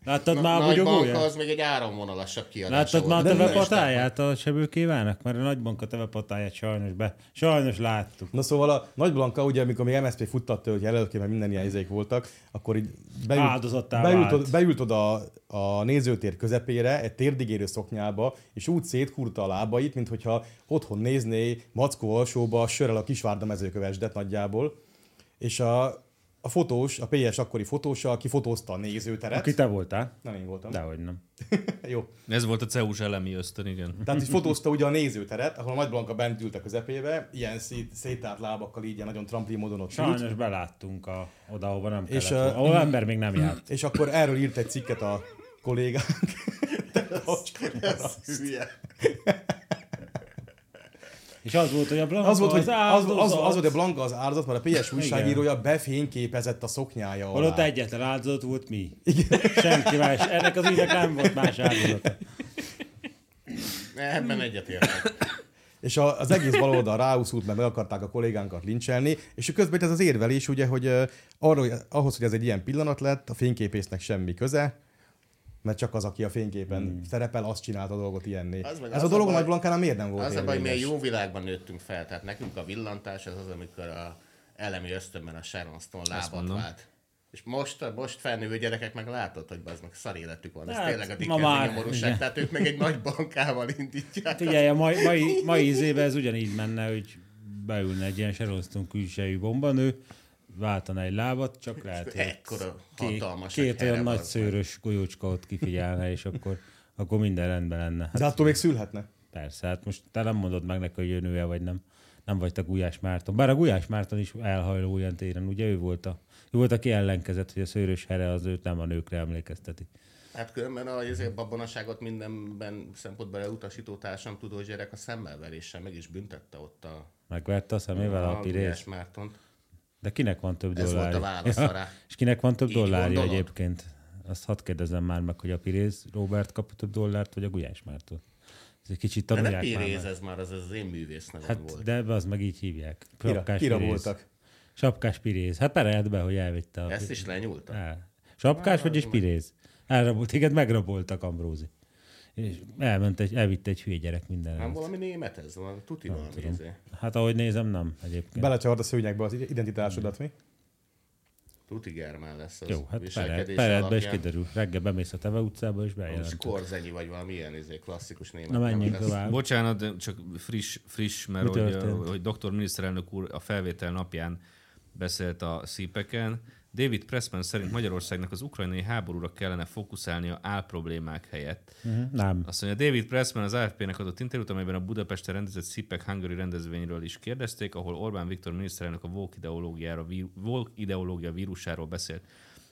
Speaker 4: Hát, láttad
Speaker 3: na-
Speaker 4: már a
Speaker 3: nagy
Speaker 4: bogyogóját?
Speaker 3: banka, az még egy áramvonalasabb kiadás
Speaker 4: Láttad már a
Speaker 3: volt. Nem, nem,
Speaker 4: tevepatáját a sebőkévának? Mert a nagybanka tevepatáját sajnos be. Sajnos láttuk.
Speaker 2: Na szóval a Nagy Blanka, ugye, amikor még MSZP futtatta, hogy jelöltként, mert minden ilyen izék voltak, akkor így beült,
Speaker 4: Áldozattá
Speaker 2: beült,
Speaker 4: vált.
Speaker 2: oda, beült oda a, a nézőtér közepére, egy térdigérő szoknyába, és úgy szétkúrta a lábait, mintha otthon nézné Mackó alsóba sörrel a Kisvárda mezőkövesdet nagyjából. És a, a fotós, a PS akkori fotósa, aki fotózta a nézőteret.
Speaker 4: Aki te voltál.
Speaker 2: Nem én voltam.
Speaker 4: Dehogy nem.
Speaker 2: Jó.
Speaker 1: Ez volt a CEUS elemi ösztön, igen.
Speaker 2: Tehát így fotózta ugye a nézőteret, ahol a Nagy Blanka bent ült a közepébe, ilyen szét, szétárt lábakkal, így ilyen nagyon tramplin módon ott ült.
Speaker 4: Sajnos beláttunk a, oda, ahova nem kellett.
Speaker 2: És,
Speaker 4: És,
Speaker 2: ö,
Speaker 4: ahol ember még nem járt.
Speaker 2: És akkor erről írt egy cikket a
Speaker 4: [laughs]
Speaker 2: kollégánk.
Speaker 3: Ez hülye.
Speaker 4: És az volt, hogy a Blanka
Speaker 2: Az volt, hogy
Speaker 4: az,
Speaker 2: az, az, az,
Speaker 4: áldozat.
Speaker 2: volt, hogy a Blanka az áldozat, mert a PS újságírója befényképezett a szoknyája alá.
Speaker 4: Holott egyetlen áldozat volt mi. Senki más. Ennek az ügynek nem volt más áldozata.
Speaker 3: Ebben egyetértek.
Speaker 2: És a, az egész baloldal ráúszult, mert meg akarták a kollégánkat lincselni, és közben itt ez az érvelés, ugye, hogy ö, arról, ahhoz, hogy ez egy ilyen pillanat lett, a fényképésznek semmi köze, mert csak az, aki a fényképen hmm. szerepel, azt csinálta a dolgot ilyenné.
Speaker 3: Az meg
Speaker 2: Ez
Speaker 3: az
Speaker 2: a
Speaker 3: a
Speaker 2: dolog a
Speaker 3: baj-
Speaker 2: Nagy Blankánál miért nem volt
Speaker 3: Az a baj, mi egy
Speaker 2: érvényes?
Speaker 3: jó világban nőttünk fel, tehát nekünk a villantás az az, amikor a elemi ösztönben a Sharon Stone lábat
Speaker 1: mondom.
Speaker 3: vált. És most, most felnővő gyerekek meg látod, hogy az meg szar életük van, ez
Speaker 4: Hát,
Speaker 3: tényleg a
Speaker 4: ma
Speaker 3: dikkerti
Speaker 4: már,
Speaker 3: nyomorúság,
Speaker 4: igen. Hát
Speaker 3: tehát ők meg egy nagy bankával indítják.
Speaker 4: Figyelj, a mai, mai, mai izébe ez ugyanígy menne, hogy beülne egy ilyen Sharon Stone külsejű bombanő, váltana egy lábat, csak lehet, hogy
Speaker 3: Ekkora
Speaker 4: két,
Speaker 3: hatalmas
Speaker 4: két
Speaker 3: egy
Speaker 4: olyan
Speaker 3: here
Speaker 4: nagy
Speaker 3: van.
Speaker 4: szőrös golyócska ott kifigyelne, és akkor, akkor minden rendben lenne. Hát
Speaker 2: De attól még szülhetne.
Speaker 4: persze, hát most te nem mondod meg neki, hogy ő nője vagy nem. Nem vagy te Gulyás Márton. Bár a Gulyás Márton is elhajló ilyen téren, ugye ő volt a ő volt, aki ellenkezett, hogy a szőrös here az őt nem a nőkre emlékezteti.
Speaker 3: Hát különben a azért babonaságot mindenben szempontból elutasító társam tudó gyerek a szemmelveréssel meg is büntette ott a
Speaker 4: Megverte a szemével a, a
Speaker 3: Gulyás
Speaker 4: pirést.
Speaker 3: Mártont.
Speaker 4: De kinek van több
Speaker 3: Ez volt a
Speaker 4: dollárja?
Speaker 3: válasz rá.
Speaker 4: [laughs] És kinek van több
Speaker 3: Így
Speaker 4: dollárja
Speaker 3: gondolod?
Speaker 4: egyébként? Azt hadd kérdezem már meg, hogy a Piréz Robert kap több dollárt, vagy a Gulyás Mártól. Ez egy kicsit
Speaker 3: De nem
Speaker 4: tanulják már.
Speaker 3: piréz
Speaker 4: meg.
Speaker 3: ez már, az az én művész nevem
Speaker 4: Hát,
Speaker 3: volt.
Speaker 4: de ebbe az meg így hívják.
Speaker 2: Kira- kira
Speaker 4: Piréz.
Speaker 2: voltak.
Speaker 4: Sapkás Piréz. Hát pereld be, hogy elvitte a...
Speaker 3: Ezt is lenyúlta?
Speaker 4: El. Sapkás, vagyis Piréz? Elrabolt, téged megraboltak, Ambrózi. És elment egy, elvitte egy hülye gyerek minden.
Speaker 3: Nem valami német ez van, tuti van izé.
Speaker 4: Hát ahogy nézem, nem egyébként.
Speaker 2: Belecsavart a szőnyegbe az identitásodat, mi?
Speaker 3: Tuti germán lesz az
Speaker 4: Jó, hát pered,
Speaker 3: viselkedés
Speaker 4: peredbe is
Speaker 3: alapján.
Speaker 4: kiderül. Reggel bemész a Teve utcába, és
Speaker 3: És
Speaker 4: bejelent.
Speaker 3: korzenyi vagy valami ilyen izé, klasszikus német.
Speaker 4: Na, menjünk
Speaker 3: nevem lesz.
Speaker 4: tovább.
Speaker 1: Bocsánat, de csak friss, friss mert
Speaker 4: Hát. Mi
Speaker 1: hogy,
Speaker 4: történt?
Speaker 1: hogy doktor miniszterelnök úr a felvétel napján beszélt a szípeken, David Pressman szerint Magyarországnak az ukrajnai háborúra kellene fókuszálnia álproblémák helyett.
Speaker 4: Mhm, nem.
Speaker 1: Azt mondja, David Pressman az AFP-nek adott interjút, amelyben a Budapesten rendezett Szipek Hungary rendezvényről is kérdezték, ahol Orbán Viktor miniszterelnök a Volk, ideológiára, vír- Volk ideológia vírusáról beszélt.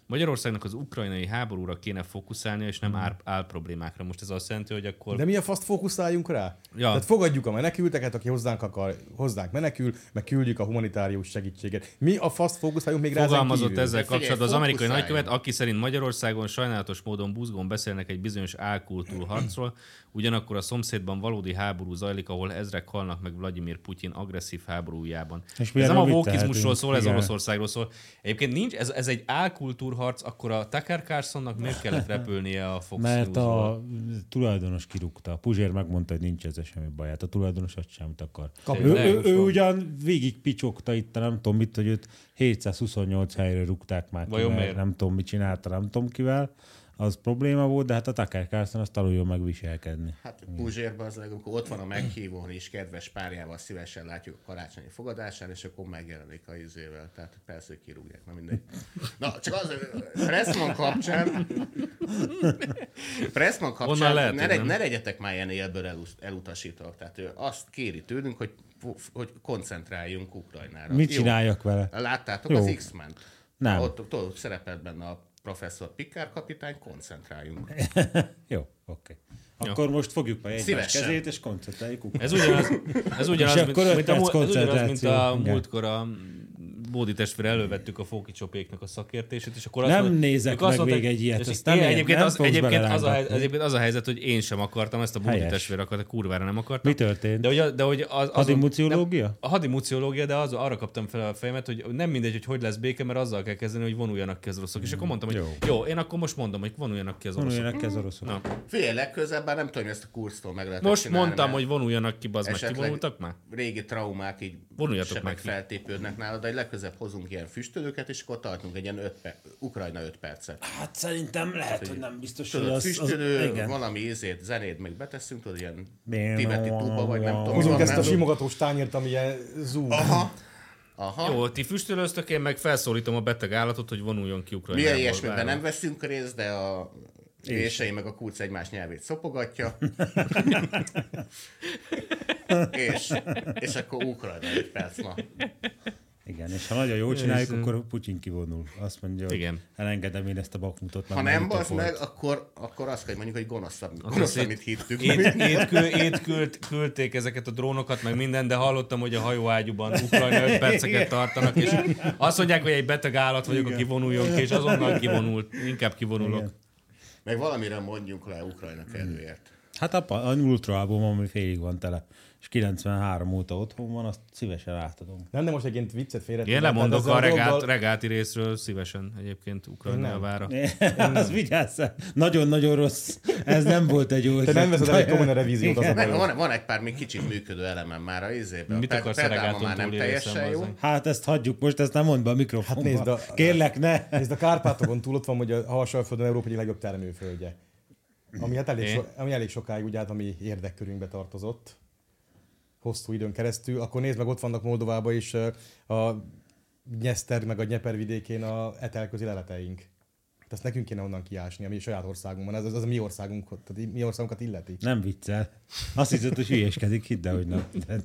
Speaker 1: Magyarországnak az ukrajnai háborúra kéne fókuszálnia, és nem ár- álproblémákra. Most ez azt jelenti, hogy akkor...
Speaker 2: De mi a faszt fókuszáljunk rá?
Speaker 1: Ja.
Speaker 2: Tehát fogadjuk a menekülteket, aki hozzánk akar, hozzánk menekül, meg küldjük a humanitárius segítséget. Mi a faszt fókuszáljunk még rá
Speaker 1: Fogalmazott
Speaker 2: kívül?
Speaker 1: ezzel kapcsolatban az
Speaker 2: fókuszáljunk.
Speaker 1: amerikai nagykövet, aki szerint Magyarországon sajnálatos módon buzgón beszélnek egy bizonyos álkultúr harcról, ugyanakkor a szomszédban valódi háború zajlik, ahol ezrek halnak meg Vladimir Putyin agresszív háborújában.
Speaker 4: És mi
Speaker 1: ez nem a
Speaker 4: erről mit
Speaker 1: vókizmusról
Speaker 4: tehetünk?
Speaker 1: szól, ez
Speaker 4: Igen.
Speaker 1: Oroszországról szól. Egyébként nincs, ez, ez egy álkultúrharc, akkor a Tucker Carlsonnak miért kellett repülnie a Fox
Speaker 4: Mert
Speaker 1: Newsról?
Speaker 4: a tulajdonos kirúgta. A Puzsér megmondta, hogy nincs ezzel semmi baját. A tulajdonos azt semmit akar.
Speaker 1: Kapitán
Speaker 4: Ő, ő,
Speaker 1: János
Speaker 4: ő,
Speaker 1: van.
Speaker 4: ugyan végig picsogta itt, a nem tudom mit, hogy őt 728 helyre rúgták már. ki,
Speaker 1: Vajon
Speaker 4: mert
Speaker 1: miért?
Speaker 4: Nem tudom, mit csinálta, nem tudom kivel. Az probléma volt, de hát a Tucker Carlson azt tanuljon meg viselkedni.
Speaker 3: Hát Puzsérban az amikor ott van a meghívón és kedves párjával szívesen látjuk a karácsonyi fogadásán, és akkor megjelenik a izével. Tehát persze, hogy kirúgják, na mindegy. Na, csak az Pressman kapcsán Pressman kapcsán
Speaker 1: Onnan lehet,
Speaker 3: ne,
Speaker 1: hogy
Speaker 3: legy-
Speaker 1: nem.
Speaker 3: ne, legyetek már ilyen élből elus- elutasítók. Tehát ő azt kéri tőlünk, hogy, hogy koncentráljunk Ukrajnára.
Speaker 4: Mit csináljak vele?
Speaker 3: Hát. Láttátok
Speaker 4: Jó.
Speaker 3: az X-Men?
Speaker 4: Nem.
Speaker 3: Ott, ott, ott szerepelt benne a professzor Pikár kapitány, koncentráljunk.
Speaker 4: Jó, oké. Akkor most fogjuk meg egymás
Speaker 3: Szívesen.
Speaker 4: kezét, és koncentráljuk.
Speaker 1: Ez ugyanaz, ez ugyanaz,
Speaker 4: És
Speaker 1: mint,
Speaker 4: akkor öt
Speaker 1: mint, a,
Speaker 4: perc
Speaker 1: mú- ez ugyanaz, mint a
Speaker 4: koncentráció. Igen.
Speaker 1: múltkor a Bódi testvére elővettük a Fóki Csopéknak a szakértését, és akkor azt
Speaker 4: Nem
Speaker 1: mond-
Speaker 4: nézek
Speaker 1: ők azt
Speaker 4: meg
Speaker 1: mondták-
Speaker 4: még egy ilyet,
Speaker 1: és
Speaker 4: ezt
Speaker 1: én-
Speaker 4: nem-
Speaker 1: egyébként,
Speaker 4: nem
Speaker 1: az,
Speaker 4: fogsz
Speaker 1: egyébként, az a, hely-
Speaker 4: belelátni.
Speaker 1: egyébként az a helyzet, hogy én sem akartam, ezt a Bódi
Speaker 4: Helyes.
Speaker 1: testvér akarta, kurvára nem akartam.
Speaker 4: Mi történt?
Speaker 1: De hogy, a- de hogy az, azon-
Speaker 4: Hadimuciológia?
Speaker 1: nem- A hadimuciológia, de az, arra kaptam fel a fejemet, hogy nem mindegy, hogy hogy lesz béke, mert azzal kell kezdeni, hogy vonuljanak ki az oroszok. És akkor mondtam, hogy jó,
Speaker 4: Jó.
Speaker 1: én akkor most mondom, hogy vonuljanak ki az oroszok.
Speaker 4: Vonuljanak ki az oroszok.
Speaker 1: Na.
Speaker 3: Figyelj, legközelebb már nem tudom, hogy ezt a kurztól meg lehet
Speaker 1: Most
Speaker 3: csinálni,
Speaker 1: mondtam,
Speaker 3: mert
Speaker 1: hogy vonuljanak ki, bazd meg.
Speaker 3: esetleg
Speaker 1: Kivonultak már?
Speaker 3: Régi traumák így
Speaker 1: Vonuljatok
Speaker 3: sebek
Speaker 1: már ki.
Speaker 3: feltépődnek nálad, de legközelebb hozunk ilyen füstölőket, és akkor tartunk egy ilyen öt per- Ukrajna 5 percet.
Speaker 4: Hát szerintem lehet, hogy nem biztos, hogy
Speaker 3: Tudod,
Speaker 4: az... az
Speaker 3: füstölő,
Speaker 4: igen.
Speaker 3: valami ízét, zenét meg beteszünk, tudod, ilyen
Speaker 4: Bim,
Speaker 3: tibeti tuba, vagy nem tudom.
Speaker 2: Hozunk
Speaker 3: mi van
Speaker 2: ezt a
Speaker 3: náluk.
Speaker 2: simogatós tányért, ami ilyen zoom.
Speaker 3: Aha. Aha.
Speaker 1: Jó, ti füstölöztök, én meg felszólítom a beteg állatot, hogy vonuljon ki Ukrajnából.
Speaker 3: Milyen ilyesmiben
Speaker 1: várom.
Speaker 3: nem veszünk részt, de a Vései meg a kurc egymás nyelvét szopogatja. és, és akkor Ukrajna egy perc, na.
Speaker 4: Igen, és ha nagyon jól csináljuk,
Speaker 1: Jézusom.
Speaker 4: akkor Putyin kivonul. Azt mondja, hogy
Speaker 1: Igen.
Speaker 4: Igen. elengedem én ezt a bakmutot.
Speaker 3: Ha nem
Speaker 4: basz
Speaker 3: basz meg, akkor, akkor azt kell, hogy mondjuk, hogy gonoszabb,
Speaker 1: Azt
Speaker 3: gonosz,
Speaker 1: hiszed,
Speaker 3: amit hittük.
Speaker 1: Ét, étkül, étkült, küldték ezeket a drónokat, meg minden, de hallottam, hogy a hajóágyúban Ukrajna 5 perceket
Speaker 4: Igen.
Speaker 1: tartanak, és azt mondják, hogy egy beteg állat vagyok, aki vonuljon ki, és azonnal kivonult. Inkább kivonulok.
Speaker 4: Igen.
Speaker 3: Meg valamire mondjunk le Ukrajna kedvéért.
Speaker 1: Mm.
Speaker 4: Hát a, pa- a Ultra album, ami félig van tele, és 93 óta otthon van, azt szívesen átadom.
Speaker 2: Nem, de most egyébként viccet félre.
Speaker 1: Én lemondok a regát, regáti részről szívesen egyébként Ukrajnávára.
Speaker 4: [laughs] Az vigyázz, el. nagyon-nagyon rossz. Ez nem volt egy jó
Speaker 2: Te nem veszed el egy
Speaker 1: [laughs]
Speaker 2: komolyan revíziót, az a
Speaker 3: Meg
Speaker 2: baj.
Speaker 3: van, van egy pár még kicsit működő elemem már a izében.
Speaker 1: Mit
Speaker 3: Pe-
Speaker 1: akarsz
Speaker 3: pedálma
Speaker 1: a regáton
Speaker 3: már nem
Speaker 1: túl élni
Speaker 3: teljesen jó.
Speaker 1: szemmel,
Speaker 4: Hát ezt hagyjuk most, ezt nem mondd be a mikrofonba.
Speaker 2: nézd
Speaker 4: Hát
Speaker 2: a-
Speaker 4: a... Kérlek, ne!
Speaker 2: Nézd, a Kárpátokon túl ott van, hogy a Halsalföldön Európa egyik legjobb termőföldje. Ami, hát elég,
Speaker 1: Oké.
Speaker 2: so, ami elég sokáig úgy állt, ami érdekkörünkbe tartozott. Hosszú időn keresztül. Akkor nézd meg, ott vannak Moldovában is ö, a Nyeszter meg a Nyeper vidékén a etelközi leleteink. Hát Ezt nekünk kéne onnan kiásni, ami saját országunkban. Ez, ez, ez a mi országunk, tehát i- mi országunkat illeti.
Speaker 4: Nem viccel. Azt hiszed, hogy hülyeskedik, hidd el, hogy nem. De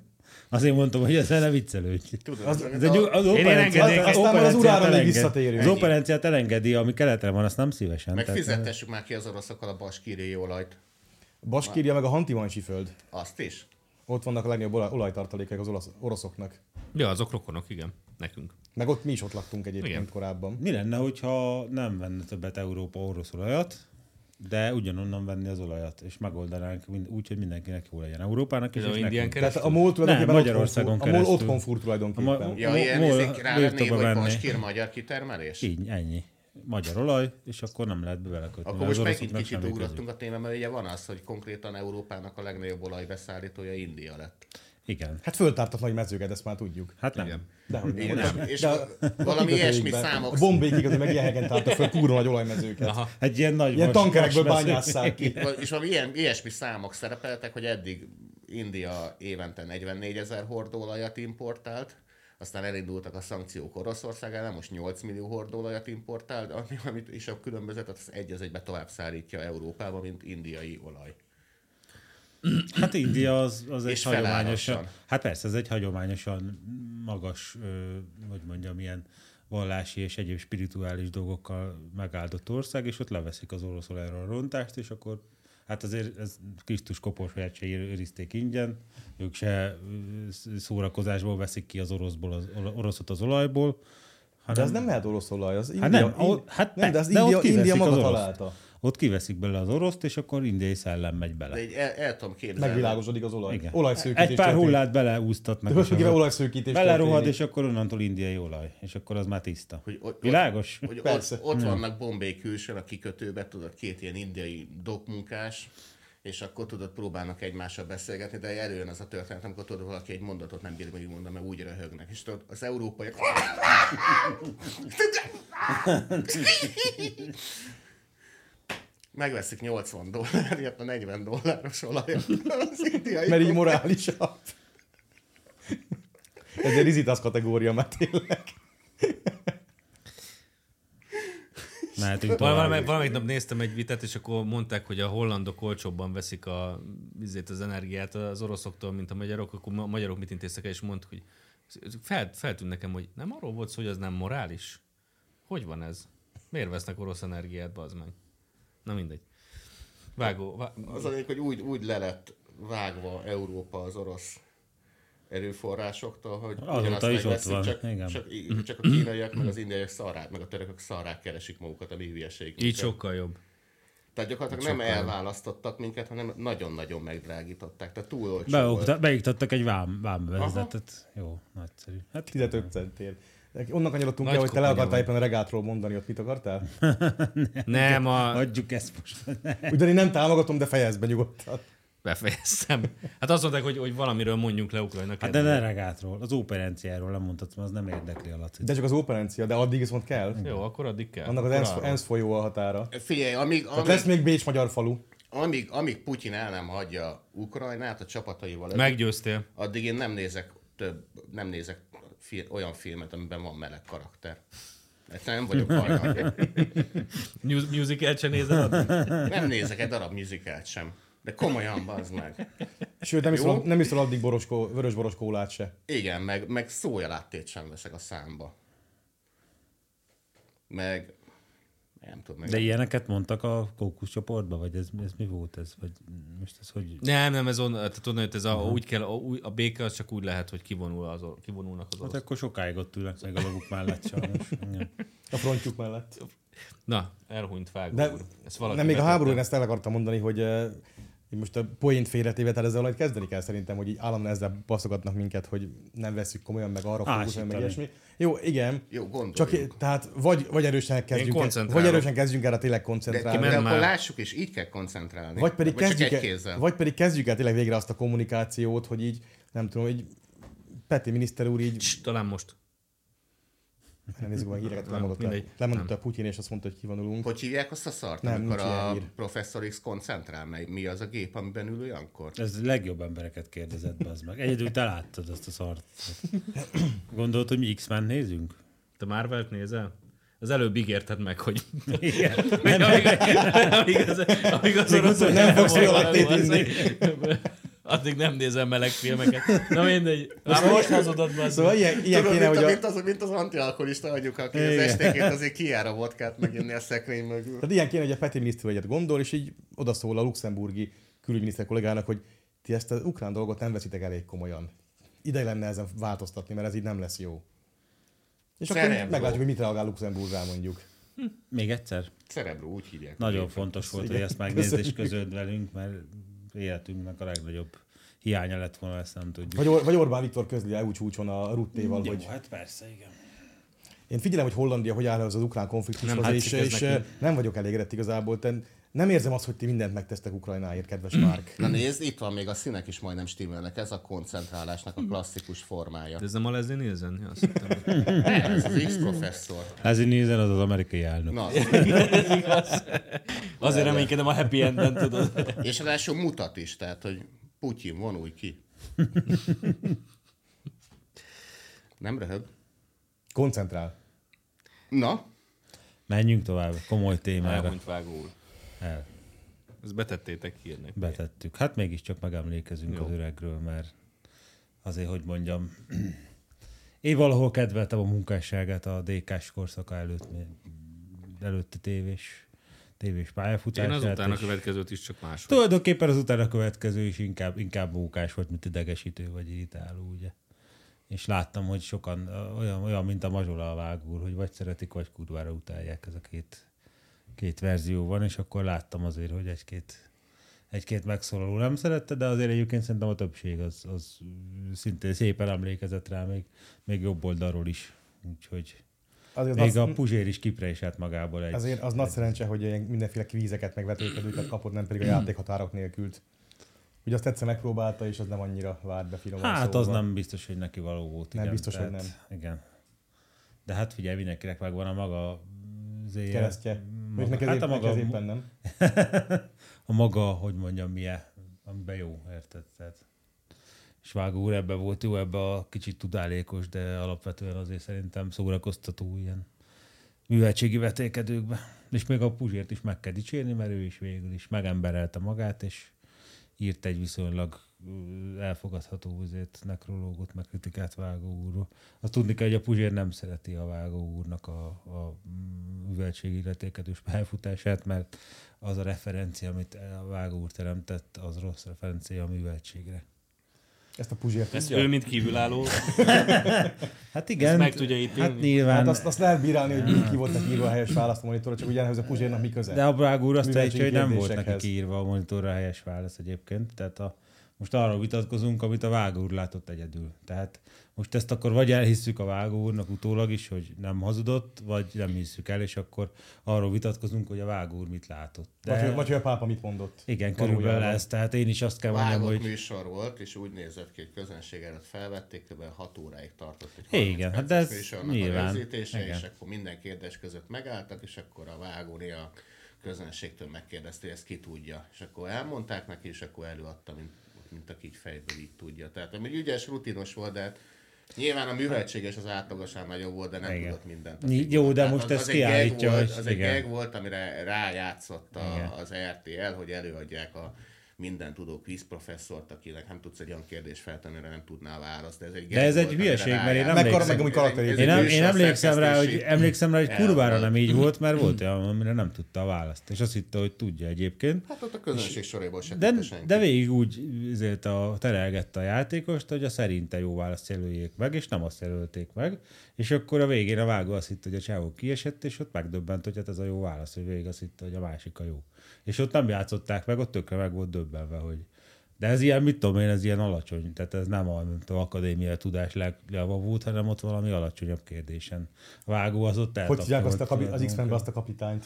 Speaker 4: azért mondtam, hogy ezzel ne viccelődj.
Speaker 2: Az-
Speaker 4: Ez egy, az
Speaker 1: Én engednék.
Speaker 4: operenciát, az
Speaker 2: Aztán már az urára még
Speaker 4: elenged-
Speaker 2: visszatérünk.
Speaker 4: Az operenciát elengedi, ami keletre van, azt nem szívesen.
Speaker 3: Meg
Speaker 4: tehát- eh,
Speaker 3: fizetessük már ki az oroszokkal a baskíriai olajt.
Speaker 2: Baskírja meg a Hantimansi föld.
Speaker 3: Azt is.
Speaker 2: Ott vannak a legnagyobb olaj- olajtartalékek az olasz, oroszoknak.
Speaker 1: Ja, azok rokonok, igen, nekünk.
Speaker 2: Meg ott mi is ott laktunk egyébként
Speaker 1: Igen.
Speaker 2: korábban.
Speaker 4: Mi lenne, hogyha nem venne többet Európa orosz olajat, de ugyanonnan venni az olajat, és megoldanánk mind, úgy, hogy mindenkinek jó legyen. Európának is,
Speaker 1: Ez a
Speaker 4: és
Speaker 1: Indián
Speaker 4: nekünk.
Speaker 2: Tehát
Speaker 1: keresztül.
Speaker 2: Hát a MOL
Speaker 4: Nem,
Speaker 2: tulajdonképpen
Speaker 4: Magyarországon
Speaker 2: otthon, fúr- A
Speaker 4: keresztül.
Speaker 2: MOL otthon fúr tulajdonképpen.
Speaker 4: A ma-
Speaker 3: Ja,
Speaker 4: Mo-
Speaker 3: ilyen
Speaker 4: mol-
Speaker 3: izék, rá nem
Speaker 4: birtokba
Speaker 3: név, hogy
Speaker 4: venni.
Speaker 3: baskír magyar kitermelés.
Speaker 4: Így, ennyi. Magyar olaj, és akkor nem lehet bevelekötni.
Speaker 3: Akkor most megint kicsit ugrottunk a téma, mert ugye van az, hogy konkrétan Európának a legnagyobb olajbeszállítója India lett.
Speaker 4: Igen.
Speaker 2: Hát föltártak nagy mezőket, ezt már tudjuk.
Speaker 4: Hát nem.
Speaker 1: Igen.
Speaker 2: Dehogy nem.
Speaker 3: Igen,
Speaker 2: nem.
Speaker 3: és
Speaker 2: De
Speaker 3: valami
Speaker 2: kikötőikben.
Speaker 3: ilyesmi számok.
Speaker 2: A bombékig azért meg ilyen hegen tártak föl kurva nagy olajmezőket.
Speaker 1: Aha.
Speaker 4: Egy ilyen nagy
Speaker 2: Ilyen
Speaker 4: vas-
Speaker 2: tankerekből
Speaker 4: vas- vesző.
Speaker 2: bányásszák ki.
Speaker 3: És valami ilyen, ilyesmi számok szerepeltek, hogy eddig India évente 44 ezer hordóolajat importált, aztán elindultak a szankciók Oroszország ellen, most 8 millió hordolajat importál, de annyi, amit is a különbözet, az egy az egybe tovább szállítja Európába, mint indiai olaj.
Speaker 4: Hát India az, az egy
Speaker 3: És
Speaker 4: hagyományosan,
Speaker 3: felállásan.
Speaker 4: hát persze, ez egy hagyományosan magas, ö, hogy mondjam, ilyen vallási és egyéb spirituális dolgokkal megáldott ország, és ott leveszik az orosz olajról a rontást, és akkor hát azért ez Krisztus koporsóját se őr- őrizték ingyen, ők se ö, sz- szórakozásból veszik ki az oroszból, az ola- oroszot az olajból,
Speaker 2: De az nem lehet orosz olaj, az
Speaker 4: hát
Speaker 2: India-
Speaker 4: nem, ahol- hát
Speaker 2: nem, de
Speaker 4: persze,
Speaker 2: az India-
Speaker 4: ott kiveszik
Speaker 2: India maga
Speaker 4: az oroszt.
Speaker 2: találta.
Speaker 4: Ott kiveszik belőle az oroszt, és akkor indiai szellem megy bele.
Speaker 3: De így el, el tudom képzelni.
Speaker 2: Megvilágosodik az olaj.
Speaker 4: Igen.
Speaker 2: Olajszűkítés
Speaker 4: Egy pár
Speaker 2: történik.
Speaker 4: hullát beleúsztatnak.
Speaker 2: De most
Speaker 4: és akkor
Speaker 2: mivel olajszűkítés
Speaker 4: Belerohad,
Speaker 2: történik?
Speaker 4: és akkor onnantól indiai olaj. És akkor az már tiszta.
Speaker 3: Hogy, ott-
Speaker 4: Világos?
Speaker 3: Hogy Persze. Ott, ott
Speaker 2: Hmm.
Speaker 3: vannak Bombay külsőn a kikötőben, tudod, két ilyen indiai dokmunkás, és akkor tudod, próbálnak egymással beszélgetni, de előjön az a történet, amikor tudod, valaki egy mondatot nem bír megmondani, mert úgy röhögnek. És tudod, az európaiak... Megveszik 80 dollárért, a 40 dolláros olajat. Az indiai
Speaker 2: Mert így morálisabb. Ez egy rizitász kategória, mert tényleg.
Speaker 4: Mehetünk
Speaker 1: Val- Valamely,
Speaker 4: tovább.
Speaker 1: valamelyik nap néztem egy vitát, és akkor mondták, hogy a hollandok olcsóbban veszik a, izét, az energiát az oroszoktól, mint a magyarok, akkor ma- a magyarok mit intéztek el, és mondtuk, hogy fel, feltűnt nekem, hogy nem arról volt szó, hogy az nem morális? Hogy van ez? Miért vesznek orosz energiát, bazd meg? Na mindegy. Vágó, vá...
Speaker 3: Az a lényeg, hogy úgy, úgy le lett vágva Európa az orosz erőforrásoktól, hogy
Speaker 4: Azóta
Speaker 3: ugyanazt
Speaker 4: is ott
Speaker 3: megveszik,
Speaker 4: van, hát
Speaker 3: Csak,
Speaker 4: igen.
Speaker 3: Csak, í- csak, a kínaiak, meg az indiaiak szarák, meg a törökök szarák keresik magukat a mi hülyeségünket.
Speaker 1: Így sokkal jobb.
Speaker 3: Tehát gyakorlatilag
Speaker 1: Így
Speaker 3: nem
Speaker 1: sokkal jobb.
Speaker 3: elválasztottak minket, hanem nagyon-nagyon megdrágították. Tehát túl olcsó
Speaker 4: Beokta,
Speaker 3: volt.
Speaker 4: beiktattak egy vám, vámvezetet. Jó, nagyszerű. Hát
Speaker 2: 15 centért. Onnan kanyarodtunk
Speaker 4: Nagy
Speaker 2: el, hogy te le
Speaker 4: koponya
Speaker 2: akartál
Speaker 4: vagy.
Speaker 2: éppen a regátról mondani, ott mit akartál?
Speaker 1: Nem, a...
Speaker 4: Adjuk ezt most.
Speaker 2: Ugyan én nem támogatom, de fejezd be nyugodtan.
Speaker 1: Befejeztem. Hát azt mondták, hogy, hogy valamiről mondjunk le Ukrajnak.
Speaker 4: Hát de ne regátról, az óperenciáról nem mondhatsz, az nem érdekli a Lacit.
Speaker 2: De csak az operencia, de addig viszont kell.
Speaker 1: Jó, akkor addig kell.
Speaker 2: Annak az
Speaker 1: Akkor
Speaker 2: ENSZ,
Speaker 1: arról.
Speaker 2: ENSZ folyó a határa.
Speaker 3: Figyelj, amíg,
Speaker 2: Tehát
Speaker 3: amíg,
Speaker 2: lesz még Bécs-Magyar falu.
Speaker 3: amíg, amíg Putyin el nem hagyja Ukrajnát a csapataival,
Speaker 1: Meggyőztél.
Speaker 3: addig én nem nézek több, nem nézek fi- olyan filmet, amiben van meleg karakter. Egyszerűen nem vagyok hajlandó.
Speaker 1: Mu- Musical-t se [laughs] nézed addig?
Speaker 3: Nem nézek egy darab musicalt sem. De komolyan, bazd meg.
Speaker 2: Sőt, nem
Speaker 3: Jó?
Speaker 2: iszol, nem iszol addig boroskó, vörös boroskólát se.
Speaker 3: Igen, meg, meg szójaláttét sem veszek a számba. Meg... Nem tudom, meg...
Speaker 4: De ilyeneket mondtak a kókusz csoportban, vagy ez, ez mi volt ez? Vagy most ez hogy...
Speaker 1: Nem, nem, ez on, tehát onnan jött ez a, úgy kell, a, új- a béke az csak úgy lehet, hogy kivonul az, or- kivonulnak az
Speaker 4: Hát
Speaker 1: orosz.
Speaker 4: akkor sokáig ott ülnek meg a lovuk mellett [laughs] sajnos. Igen.
Speaker 2: A frontjuk mellett.
Speaker 1: Na, elhunyt vágó
Speaker 2: De
Speaker 1: úr. Ezt valaki
Speaker 2: nem, még a
Speaker 1: betette.
Speaker 2: háborúra ezt el akartam mondani, hogy eh, így most a poént félretéve, tehát ezzel majd kezdeni kell szerintem, hogy így állandóan ezzel baszogatnak minket, hogy nem veszük komolyan, meg arra fókuszálunk,
Speaker 1: Ásítani.
Speaker 2: meg ilyesmi. Jó, igen.
Speaker 3: Jó, gondoljuk.
Speaker 2: Csak, tehát vagy, vagy erősen kezdjünk, el,
Speaker 3: koncentrálok.
Speaker 2: vagy erősen kezdjünk erre tényleg
Speaker 3: De,
Speaker 2: koncentrálni.
Speaker 3: de akkor lássuk, és így kell koncentrálni.
Speaker 2: Vagy pedig,
Speaker 3: csak
Speaker 2: kezdjük
Speaker 3: egy
Speaker 2: el,
Speaker 3: kézzel.
Speaker 2: vagy pedig kezdjük el tényleg végre azt a kommunikációt, hogy így, nem tudom, így Peti miniszter úr így... Cs,
Speaker 1: talán most.
Speaker 2: Nem nézzük meg a híreket,
Speaker 3: Nem,
Speaker 2: lemondott, le,
Speaker 3: mindegy.
Speaker 2: lemondott a Putyin, és azt mondta, hogy kivonulunk.
Speaker 3: Hogy hívják azt a szart,
Speaker 2: Nem,
Speaker 3: nem, amikor
Speaker 2: nincs ilyen
Speaker 3: a
Speaker 2: hír.
Speaker 3: professzor X koncentrál, mely, mi az a gép, amiben ül olyankor?
Speaker 4: Ez legjobb embereket kérdezett, az meg. Egyedül te láttad azt a szart. Gondolod, hogy mi X-Men nézünk?
Speaker 1: Te Marvelt nézel? Az előbb ígérted meg, hogy...
Speaker 4: Igen.
Speaker 1: Még amíg, amíg az, amíg az
Speaker 4: Még
Speaker 1: orosz,
Speaker 4: utána nem fogsz
Speaker 1: Valami-
Speaker 4: jól látni
Speaker 1: valami-
Speaker 4: nézni.
Speaker 1: Addig nem nézem meleg filmeket. Na mindegy. Már
Speaker 3: Szóval-
Speaker 1: most hazudod, bazd
Speaker 2: szóval
Speaker 1: meg.
Speaker 2: ilyen- ilyen
Speaker 3: Tudod,
Speaker 2: kéne,
Speaker 3: mint,
Speaker 2: hogy a-
Speaker 3: mint, az, mint az antialkoholista anyuka, aki az
Speaker 2: Igen.
Speaker 3: esténként azért kijár a vodkát meginni a szekrény mögül.
Speaker 2: Tehát ilyen kéne, hogy a Peti miniszter egyet gondol, és így odaszól a luxemburgi külügyminiszter kollégának, hogy ti ezt az ukrán dolgot nem veszitek elég komolyan. Ideig lenne ezen változtatni, mert ez így nem lesz jó. És akkor
Speaker 4: Szerebró.
Speaker 2: meglátjuk, hogy mit reagál Luxemburg rá mondjuk.
Speaker 4: Még egyszer?
Speaker 3: Cerebro, úgy hívják.
Speaker 4: Nagyon fontos volt, hogy
Speaker 2: Igen.
Speaker 4: ezt megnézd és
Speaker 2: Köszönjük.
Speaker 4: közöld velünk, mert életünknek a legnagyobb hiánya lett volna, ezt nem tudjuk.
Speaker 2: Vagy, Or- vagy Orbán Viktor közli EU csúcson a Ruttéval,
Speaker 4: Jó,
Speaker 2: hogy
Speaker 4: hát persze, igen.
Speaker 2: én figyelem, hogy Hollandia hogy áll az az ukrán konfliktushoz,
Speaker 4: Nem
Speaker 2: nem és,
Speaker 4: látszik ez
Speaker 2: és eh,
Speaker 4: neki.
Speaker 2: nem vagyok elégedett igazából. Te nem érzem azt, hogy ti mindent megtesztek Ukrajnáért, kedves Márk.
Speaker 3: Na nézd, itt van még a színek is majdnem stimmelnek, ez a koncentrálásnak a klasszikus formája.
Speaker 1: Ez nem a Leslie Nielsen? Ja, azt hittem.
Speaker 3: Nem, ez az X-professzor.
Speaker 4: Ez így nézel, az az amerikai elnök.
Speaker 3: Na.
Speaker 1: Ez igaz. Azért reménykedem a happy enden, tudod.
Speaker 3: És ráadásul mutat is, tehát, hogy Putyin, vonulj ki. Nem röhög.
Speaker 2: Koncentrál.
Speaker 3: Na?
Speaker 4: Menjünk tovább, komoly témára.
Speaker 1: Elmúnyt vágó úr.
Speaker 4: El.
Speaker 1: Ezt betettétek hírnek.
Speaker 4: Betettük. Hát mégiscsak megemlékezünk
Speaker 1: Jó.
Speaker 4: Jó. az öregről, mert azért, hogy mondjam, én valahol kedveltem a munkásságát a DK-s korszaka előtt, mi- előtti tévés, tévés
Speaker 1: Én
Speaker 4: pályafutását.
Speaker 1: azután a
Speaker 4: és
Speaker 1: következőt is csak máshogy.
Speaker 4: Tulajdonképpen az utána következő is inkább, inkább mókás volt, mint idegesítő vagy irritáló, ugye. És láttam, hogy sokan ö, olyan, olyan mint a mazsola a vágúr, hogy vagy szeretik, vagy kurvára utálják ez a két, két verzió van, és akkor láttam azért, hogy egy-két egy-két megszólaló nem szerette, de azért egyébként szerintem a többség az, az szintén szépen emlékezett rá, még, még jobb oldalról is. Úgyhogy
Speaker 2: Azért
Speaker 4: azért
Speaker 2: az
Speaker 4: még
Speaker 2: azt-
Speaker 4: a Puzsér is kiprejsett magából egy...
Speaker 2: Ezért az nagy szerencse, hogy ilyen mindenféle kvízeket, meg vetélkedőket kapott, nem
Speaker 4: Mm.
Speaker 2: pedig a játékhatárok nélkült. Ugye azt egyszer megpróbálta, és az nem annyira várt be finoman
Speaker 4: Hát
Speaker 2: szóval.
Speaker 4: az nem biztos, hogy neki való volt.
Speaker 2: Nem, biztos, hogy
Speaker 4: nem. Igen. De hát figyelj, mindenkinek megvan a maga zéje.
Speaker 2: Keresztje.
Speaker 4: Mm.
Speaker 2: Mondjuk
Speaker 4: Hát,
Speaker 2: neki ez épp- neki ez éppen nem.
Speaker 4: [laughs] a maga, hogy mondjam, milyen, amiben jó, érted? Tehát Svágó úr ebbe volt jó, ebbe a kicsit tudálékos, de alapvetően azért szerintem szórakoztató ilyen műveltségi vetékedőkbe. És még a Puzsért is meg kell dicsérni, mert ő is végül is megemberelte magát, és írt egy viszonylag ö, elfogadható azért nekrológot, meg kritikát Vágó úrról. Azt tudni kell, hogy a Puzsér nem szereti a Vágó úrnak a, a műveltségi illetékedős pályafutását, mert az a referencia, amit a Vágó úr teremtett, az rossz referencia a műveltségre.
Speaker 2: Ezt a Puzsért
Speaker 1: Ezt
Speaker 2: tudja?
Speaker 1: ő, mint kívülálló.
Speaker 4: Hát igen,
Speaker 1: meg tudja ítélni.
Speaker 4: hát nyilván.
Speaker 2: Hát azt, azt lehet bírálni, hogy ki volt neki írva a helyes választ a monitorra, csak ugyanhez a Puzsérnak mi köze.
Speaker 4: Mm. De a Brág úr azt
Speaker 2: Műveltségi
Speaker 4: állítja, hogy nem volt neki
Speaker 2: kérdésekhez.
Speaker 4: kiírva a monitorra a helyes válasz egyébként. Tehát a, most arról vitatkozunk, amit a Vágó úr látott egyedül. Tehát most ezt akkor vagy elhisszük a Vágó úrnak utólag is, hogy nem hazudott, vagy nem hisszük el, és akkor arról vitatkozunk, hogy a Vágó úr mit látott.
Speaker 2: Vagy hogy- vagy hogy a pápa mit mondott.
Speaker 4: Igen,
Speaker 2: Valójában.
Speaker 4: körülbelül ez. Tehát én is azt kell mondjam,
Speaker 3: Vágott
Speaker 4: hogy...
Speaker 3: műsor volt, és úgy nézett ki, hogy közönség előtt felvették, kb. 6 óráig tartott egy
Speaker 4: Igen,
Speaker 3: 30 perces
Speaker 4: hát de ez
Speaker 3: műsornak
Speaker 4: nyilván,
Speaker 3: a rögzítése,
Speaker 4: igen.
Speaker 3: és akkor minden kérdés között megálltak, és akkor a vágóni a közönségtől megkérdezte, hogy ezt ki tudja. És akkor elmondták neki, és akkor előadta, mint, mint aki így fejből így tudja. Tehát ami ügyes, rutinos volt, de hát Nyilván a műveltség és az átlagosán nagyobb volt, de nem igen. tudott mindent.
Speaker 4: Ny- jó, de
Speaker 3: Tehát
Speaker 4: most
Speaker 3: az,
Speaker 4: ezt
Speaker 3: az egy gag
Speaker 4: kiállítja,
Speaker 3: Volt,
Speaker 4: hogy-
Speaker 3: az egy
Speaker 4: igen.
Speaker 3: gag volt, amire rájátszott
Speaker 4: Igen.
Speaker 3: a, az RTL, hogy előadják a minden tudó quiz professzort, akinek nem tudsz egy olyan kérdést feltenni, amire nem tudná a választ. De ez egy,
Speaker 4: De
Speaker 3: gag
Speaker 4: ez
Speaker 3: volt,
Speaker 4: egy
Speaker 3: amire
Speaker 4: hülyeség, mert én
Speaker 3: rájátszott.
Speaker 4: emlékszem, én, nem, én emlékszem rá, hogy,
Speaker 3: szerkesztési
Speaker 4: emlékszem rá, hogy kurvára
Speaker 3: elv
Speaker 4: nem
Speaker 3: volt.
Speaker 4: így volt, mert volt olyan, amire nem tudta a választ. És azt hitte, hogy tudja egyébként.
Speaker 3: Hát ott a közönség soréból se
Speaker 4: de,
Speaker 3: tudta senki.
Speaker 4: de végig úgy izélt a, terelgette a játékost, hogy a szerinte jó választ jelöljék meg, és nem azt jelölték meg. És akkor a végén a vágó azt hitt, hogy a csávó kiesett, és ott megdöbbent, hogy hát ez a jó válasz, hogy végig azt hitt, hogy a másik a jó. És ott nem játszották meg, ott tökre meg volt döbbenve, hogy de ez ilyen, mit tudom én, ez ilyen alacsony, tehát ez nem a nem tudom, akadémia tudás le- levavult, hanem ott valami alacsonyabb kérdésen. A vágó az ott
Speaker 2: Hogy
Speaker 4: eltapja,
Speaker 2: hívják azt a kapi- az
Speaker 4: tudom,
Speaker 2: X-Menbe azt a kapitányt?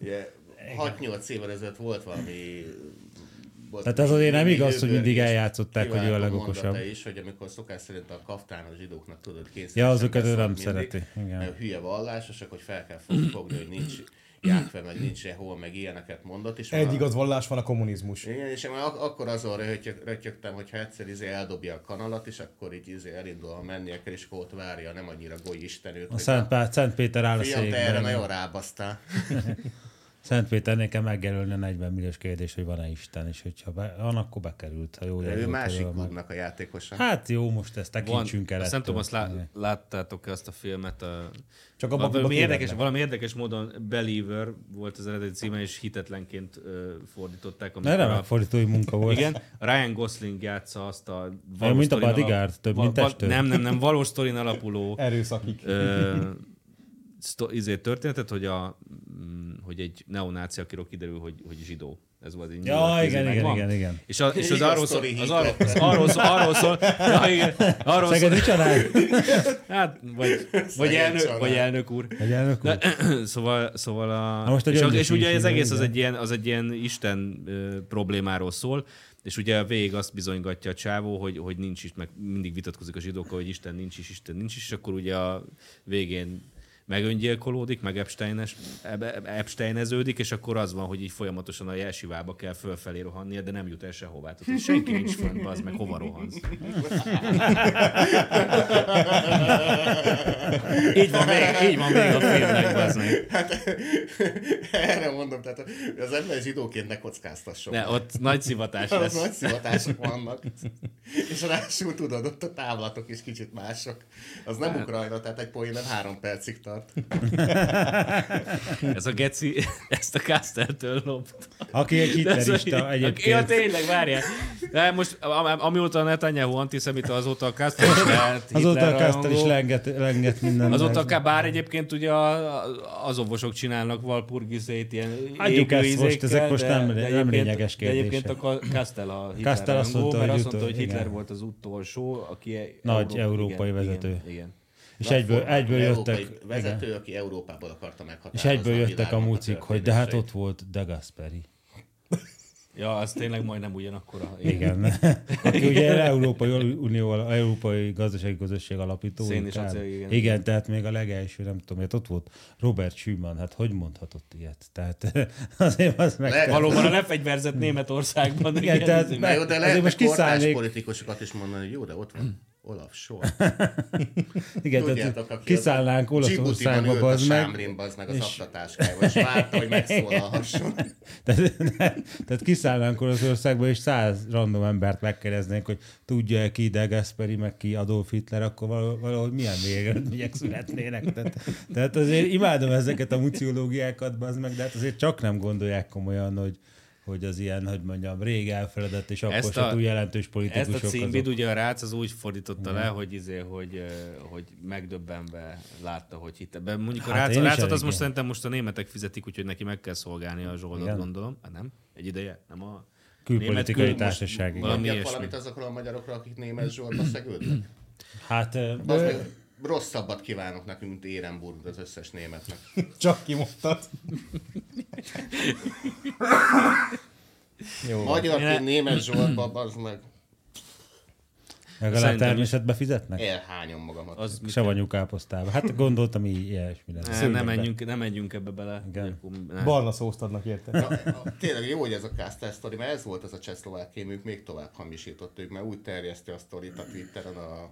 Speaker 3: Ugye, 6-8 évvel ezelőtt volt valami... volt
Speaker 4: Tehát az azért nem
Speaker 3: valami
Speaker 4: igaz, hogy mindig
Speaker 3: hőbörgés,
Speaker 4: eljátszották, hogy ő a
Speaker 3: kiváló
Speaker 4: legokosabb.
Speaker 3: mondata is, hogy amikor szokás szerint a kaftános zsidóknak tudod kényszerűen...
Speaker 4: Ja, azokat ő
Speaker 3: beszélni
Speaker 4: nem
Speaker 3: mindig,
Speaker 4: szereti. Igen.
Speaker 3: mert hülye vallásosak, hogy fel kell fog- fogni, hogy nincs jákve, meg nincs sehol, meg ilyeneket mondott. És
Speaker 2: Egy
Speaker 3: már-
Speaker 2: igaz vallás van a kommunizmus.
Speaker 3: igen, és én már ak- akkor azon röhötyög, rötyögtem, hogy ha egyszer izé eldobja a kanalat, és akkor így izé elindul a mennie kell, és akkor ott várja nem annyira goly istenőt.
Speaker 4: A Szent, Pá- Szent Péter áll a
Speaker 3: Fiam, te
Speaker 4: székben.
Speaker 3: erre nagyon rábasztál.
Speaker 4: Szent Péter nekem megjelölne 40 milliós kérdés, hogy van-e Isten, és hogyha be, van, akkor bekerült, ha jól
Speaker 3: De ő
Speaker 4: jelölt,
Speaker 3: másik
Speaker 4: ha meg-
Speaker 3: klubnak a játékosa.
Speaker 4: Hát jó, most ezt tekintsünk el.
Speaker 1: Azt nem tudom, azt
Speaker 4: ettől.
Speaker 1: lá- láttátok-e azt a filmet? A...
Speaker 2: Csak abban- abban
Speaker 1: valami, érdekes,
Speaker 2: tévednek.
Speaker 1: valami érdekes módon Believer volt az eredeti címe, és hitetlenként ö, fordították.
Speaker 4: Ne, remek fordítói munka volt.
Speaker 1: Igen, Ryan Gosling játsza azt a... valós
Speaker 4: Olyan, mint a
Speaker 1: sztorin
Speaker 4: Bodyguard, több, mint testőr.
Speaker 1: Nem, nem, nem, valós sztorin
Speaker 11: [laughs]
Speaker 1: alapuló...
Speaker 2: Erőszakik.
Speaker 1: Ö, szto, izé, történetet, hogy, a, mm, hogy egy neonáci, akiről kiderül, hogy, hogy zsidó. Ez volt egy
Speaker 4: Ja,
Speaker 1: nyilván, izé,
Speaker 4: igen, igen,
Speaker 1: megvan.
Speaker 4: igen, igen.
Speaker 1: És, a, és az
Speaker 4: Igaz
Speaker 1: arról szól,
Speaker 4: sztori,
Speaker 1: az arról, az
Speaker 4: Hitler.
Speaker 1: arról szól, arról
Speaker 4: [laughs]
Speaker 1: szól, ja, igen, arról
Speaker 4: Szegedi
Speaker 1: [laughs]
Speaker 4: család?
Speaker 1: Hát, vagy, vagy,
Speaker 11: Szegedi
Speaker 1: elnök,
Speaker 11: család.
Speaker 1: vagy elnök úr.
Speaker 4: Vagy elnök úr.
Speaker 1: De, szóval, szóval a...
Speaker 4: Na most a
Speaker 1: és, a,
Speaker 4: gyöngyösi
Speaker 1: és ugye
Speaker 4: is,
Speaker 1: ez
Speaker 4: igen,
Speaker 1: egész az
Speaker 4: igen.
Speaker 1: egy ilyen, az egy ilyen Isten ö, problémáról szól, és ugye végig azt bizonygatja a csávó, hogy, hogy nincs is, meg mindig vitatkozik a zsidókkal, hogy Isten nincs is, Isten nincs is, és akkor ugye a végén meg öngyilkolódik, meg Epsteines, Eb- Epsteineződik, és akkor az van, hogy így folyamatosan a jelsivába kell fölfelé rohannia, de nem jut el sehová. Tehát így senki nincs fönn, az meg hova rohansz. így van még, így van még a filmnek, bazd meg.
Speaker 3: Hát, erre mondom, tehát az ember zsidóként ne kockáztasson.
Speaker 1: Ne, ott nagy szivatás
Speaker 3: Az
Speaker 1: lesz.
Speaker 3: Nagy szivatások vannak. És ráadásul tudod, ott a távlatok is kicsit mások. Az
Speaker 1: Hát.
Speaker 3: nem Ukrajna, tehát egy poén nem három percig tart.
Speaker 1: Ez a geci, [laughs] ezt a Castertől lopt. [laughs]
Speaker 4: Aki egy
Speaker 1: De ez
Speaker 4: hitlerista
Speaker 1: a-
Speaker 4: egyébként.
Speaker 1: Ja, tényleg, várjál. De most, am- am- amióta a Netanyahu antiszemita, azóta a Caster
Speaker 4: [laughs]
Speaker 1: is lehet
Speaker 4: Azóta a
Speaker 1: Hitler
Speaker 4: Kastel is
Speaker 1: rajongó.
Speaker 4: lenget, lenget minden.
Speaker 1: Azóta akár bár egyébként ugye a- a- az ovosok csinálnak valpurgizét ilyen
Speaker 4: Hagyjuk
Speaker 1: égő
Speaker 4: ezt most,
Speaker 1: ízékkel,
Speaker 4: ezek most
Speaker 1: de-
Speaker 4: nem-
Speaker 1: de
Speaker 4: nem
Speaker 1: egyébként-
Speaker 4: lényeges
Speaker 1: de egyébként
Speaker 4: kérdések.
Speaker 1: a Kastel a Hitler
Speaker 4: Kastel azt
Speaker 1: rajongó,
Speaker 4: mondta,
Speaker 1: mert
Speaker 4: hogy
Speaker 1: azt mondta,
Speaker 4: utol-
Speaker 1: hogy Hitler
Speaker 4: igen.
Speaker 1: volt az utolsó, aki e-
Speaker 4: Nagy európai
Speaker 1: igen,
Speaker 4: vezető.
Speaker 1: igen, igen.
Speaker 4: És egyből, egyből
Speaker 3: Európai
Speaker 4: jöttek.
Speaker 3: Vezető,
Speaker 4: igen.
Speaker 3: aki Európából akarta
Speaker 4: És
Speaker 3: meghatározni.
Speaker 4: egyből jöttek a
Speaker 3: világnak
Speaker 4: mucik, hogy de hát ott volt De Gasperi.
Speaker 1: Ja, az tényleg majdnem ugyanakkora.
Speaker 4: Igen. [laughs] Aki ugye Európai Unió, Európai Gazdasági Közösség alapító.
Speaker 1: Szén és
Speaker 4: inkább.
Speaker 1: acél, igen.
Speaker 4: igen. tehát még a legelső, nem tudom, miért ott volt Robert Schumann, hát hogy mondhatott ilyet? Tehát [laughs] azért az meg...
Speaker 1: Le- Valóban a lefegyverzett Németországban.
Speaker 4: Igen, tehát
Speaker 1: ez-
Speaker 4: meg-
Speaker 3: Jó, de
Speaker 4: azért
Speaker 3: lehet
Speaker 4: most
Speaker 3: most
Speaker 4: kiszállnék. Hmm.
Speaker 3: politikusokat is mondani, hogy jó, de ott van Olaf Scholz.
Speaker 4: Igen,
Speaker 3: Tudjátok,
Speaker 4: tehát
Speaker 3: aki
Speaker 4: kiszállnánk
Speaker 3: ott Djiboutiban
Speaker 4: Olaszországba,
Speaker 3: ült
Speaker 4: bazd
Speaker 3: a
Speaker 4: meg.
Speaker 3: Sámlin, bazd meg az aktatáskával, és várta, hogy
Speaker 4: [laughs]
Speaker 3: megszólalhasson.
Speaker 4: tehát, tehát kiszállnánk Olaszországba, és száz random embert megkérdeznénk, hogy tudja-e ki De Gasperi, meg ki Adolf Hitler, akkor val- valahogy milyen végeredmények születnének. Tehát, tehát azért imádom ezeket a muciológiákat, bazd meg, de hát azért csak nem gondolják komolyan, hogy hogy az ilyen, hogy mondjam, rég elfeledett, és akkor se túl jelentős politikusok
Speaker 1: Ezt a címvéd
Speaker 4: azok.
Speaker 1: ugye a Rácz az úgy fordította
Speaker 4: Igen.
Speaker 1: le, hogy, izé, hogy, ö, hogy megdöbbenve látta, hogy hitte. be. Mondjuk a
Speaker 4: Hát
Speaker 1: Rácz,
Speaker 4: én
Speaker 1: a
Speaker 4: is
Speaker 1: Rácot az
Speaker 4: elég
Speaker 1: most
Speaker 4: ilyen.
Speaker 1: szerintem most a németek fizetik, úgyhogy neki meg kell szolgálni a Zsoldot,
Speaker 4: Igen.
Speaker 1: gondolom. Hát nem? Egy ideje? Nem a
Speaker 4: Külpolitikai
Speaker 1: német kül-
Speaker 4: társaság,
Speaker 1: most
Speaker 4: igen.
Speaker 1: Valami
Speaker 3: Mondjak
Speaker 1: ilyesmi.
Speaker 3: valamit azokról a magyarokról, akik német Zsoltba szegődnek.
Speaker 4: Hát, ö,
Speaker 3: Az meg rosszabbat kívánok nekünk, mint Érenburg az összes
Speaker 4: [laughs]
Speaker 3: németnek.
Speaker 2: Csak kimondtad.
Speaker 3: Jó.
Speaker 2: Jó.
Speaker 3: Magyarként német Zsoltba, az meg
Speaker 4: legalább
Speaker 1: Szerintem is.
Speaker 4: természetbe fizetnek?
Speaker 3: elhányom magamat.
Speaker 1: Az mit-
Speaker 4: Savanyú káposztába. Hát gondoltam, így ilyesmi lesz.
Speaker 1: Ne, nem, menjünk, nem menjünk ebbe bele. Igen.
Speaker 2: Barna szózt adnak érte.
Speaker 3: Tényleg jó, hogy ez a Kástel sztori, mert ez volt az a csehszlovák kémük, még tovább hamisított ők, mert úgy terjeszti a sztorit a Twitteren, a,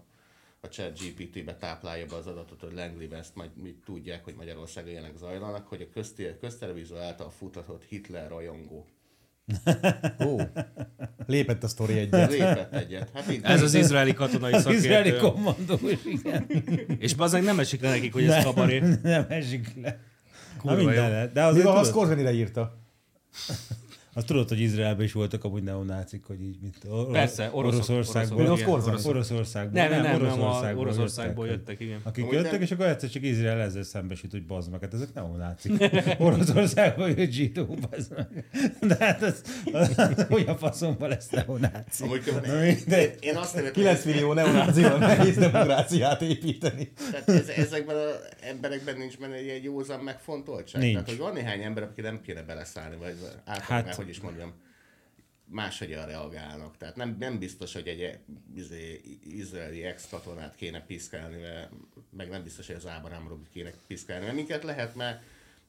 Speaker 3: a chat GPT-be táplálja be az adatot, hogy Langley ezt majd mit tudják, hogy Magyarországon ilyenek zajlanak, hogy a közté- köztelevízió által futatott Hitler rajongó.
Speaker 2: Ó, lépett a sztori egyet.
Speaker 3: Lépett egyet. Hát így-
Speaker 1: Ez az izraeli katonai
Speaker 4: [laughs] Az
Speaker 1: szakértő.
Speaker 4: izraeli kommandós, igen. [laughs]
Speaker 1: És bazeg nem esik le nekik, hogy ez kabaré.
Speaker 4: Nem esik le.
Speaker 1: Kurva
Speaker 4: Na minden,
Speaker 1: jó.
Speaker 4: le. de
Speaker 2: Mi
Speaker 4: azért
Speaker 2: van, ha
Speaker 4: tudod,
Speaker 2: Scorsese írta?
Speaker 4: azt tudod, hogy Izraelben is voltak amúgy neonácik, hogy így, mint or-
Speaker 1: Persze, oroszok-
Speaker 4: Oroszországból.
Speaker 1: oroszok, igen,
Speaker 4: Oroszországból.
Speaker 1: oroszok.
Speaker 4: Oroszországból.
Speaker 1: Nem, nem, nem, nem, a
Speaker 4: Oroszországból
Speaker 1: Oroszországból
Speaker 4: jöttek.
Speaker 1: jöttek, igen.
Speaker 4: Akik
Speaker 3: Amúgy
Speaker 4: jöttek,
Speaker 3: nem-
Speaker 4: és akkor egyszer csak Izrael ezzel szembesít, hogy bazd meg, hát ezek neonácik. [laughs] Oroszországból jött zsidó, bazd meg. De hát az, [laughs] az, az olyan faszomban lesz neonáci.
Speaker 3: Amúgy
Speaker 4: Na, mindegy.
Speaker 3: én azt nem
Speaker 2: 9 millió neonázival nehéz demokráciát építeni.
Speaker 3: Tehát ez, ezekben az emberekben nincs benne egy egy józan megfontoltság.
Speaker 4: Nincs.
Speaker 3: Tehát, hogy van néhány ember, aki nem kéne beleszállni, vagy általában, hát... hogy is mondjam, máshogyan reagálnak. Tehát nem, nem biztos, hogy egy e- izé, izraeli ex-katonát kéne piszkálni, mert- meg nem biztos, hogy az Ábrám Robit kéne piszkálni, mert minket lehet, mert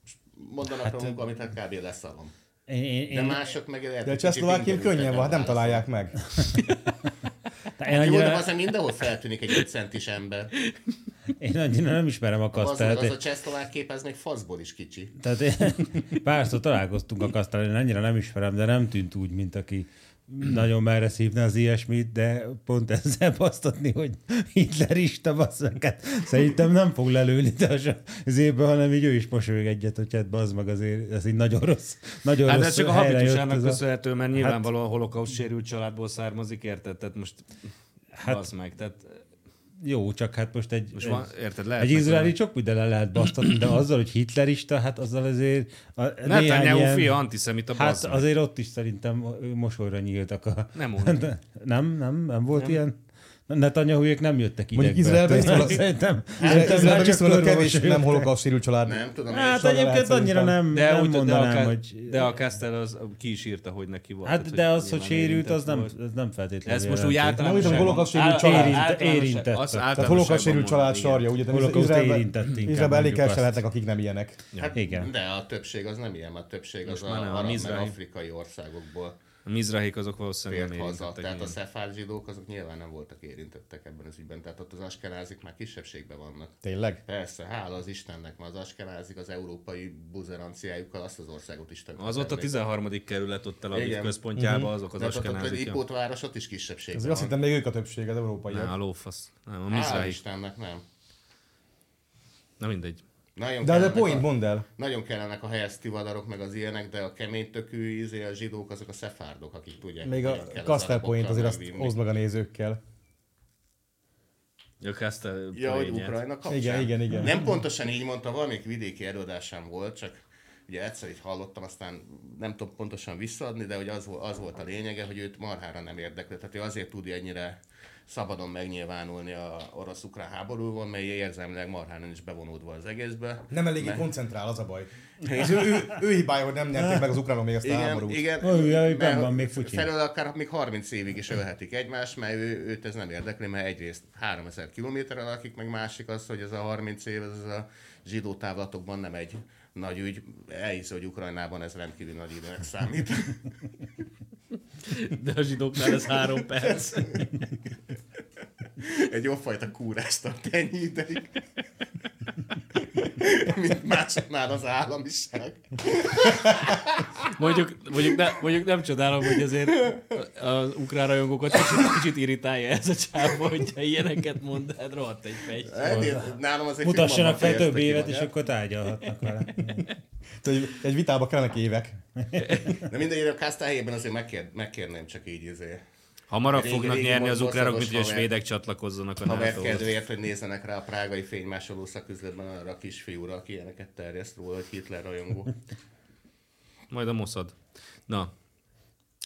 Speaker 3: most mondanak hát, rólunk, amit hát kb. leszarom.
Speaker 4: Én, én,
Speaker 3: De
Speaker 4: én,
Speaker 3: mások meg lehet,
Speaker 2: De a
Speaker 3: hogy kicsit
Speaker 2: csehszlovákén
Speaker 3: ingerültek,
Speaker 2: könnyen van, hát nem
Speaker 3: válaszolnak.
Speaker 2: találják meg.
Speaker 4: én
Speaker 3: Jó, de
Speaker 4: annyira,
Speaker 3: azért mindenhol feltűnik egy 5 centis ember.
Speaker 4: én annyira nem ismerem a
Speaker 3: Az,
Speaker 4: kasztát.
Speaker 3: az a csehszlovák kép, ez még faszból is kicsi.
Speaker 4: Tehát én- [laughs] párszor találkoztunk a kasztán, én annyira nem ismerem, de nem tűnt úgy, mint aki nagyon merre szívna az ilyesmit, de pont ezzel basztatni, hogy hitlerista bassz meg. Hát szerintem nem fog lelőni de az, az évben, hanem így ő is mosolyog egyet, hogy hát bazd meg azért, ez így nagyon rossz, nagyon
Speaker 1: Hát
Speaker 4: rossz
Speaker 1: ez csak a
Speaker 4: helyre jött
Speaker 1: habitusának
Speaker 4: ez a- Hát-
Speaker 1: köszönhető, mert nyilvánvalóan holokauszt sérült családból származik, érted? Tehát most hát, basz meg, tehát
Speaker 4: Jó, csak hát most egy...
Speaker 1: Most
Speaker 4: egy-
Speaker 1: van- érted, lehet
Speaker 4: egy
Speaker 1: meg-
Speaker 4: izraeli csak minden le lehet basztatni, de azzal, hogy hitlerista, hát azzal azért... A,
Speaker 1: Netanyahu fia antiszemita,
Speaker 4: Hát
Speaker 1: bazd meg.
Speaker 4: azért ott is szerintem mosolyra nyíltak a... [laughs]
Speaker 1: Nem olyan.
Speaker 4: De- nem, nem, nem volt nem. ilyen? Netanyahu nem jöttek idegbe.
Speaker 2: Mondjuk Izraelben viszonylag-
Speaker 4: szerintem.
Speaker 2: Izraelben
Speaker 4: szerintem már csak
Speaker 2: Hát, viszonylag
Speaker 4: körbe
Speaker 2: kevés
Speaker 4: vasároltak.
Speaker 2: nem holokauszt sérült család. Nem
Speaker 3: tudom,
Speaker 4: Hát egyébként annyira nem,
Speaker 1: de
Speaker 4: nem
Speaker 1: úgy,
Speaker 4: mondanám,
Speaker 1: de a,
Speaker 4: hogy...
Speaker 1: hogy... De a Castel az ki is írta, hogy neki volt.
Speaker 4: Hát
Speaker 1: tehát,
Speaker 4: de az, hogy
Speaker 1: nyilván
Speaker 4: sérült,
Speaker 1: érintett
Speaker 4: az nem,
Speaker 1: volt.
Speaker 4: az nem feltétlenül.
Speaker 1: Ez most úgy
Speaker 4: jelenti.
Speaker 1: általánosságban- Nem, úgy, hogy holokauszt sérült család.
Speaker 4: Érint,
Speaker 1: Általánosság-
Speaker 4: érintett.
Speaker 1: az
Speaker 2: Tehát
Speaker 1: általánosságban
Speaker 2: holokauszt sérült
Speaker 1: mondom,
Speaker 2: család
Speaker 1: igen.
Speaker 2: sarja, ugye? De
Speaker 4: Holokauszt
Speaker 2: Izraelben-
Speaker 4: érintett inkább,
Speaker 2: Izraelben elég
Speaker 4: mondjuk
Speaker 2: kevesen
Speaker 4: azt.
Speaker 2: lehetnek, akik nem ilyenek.
Speaker 3: Hát,
Speaker 4: Igen.
Speaker 3: De a többség az nem ilyen, a többség
Speaker 1: Most
Speaker 3: az
Speaker 1: már
Speaker 3: a,
Speaker 1: nem, a
Speaker 3: arab, meg
Speaker 1: mizrahi.
Speaker 3: afrikai országokból
Speaker 1: A mizrahik azok valószínűleg
Speaker 3: tért
Speaker 1: nem
Speaker 3: haza.
Speaker 1: érintettek.
Speaker 3: Tehát a
Speaker 1: igen.
Speaker 3: szefár zsidók azok nyilván nem voltak érintettek ebben az ügyben. Tehát ott az askenázik már kisebbségben vannak.
Speaker 2: Tényleg?
Speaker 3: Persze, hála az Istennek, mert az askenázik az európai buzeranciájukkal azt az országot is tönkre
Speaker 1: Az ott a
Speaker 3: tennék.
Speaker 1: 13. kerület ott Tel Aviv
Speaker 3: Igen.
Speaker 4: Mhm.
Speaker 1: központjában, azok az
Speaker 3: De ott- ott egy
Speaker 1: askenázik.
Speaker 3: ipót város, ott is kisebbség
Speaker 2: Azért azt
Speaker 3: van.
Speaker 2: hittem még ők a többség, az
Speaker 1: Nem, a
Speaker 2: európaiak.
Speaker 1: lófasz. Nem, a
Speaker 3: Hála
Speaker 1: mizrahik.
Speaker 3: Istennek nem.
Speaker 1: Na mindegy.
Speaker 3: Nagyon
Speaker 2: De az a
Speaker 3: kellenek
Speaker 2: point, mondd el.
Speaker 3: Nagyon kellenek a helyes tivadarok, meg az ilyenek, de a kemény tökű izé, a zsidók, azok a szefárdok, akik tudják.
Speaker 2: Még
Speaker 3: hogy
Speaker 2: a
Speaker 3: hogy kell az
Speaker 2: Castel
Speaker 3: arabokkal
Speaker 2: point azért azt
Speaker 3: megvinni.
Speaker 2: hozd meg a nézőkkel.
Speaker 1: Ja, Castel
Speaker 3: Ja, hogy
Speaker 1: poénját.
Speaker 3: Ukrajna kapcsán.
Speaker 2: Igen, igen, igen.
Speaker 3: Nem pontosan így mondta, valamelyik vidéki előadásán volt, csak ugye egyszer így hallottam, aztán nem tudom pontosan visszaadni, de hogy az, vo- az volt a lényege, hogy őt marhára nem érdekli. Tehát ő azért tud ennyire szabadon megnyilvánulni a orosz-ukrán háborúban, mert érzelmileg marhára nincs bevonódva az egészbe.
Speaker 2: Nem eléggé
Speaker 3: Mert-
Speaker 2: koncentrál, az a baj. És ő, ő, ő hibája, hogy nem nyerték meg az ukránok még ezt a
Speaker 3: igen,
Speaker 2: háborút.
Speaker 3: igen,
Speaker 4: Ó, jaj,
Speaker 3: mert
Speaker 4: benn van még Putyin.
Speaker 3: Felől akár még 30 évig is ölhetik egymást, mert ő, őt ez nem érdekli, mert egyrészt 3000 kilométeren lakik, meg másik az, hogy ez a 30 év, ez a zsidó távlatokban nem egy nagy ügy. Elhiszi, hogy Ukrajnában ez rendkívül nagy időnek számít.
Speaker 1: De a zsidóknál ez három perc.
Speaker 3: Egy jó fajta kúrást tart ennyi ideig. [laughs] Mint másoknál az államiság.
Speaker 11: [laughs] Mondjuk, mondjuk, ne, mondjuk nem csodálom, hogy azért a- az ukrán rajongókat kicsit, kicsit irritálja ez a csába, hogyha ilyeneket mond, hát rohadt egy fegy.
Speaker 3: Ennél- Nálam azért finoman
Speaker 4: Mutassanak fel
Speaker 3: fejezte
Speaker 4: több
Speaker 3: ki
Speaker 4: évet, és
Speaker 3: magát.
Speaker 1: [laughs]
Speaker 4: akkor tárgyalhatnak vele.
Speaker 2: Egy, egy vitába kellenek évek.
Speaker 3: De mindegy, a Kásztál helyében azért megkér, megkérném csak így izé.
Speaker 1: Hamarabb
Speaker 3: Régi-
Speaker 1: fognak
Speaker 3: régi
Speaker 1: nyerni az
Speaker 3: borszagos
Speaker 1: ukránok, mint hogy a
Speaker 3: haver-
Speaker 1: svédek csatlakozzanak a
Speaker 3: haver
Speaker 1: nato
Speaker 3: kedvéért, hogy nézzenek rá a prágai fénymásoló szaküzletben arra a kisfiúra, aki ilyeneket terjeszt róla, hogy Hitler
Speaker 2: [laughs]
Speaker 3: rajongó.
Speaker 1: Majd a Mossad. Na,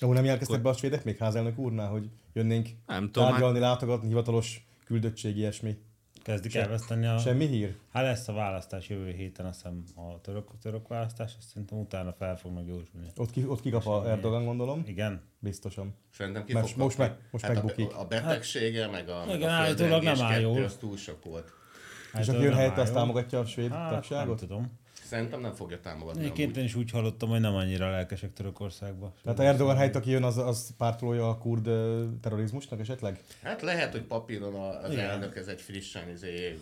Speaker 2: Ó, nem jelentkeztek be a svédek még házelnök úrnál, hogy jönnénk
Speaker 1: Nem tudom,
Speaker 2: tárgyalni, látogatni, hivatalos küldöttség, ilyesmi.
Speaker 4: Kezdik
Speaker 2: Se-
Speaker 4: elveszteni a...
Speaker 2: Semmi hír?
Speaker 4: Hát lesz a választás jövő héten, azt hiszem a török, török választás, azt szerintem utána fel fognak gyorsulni.
Speaker 2: Ott, ki, ott kikap a Erdogan, gondolom.
Speaker 4: Igen.
Speaker 2: Biztosan.
Speaker 3: Szerintem ki
Speaker 2: Most,
Speaker 3: fog
Speaker 2: most,
Speaker 3: kapni.
Speaker 2: meg, most
Speaker 3: hát
Speaker 2: megbukik.
Speaker 3: A, a betegsége, meg a, meg
Speaker 4: Igen,
Speaker 3: a
Speaker 4: állítólag nem
Speaker 3: földrengés
Speaker 4: áll
Speaker 3: kettő,
Speaker 4: jól.
Speaker 3: az túl sok volt.
Speaker 2: És
Speaker 4: Hát,
Speaker 2: aki jön
Speaker 4: nem
Speaker 2: helyette,
Speaker 4: áll
Speaker 2: azt
Speaker 4: jól.
Speaker 2: támogatja a svéd
Speaker 4: Hát, nem
Speaker 2: tagságot?
Speaker 4: tudom.
Speaker 3: Szerintem nem fogja támogatni.
Speaker 4: Egyébként
Speaker 3: amúgy.
Speaker 4: én is úgy hallottam, hogy nem annyira lelkesek Törökországba.
Speaker 2: Tehát Hát a Erdogan helyett, aki jön, az, az pártolója a kurd ö, terrorizmusnak esetleg?
Speaker 3: Hát lehet, hogy papíron a- az
Speaker 2: Igen.
Speaker 3: elnök ez egy frissen izé,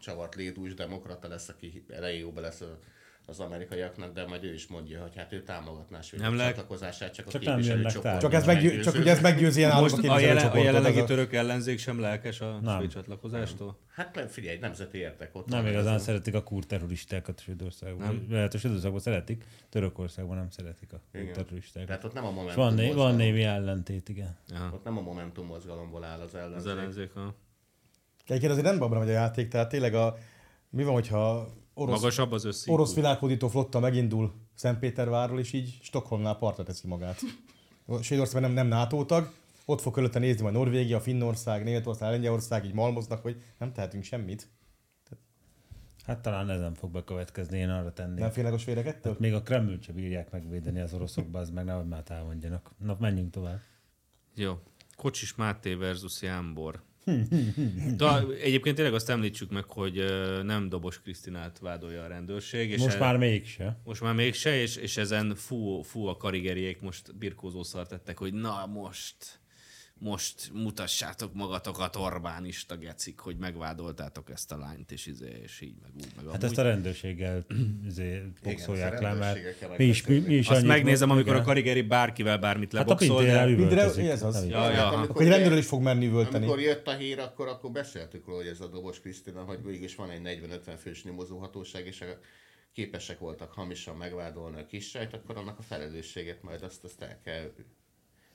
Speaker 3: csavart lédús demokrata lesz, aki elején jóba lesz a, az amerikaiaknak, de majd ő is mondja, hogy hát ő támogatná a
Speaker 1: Nem
Speaker 3: nem
Speaker 1: leg-
Speaker 3: csatlakozását, csak,
Speaker 4: Csak
Speaker 3: a
Speaker 4: nem jönnek
Speaker 3: képviselőcsoportban.
Speaker 4: tárgyalni.
Speaker 2: Csak, ez meggyő, csak ugye ez meggyőzi ilyen államok
Speaker 1: most a, jelen, a
Speaker 2: képviselőcsoportot, ez
Speaker 1: jelenlegi
Speaker 2: a-
Speaker 1: török ellenzék sem lelkes a
Speaker 4: Nem.
Speaker 1: svéd csatlakozástól?
Speaker 3: Hát nem, figyelj, nemzeti érdek ott.
Speaker 4: Nem
Speaker 3: van
Speaker 4: igazán
Speaker 3: ez a-
Speaker 4: szeretik a kurd terroristákat Svédországban.
Speaker 1: Nem?
Speaker 4: Lehet, a Svédországban szeretik, Törökországban nem szeretik a kurd
Speaker 3: Igen.
Speaker 4: terroristákat.
Speaker 3: Tehát hát ott nem a
Speaker 4: És
Speaker 3: Momentum
Speaker 4: van, né- van
Speaker 3: mozgalom.
Speaker 4: némi ellentét, igen.
Speaker 1: Aha.
Speaker 3: Ott nem a Momentum mozgalomból áll az
Speaker 1: Az
Speaker 3: ellenzék.
Speaker 1: ellenzék a...
Speaker 2: Egyébként azért nem babra megy a játék, tehát tényleg a, mi van, hogyha orosz,
Speaker 1: Magasabb az össz
Speaker 2: orosz
Speaker 1: IQ?
Speaker 2: világhódító flotta megindul Szentpétervárról, és így Stockholmnál partra teszi magát. Svédország nem, nem NATO tag, ott fog körülötte nézni majd Norvégia, Finnország, Németország, Lengyelország, így malmoznak, hogy nem tehetünk semmit.
Speaker 4: Hát talán ez nem fog bekövetkezni, én arra tennék.
Speaker 2: Nem félnek a svédek ettől?
Speaker 4: Hát még a Kreml sem bírják megvédeni az oroszok, az meg nehogy már támadjanak. Na, menjünk tovább.
Speaker 1: Jó. Kocsis Máté versus Jámbor.
Speaker 4: [laughs]
Speaker 1: Ta, egyébként tényleg azt említsük meg, hogy ö, nem Dobos Krisztinát vádolja a rendőrség. És
Speaker 4: Most
Speaker 1: e-
Speaker 4: már mégse.
Speaker 1: Most már mégse, és, és ezen fú, fú a karigeriek most birkózószart tettek, hogy na most, most mutassátok magatokat Orbánista gecik, hogy megvádoltátok ezt a lányt, és, izé, és így, meg úgy, meg
Speaker 4: Hát
Speaker 1: amúgy.
Speaker 4: ezt a rendőrséggel izé, boxolják le,
Speaker 3: rendőrséggel
Speaker 4: mert
Speaker 3: kell
Speaker 4: mi is, mi, mi is
Speaker 1: Azt
Speaker 4: annyit-
Speaker 1: megnézem, amikor
Speaker 4: igen.
Speaker 1: a karigeri bárkivel bármit
Speaker 4: Hát a
Speaker 1: leboxol,
Speaker 4: Pintér
Speaker 1: de...
Speaker 2: Mindre,
Speaker 4: elüvöltözik.
Speaker 2: ez az.
Speaker 1: Ja, ja.
Speaker 3: hát Amikor
Speaker 2: Akkor egy rendőről is fog menni üvölteni.
Speaker 3: Amikor jött a hír, akkor, akkor beszéltük róla, hogy ez a Dobos Krisztina, hogy mégis van egy 40-50 fős nyomozóhatóság, és a- képesek voltak hamisan megvádolni a kis sejt, akkor annak a felelősséget majd azt, azt el kell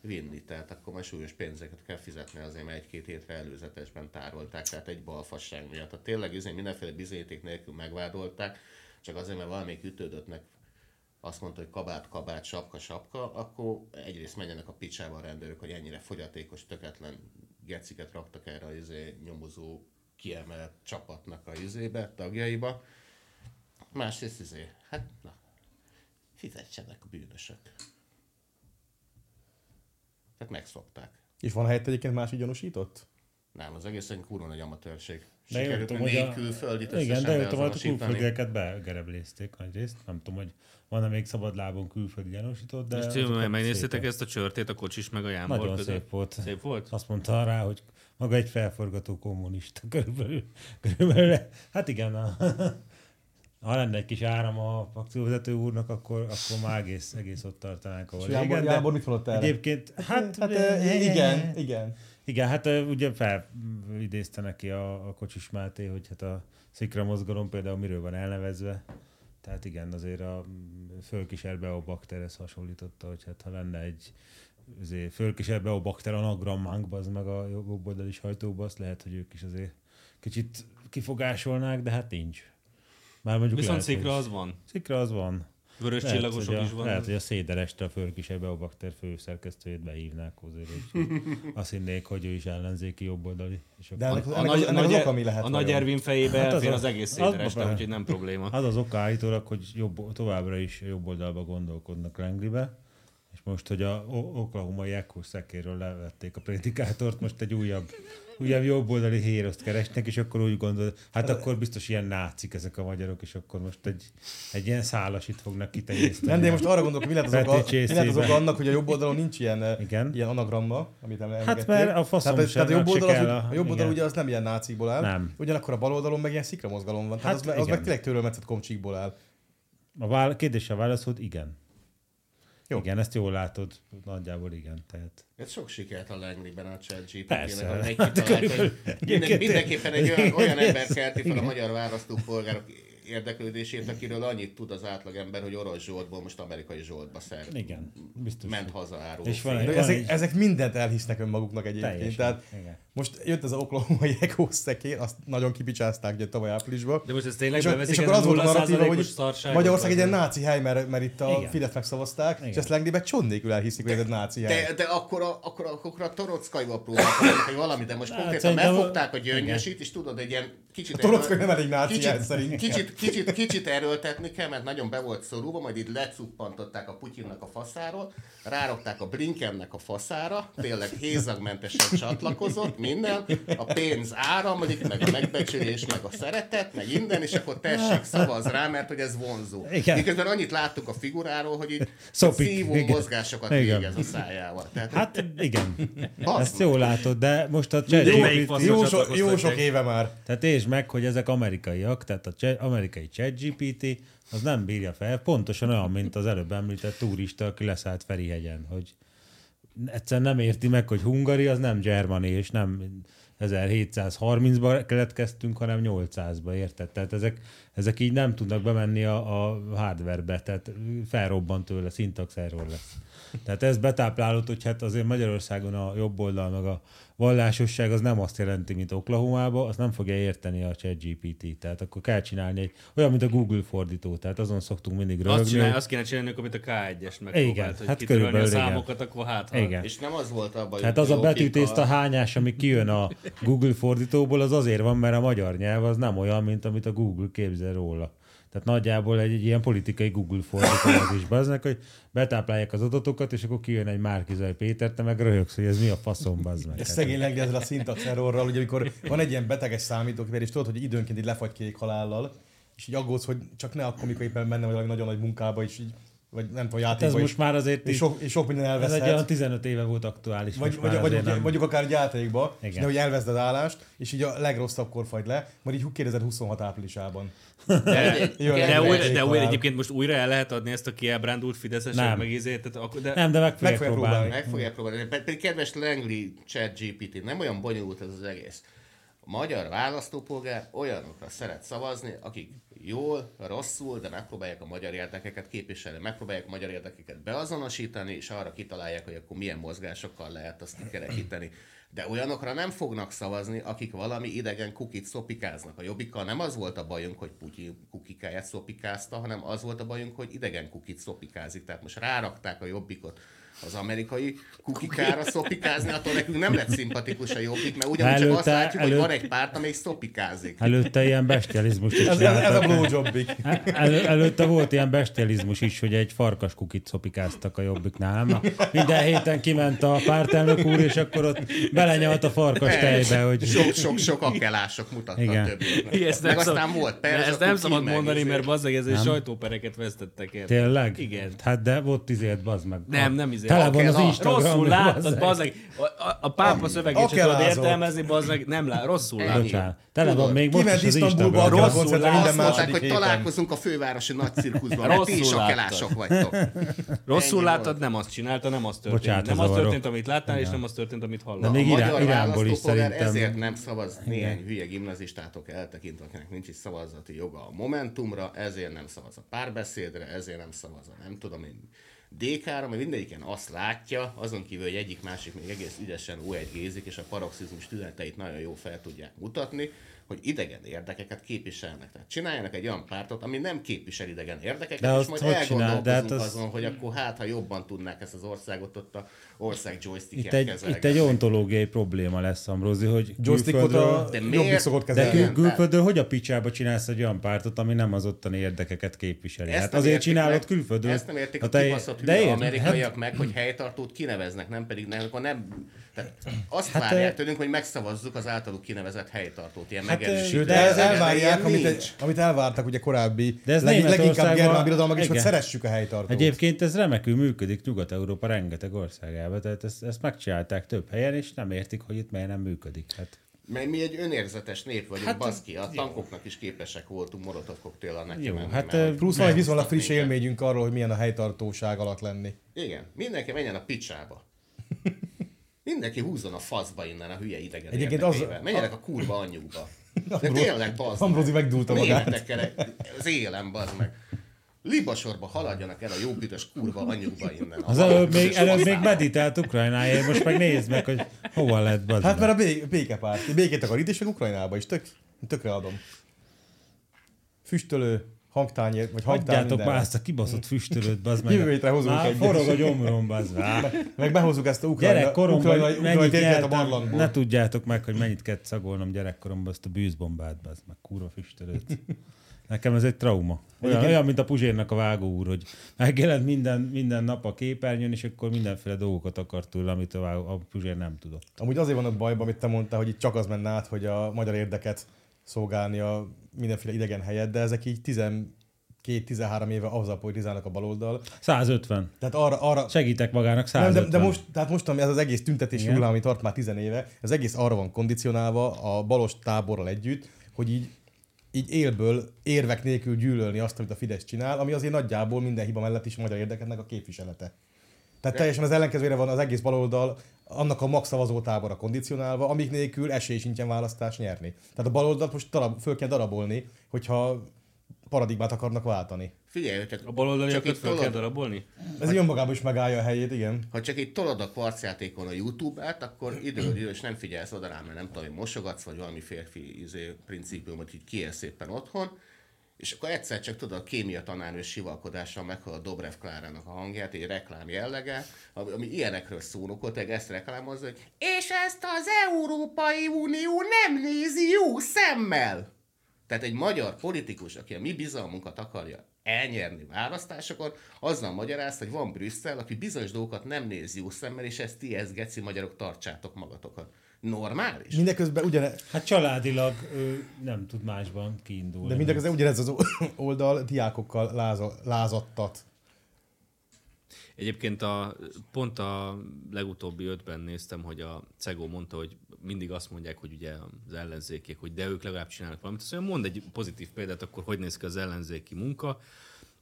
Speaker 3: vinni, tehát akkor majd súlyos pénzeket kell fizetni azért, mert egy-két hétre előzetesben tárolták, tehát egy balfasság miatt. Tehát tényleg üzé mindenféle bizonyíték nélkül megvádolták, csak azért, mert valamelyik ütődöttnek azt mondta, hogy kabát, kabát, sapka, sapka, akkor egyrészt menjenek a picsába a rendőrök, hogy ennyire fogyatékos, töketlen geciket raktak erre a izé, nyomozó kiemelt csapatnak a izébe, tagjaiba. Másrészt izé, hát na, fizetsenek a bűnösök. Tehát megszokták.
Speaker 2: És van helyett egyébként más így gyanúsított?
Speaker 3: Nem, az egész egy kurva nagy amatőrség.
Speaker 4: De jól
Speaker 3: Sikerült
Speaker 4: tudom,
Speaker 3: a
Speaker 4: hogy
Speaker 3: négy
Speaker 4: a...
Speaker 3: külföldit
Speaker 4: Igen, de jól tudom, hogy a
Speaker 3: azonosítani.
Speaker 4: külföldieket begereblézték nagyrészt. Nem tudom, hogy van-e még szabadlábon külföldi gyanúsított, de...
Speaker 1: De és ti
Speaker 4: azok nem
Speaker 1: megnéztétek
Speaker 4: szépek.
Speaker 1: ezt a csörtét a kocsis meg a jámbor
Speaker 4: Nagyon
Speaker 1: között?
Speaker 4: szép volt.
Speaker 1: Szép volt?
Speaker 4: Azt mondta rá, hogy maga egy felforgató kommunista [laughs] körülbelül. körülbelül hát igen, a, [laughs] ha lenne egy kis áram a akcióvezető úrnak, akkor, akkor már egész, egész ott tartanánk, ahol
Speaker 2: És Jámbor-
Speaker 4: régen, de
Speaker 2: Jámbor mit mondott erre?
Speaker 4: Egyébként, hát,
Speaker 2: Hát, eh, igen, igen.
Speaker 4: Igen, hát eh, ugye felidézte neki a, a Kocsis Máté, hogy hát a szikra mozgalom például miről van elnevezve. Tehát igen, azért a fölkiserbe a bakter ezt hasonlította, hogy hát ha lenne egy azért fölkiserbe a bakter anagrammánkba, az meg a jobboldali sajtóba, azt lehet, hogy ők is azért kicsit kifogásolnák, de hát nincs. Már mondjuk
Speaker 1: Viszont
Speaker 4: lehet,
Speaker 1: szikra
Speaker 4: hogy-
Speaker 1: az van.
Speaker 4: Szikra az van.
Speaker 1: Vörös
Speaker 4: Lehet,
Speaker 1: csillagosok
Speaker 4: hogy a,
Speaker 1: is vannak.
Speaker 4: Lehet, hogy a Széder este a fölkisebb a bakter főszerkesztőjét behívnák hozzá, és azt hinnék, hogy ő is ellenzéki jobboldali. És
Speaker 2: De
Speaker 4: akkor-
Speaker 2: ennek- A- a ennek nagy- az- ennek az nagy- oka mi lehet
Speaker 1: a nagy vajon? Ervin fejébe
Speaker 4: Hát
Speaker 1: elfér az egész Széder este,
Speaker 4: be-
Speaker 1: úgyhogy nem probléma.
Speaker 4: Az az oka állítólag, hogy jobb, továbbra is jobb oldalba gondolkodnak Langlibe, és most, hogy a O- oklahomai Echo szekéről levették a predikátort, most egy újabb újabb jobboldali híroszt keresnek, és akkor úgy gondol, hát akkor biztos ilyen nácik ezek a magyarok, és akkor most egy, egy ilyen szálasit fognak kitenyészteni.
Speaker 2: Nem, de én most arra gondolok, mi lehet az
Speaker 4: Peti
Speaker 2: oka, mi lehet az
Speaker 4: csészében.
Speaker 2: oka annak, hogy a jobb oldalon nincs ilyen, Igen. ilyen anagramma, amit említettél.
Speaker 4: Hát, mert a faszom
Speaker 2: tehát,
Speaker 4: sem,
Speaker 2: tehát a jobb
Speaker 4: se
Speaker 2: oldal, az,
Speaker 4: kell
Speaker 2: a,
Speaker 4: a-
Speaker 2: a jobb oldal
Speaker 4: igen.
Speaker 2: ugye az nem ilyen nácikból áll,
Speaker 4: Nem.
Speaker 2: ugyanakkor a bal oldalon meg ilyen szikra mozgalom van, tehát
Speaker 4: Hát
Speaker 2: az, az meg
Speaker 4: igen.
Speaker 2: tényleg törölmetszett komcsikból áll.
Speaker 4: A vála- kérdésre válaszod, igen. Jó. Igen, ezt jól látod, nagyjából igen. Tehát.
Speaker 3: Ez sok sikert a Langley-ben a chat
Speaker 4: Persze.
Speaker 3: nek amely kitalált, hogy minden,
Speaker 4: Egyébként-
Speaker 3: mindenképpen egy olyan, olyan ember kelti fel a
Speaker 4: Igen.
Speaker 3: magyar választópolgárok érdeklődését, akiről annyit tud az átlagember, hogy orosz zsoltból most amerikai zsoltba szer.
Speaker 4: Igen, biztos.
Speaker 3: Ment haza árul.
Speaker 2: De ezek, ezek mindent elhisznek önmaguknak egyébként.
Speaker 3: Teljesen,
Speaker 2: Tehát
Speaker 3: igen.
Speaker 2: most jött ez a oklahomai [laughs] ekószekér, azt nagyon kipicsázták ugye tavaly áprilisban.
Speaker 1: De most ez tényleg
Speaker 2: és, a-
Speaker 1: bevezik
Speaker 2: és akkor
Speaker 1: ezt
Speaker 2: az volt a narratíva,
Speaker 1: 0%-os
Speaker 2: hogy
Speaker 1: szarságot,
Speaker 2: Magyarország egy
Speaker 1: vagy
Speaker 2: ilyen
Speaker 1: mi?
Speaker 2: náci hely, mert, mert itt a
Speaker 1: Igen.
Speaker 2: Fidesznek szavazták, és
Speaker 1: Igen.
Speaker 2: ezt Lengdében csond nélkül elhiszik, hogy ez egy náci hely.
Speaker 3: De, de akkor, a, akkor, a- akkor a torockaival próbálkoznak,
Speaker 2: [laughs]
Speaker 3: hogy valami, de most
Speaker 2: Hát
Speaker 3: konkrétan
Speaker 2: szerintem-
Speaker 3: megfogták a gyöngyösít, és tudod, egy ilyen kicsit...
Speaker 2: A torockai nem elég náci jel,
Speaker 3: kicsit,
Speaker 2: szerintem.
Speaker 3: kicsit, kicsit, kicsit, erőltetni kell, mert nagyon be volt szorulva, majd így lecuppantották a Putyinnak a faszáról, rárakták a Blinkennek a faszára, tényleg hézagmentesen csatlakozott minden, a pénz áramlik, meg a megbecsülés, meg a szeretet, meg minden, és akkor tessék, szavaz rá, mert hogy ez vonzó.
Speaker 4: Igen.
Speaker 3: Miközben annyit láttuk a figuráról, hogy így
Speaker 4: Szopik.
Speaker 3: szívó
Speaker 4: Igen.
Speaker 3: mozgásokat
Speaker 4: Igen.
Speaker 3: végez a szájával. Tehát
Speaker 2: [laughs]
Speaker 4: Hát igen,
Speaker 3: Basz
Speaker 4: ezt jól látod, de most a
Speaker 2: Jó,
Speaker 4: ChatGPT-
Speaker 2: melyik jó faszra sok- jó sok éve már.
Speaker 4: Tehát és meg, hogy ezek amerikaiak, tehát a cse- amerikai ChatGPT az nem bírja fel, pontosan olyan, mint az előbb említett turista, aki leszállt Ferihegyen, hogy egyszerűen nem érti meg, hogy Hungari az nem Germany, és nem 1730-ban keletkeztünk, hanem 800-ba, érted? Tehát ezek, ezek így nem tudnak bemenni a, a hardwarebe, tehát felrobban tőle, szintax error lesz. Tehát ez betáplálódott, hogy hát azért Magyarországon a jobb oldal meg a vallásosság az nem azt jelenti, mint Oklahomában, azt nem fogja érteni a ChatGPT. Tehát akkor kell csinálni egy, olyan, mint a Google fordító, tehát azon szoktunk mindig röhögni.
Speaker 1: Azt,
Speaker 4: hogy-
Speaker 1: csinál, azt kéne csinálni, amit a K1-es megpróbált,
Speaker 4: Igen,
Speaker 1: hogy
Speaker 4: hát
Speaker 1: kitörölni a
Speaker 4: körülbelül igen.
Speaker 1: számokat, akkor hát ha.
Speaker 4: Igen.
Speaker 3: És nem az volt a baj, hogy
Speaker 4: Tehát Hát az a
Speaker 3: jó
Speaker 4: betűtészt a
Speaker 3: kika-
Speaker 4: hányás, ami kijön a Google fordítóból, az azért van, mert a magyar nyelv az nem olyan, mint amit a Google képzel róla. Tehát nagyjából egy, egy ilyen politikai Google fordító az is baznak, hogy betáplálják az adatokat, és akkor kijön egy Márkizaj Péter, te meg röhögsz, hogy ez mi a faszom bazd meg. Hát
Speaker 2: Ez szegény Lengdi ezzel a szintax errorral, ugye amikor van egy ilyen beteges számítógéper, és tudod, hogy időnként így lefagy kék halállal, és így aggódsz, hogy csak ne akkor, mikor éppen menne valami nagyon nagy munkába, és így, vagy nem tudom, játékba
Speaker 4: ez
Speaker 2: is.
Speaker 4: most már azért
Speaker 2: és
Speaker 4: így-
Speaker 2: sok, és sok minden
Speaker 4: Ez
Speaker 2: elveszhet.
Speaker 4: egy olyan 15 éve volt aktuális.
Speaker 2: vagy,
Speaker 4: most már
Speaker 2: vagy, vagy,
Speaker 4: azért
Speaker 2: vagy,
Speaker 4: nem-
Speaker 2: mondjuk akár egy játékba, és
Speaker 4: Igen.
Speaker 2: nehogy elveszd az állást, és így a legrosszabb kor fagy le, majd így 2026 áprilisában.
Speaker 1: De,
Speaker 2: Jön
Speaker 1: de,
Speaker 2: egy
Speaker 1: újra,
Speaker 2: játék
Speaker 1: de újra,
Speaker 2: halál.
Speaker 1: egyébként most újra el lehet adni ezt a kiábrándult fideszes
Speaker 4: Nem.
Speaker 1: meg izét, tehát akkor, de...
Speaker 4: Nem, de meg fogják próbálni.
Speaker 3: Meg fogják próbálni. Pe- Pedig kedves Langley chat GPT, nem olyan bonyolult ez az egész. magyar választópolgár olyanokra szeret szavazni, akik jól, rosszul, de megpróbálják a magyar érdekeket képviselni, megpróbálják a magyar érdekeket beazonosítani, és arra kitalálják, hogy akkor milyen mozgásokkal lehet azt kikerekíteni. De olyanokra nem fognak szavazni, akik valami idegen kukit szopikáznak. A jobbikkal nem az volt a bajunk, hogy Putyin kukikáját szopikázta, hanem az volt a bajunk, hogy idegen kukit szopikázik. Tehát most rárakták a jobbikot az amerikai kukikára szopikázni, attól nekünk nem lett szimpatikus a jobbik, mert ugyanúgy csak azt
Speaker 4: Előtte-
Speaker 3: látjuk, hogy
Speaker 4: előtt-
Speaker 3: van egy párt, amelyik szopikázik.
Speaker 4: Előtte ilyen bestializmus is
Speaker 3: Ez- ez- ez a
Speaker 4: csináltak.
Speaker 3: blowjobbik.
Speaker 4: El, előtte volt ilyen bestializmus is, hogy egy farkas kukit szopikáztak a jobbiknál. Na, minden héten kiment a pártelnök úr, és akkor ott belenyalt a farkas tejbe, hogy...
Speaker 3: Sok-sok-sok akkelások mutatta
Speaker 4: Hát, Igen.
Speaker 3: a többieknek.
Speaker 11: Igen, ezt nem
Speaker 3: Meg aztán
Speaker 11: szab-
Speaker 3: volt
Speaker 11: de
Speaker 3: Perzsa
Speaker 11: ezt nem
Speaker 3: kuki,
Speaker 11: szabad
Speaker 3: meg
Speaker 11: mondani,
Speaker 3: izé-
Speaker 11: mert bazzeg, ez egy
Speaker 4: Nem.
Speaker 11: sajtópereket vesztettek el.
Speaker 4: Tényleg?
Speaker 11: Igen.
Speaker 4: Hát de ott izért, bazd meg.
Speaker 11: Nem,
Speaker 4: A-
Speaker 11: nem izé.
Speaker 4: Tele van az
Speaker 11: Akela.
Speaker 4: Instagram.
Speaker 11: Rosszul láttad,
Speaker 4: bazd
Speaker 11: bazeg. A, a, a pápa szövegét sem tudod
Speaker 4: Akelázott.
Speaker 11: értelmezni, bazeg. Nem lát, rosszul
Speaker 4: Ennyi.
Speaker 11: láttad.
Speaker 4: Bocsánat. Tele van még most
Speaker 11: Kiment
Speaker 4: is az
Speaker 11: Isztambulba,
Speaker 4: Instagram.
Speaker 11: Akela
Speaker 4: Rosszul
Speaker 11: koncertre
Speaker 4: láttad.
Speaker 3: Azt mondták, hogy találkozunk a fővárosi nagy cirkuszban, mert ti is
Speaker 11: Rosszul
Speaker 3: akkelások vagytok.
Speaker 11: Rosszul
Speaker 3: Ennyi
Speaker 11: láttad, nem azt csinálta, nem azt történt.
Speaker 4: Bocsánat,
Speaker 11: nem
Speaker 4: ha
Speaker 11: az
Speaker 4: zavarok.
Speaker 11: történt, amit láttál, és
Speaker 4: Igen.
Speaker 11: nem az történt, amit hallottál.
Speaker 4: De még
Speaker 3: a
Speaker 4: Irán-
Speaker 3: magyar
Speaker 4: Iránból is
Speaker 3: választópolgár
Speaker 4: szerintem-
Speaker 3: ezért nem szavaz
Speaker 4: Igen.
Speaker 3: néhány hülye gimnazistátok eltekintve, akinek nincs is szavazati joga a Momentumra, ezért nem szavaz a párbeszédre, ezért nem szavaz a nem tudom én DK-ra, mert mindegyiken azt látja, azon kívül, hogy egyik másik még egész ügyesen új egy gézik, és a paroxizmus tüneteit nagyon jó fel tudják mutatni, hogy idegen érdekeket képviselnek. Tehát csináljanak egy olyan pártot, ami nem képvisel idegen érdekeket,
Speaker 4: De
Speaker 3: és
Speaker 4: azt
Speaker 3: majd
Speaker 4: hogy csinál? De hát
Speaker 3: elgondolkozunk
Speaker 4: az-
Speaker 3: azon, hogy akkor hát, ha jobban tudnák ezt az országot ott a ország joystickját
Speaker 4: Itt egy,
Speaker 3: kezelgetni.
Speaker 4: itt egy ontológiai probléma lesz, Ambrózi, hogy
Speaker 2: Joystickot
Speaker 4: külföldről-
Speaker 2: a De miért? jobbik szokott
Speaker 4: De
Speaker 2: kezelni.
Speaker 4: kül-
Speaker 2: Igen, tehát-
Speaker 4: külföldről hogy a picsába csinálsz egy olyan pártot, ami nem az ottani érdekeket képviseli?
Speaker 3: Ezt
Speaker 4: hát
Speaker 3: nem
Speaker 4: azért
Speaker 3: értik
Speaker 4: csinálod
Speaker 3: meg-
Speaker 4: külföldről.
Speaker 3: Ezt nem értik
Speaker 4: Ha
Speaker 3: a
Speaker 4: te-
Speaker 3: kibaszott
Speaker 4: de
Speaker 3: hülye
Speaker 4: ér-
Speaker 3: amerikaiak
Speaker 4: hát-
Speaker 3: meg, hogy helytartót kineveznek, nem pedig nem, akkor nem. Tehát azt
Speaker 4: Hát,
Speaker 3: várják
Speaker 4: eh,
Speaker 3: tőlünk, hogy megszavazzuk az általuk kinevezett helytartót, ilyen
Speaker 2: Hát,
Speaker 3: megerősítő.
Speaker 2: de ez
Speaker 3: ilyen
Speaker 2: elvárják, amit,
Speaker 3: nincs.
Speaker 2: egy, amit elvártak ugye korábbi,
Speaker 4: De ez
Speaker 2: leg, leginkább
Speaker 4: Németországban-
Speaker 2: germán birodalmak is, hogy
Speaker 4: igen.
Speaker 2: szeressük a helytartót.
Speaker 4: Egyébként ez remekül működik Nyugat-Európa rengeteg országában, tehát ezt, ezt megcsinálták több helyen, és nem értik, hogy itt miért nem működik. Hát.
Speaker 3: Mert mi egy önérzetes nép vagyunk,
Speaker 4: Hát,
Speaker 3: hát, baszki, a tankoknak is képesek voltunk Molotov koktéllal neki
Speaker 4: Jó,
Speaker 3: menni,
Speaker 4: hát,
Speaker 3: mert
Speaker 4: eh,
Speaker 3: hogy
Speaker 2: Plusz van egy
Speaker 3: nem
Speaker 2: viszonylag
Speaker 3: hoztak
Speaker 2: friss élményünk arról, hogy milyen a helytartóság alatt lenni.
Speaker 3: Igen, mindenki menjen a picsába. Mindenki húzzon a faszba innen a hülye idegen
Speaker 2: Egyébként
Speaker 3: Egyébként
Speaker 2: az-
Speaker 3: az... Menjenek a kurva anyjukba. De
Speaker 2: Ambró-
Speaker 3: tényleg bazd
Speaker 2: Ambrózi megdúlta magát.
Speaker 3: Németekkel az élem bazd meg. Libasorba haladjanak el a jó büdös kurva anyjukba innen.
Speaker 4: Az előbb még, előbb még meditált Ukrajnáért, most meg nézd meg, hogy hova lett bazd
Speaker 2: Hát
Speaker 4: meg.
Speaker 2: mert a bé- békepárt, békét akar itt is, meg Ukrajnába is, tök, tökre adom. Füstölő, hangtányér, vagy hangtán
Speaker 4: Hagyjátok
Speaker 2: mindenre.
Speaker 4: már ezt a kibaszott füstölőt, bazd meg.
Speaker 2: Jövő hétre hozunk
Speaker 4: Már
Speaker 2: egyet.
Speaker 4: forog a gyomrom, bazd meg.
Speaker 2: Meg- Meg behozunk ezt a ukrajna,
Speaker 4: Gyerekkoromban
Speaker 2: ukrajna, ukrajna
Speaker 4: mennyit
Speaker 2: térképet a
Speaker 4: nyeltem,
Speaker 2: barlangból.
Speaker 4: Ne tudjátok meg, hogy mennyit kellett szagolnom gyerekkoromban azt a bűzbombát, bazd meg kurva füstölőt. Nekem ez egy trauma. Olyan,
Speaker 2: Egyébként-
Speaker 4: olyan, mint a Puzsérnak a vágó úr, hogy megjelent minden, minden nap a képernyőn, és akkor mindenféle dolgokat akart tőle, amit a, vágó, a Puzsér nem tudott.
Speaker 2: Amúgy azért van ott bajban, amit te mondtál, hogy itt csak az menne át, hogy a magyar érdeket szolgálni a mindenféle idegen helyet, de ezek így 12-13 éve azzal politizálnak a baloldal.
Speaker 4: 150.
Speaker 2: Tehát arra, arra...
Speaker 4: Segítek magának 150.
Speaker 2: Nem, de, de, most, tehát most ami ez az egész tüntetési
Speaker 4: Igen.
Speaker 2: hullám, ami tart már 10 éve, ez egész arra van kondicionálva a balos táborral együtt, hogy így így élből, érvek nélkül gyűlölni azt, amit a Fidesz csinál, ami azért nagyjából minden hiba mellett is a magyar érdeketnek a képviselete. Tehát teljesen az ellenkezőre van az egész baloldal, annak a max szavazótábora kondicionálva, amik nélkül esély sincsen választás nyerni. Tehát a baloldalt most darab, föl kell darabolni, hogyha paradigmát akarnak váltani.
Speaker 3: Figyelj, hogy
Speaker 11: A baloldaliakat föl kell
Speaker 3: tolod,
Speaker 11: darabolni?
Speaker 2: Ez így önmagában is megállja a helyét, igen.
Speaker 3: ha csak itt tolod a kvarcjátékon a YouTube-át, akkor időről idő, és nem figyelsz oda rá, mert nem tudom, hogy mosogatsz, vagy valami férfi izé, principium, hogy így kiél szépen otthon, és akkor egyszer csak tudod, a kémia tanárnő sivalkodással meghal a Dobrev Klárának a hangját, egy reklám jellege, ami, ami ilyenekről szónokolt, meg ezt reklámozza, hogy És ezt az Európai Unió nem nézi jó szemmel! Tehát egy magyar politikus, aki a mi bizalmunkat akarja elnyerni választásokon, azzal magyarázta, hogy van Brüsszel, aki bizonyos dolgokat nem néz jó szemmel, és ezt ti, ez geci magyarok, tartsátok magatokat. Normális?
Speaker 2: Mindeközben ugyane,
Speaker 4: Hát családilag ő nem tud másban kiindulni.
Speaker 2: De mindeközben ugyanez az oldal diákokkal láza, lázadtat.
Speaker 1: Egyébként a, pont a legutóbbi ötben néztem, hogy a Cegó mondta, hogy mindig azt mondják, hogy ugye az ellenzékiek, hogy de ők legalább csinálnak valamit. Azt mondja, mond egy pozitív példát, akkor hogy néz ki az ellenzéki munka.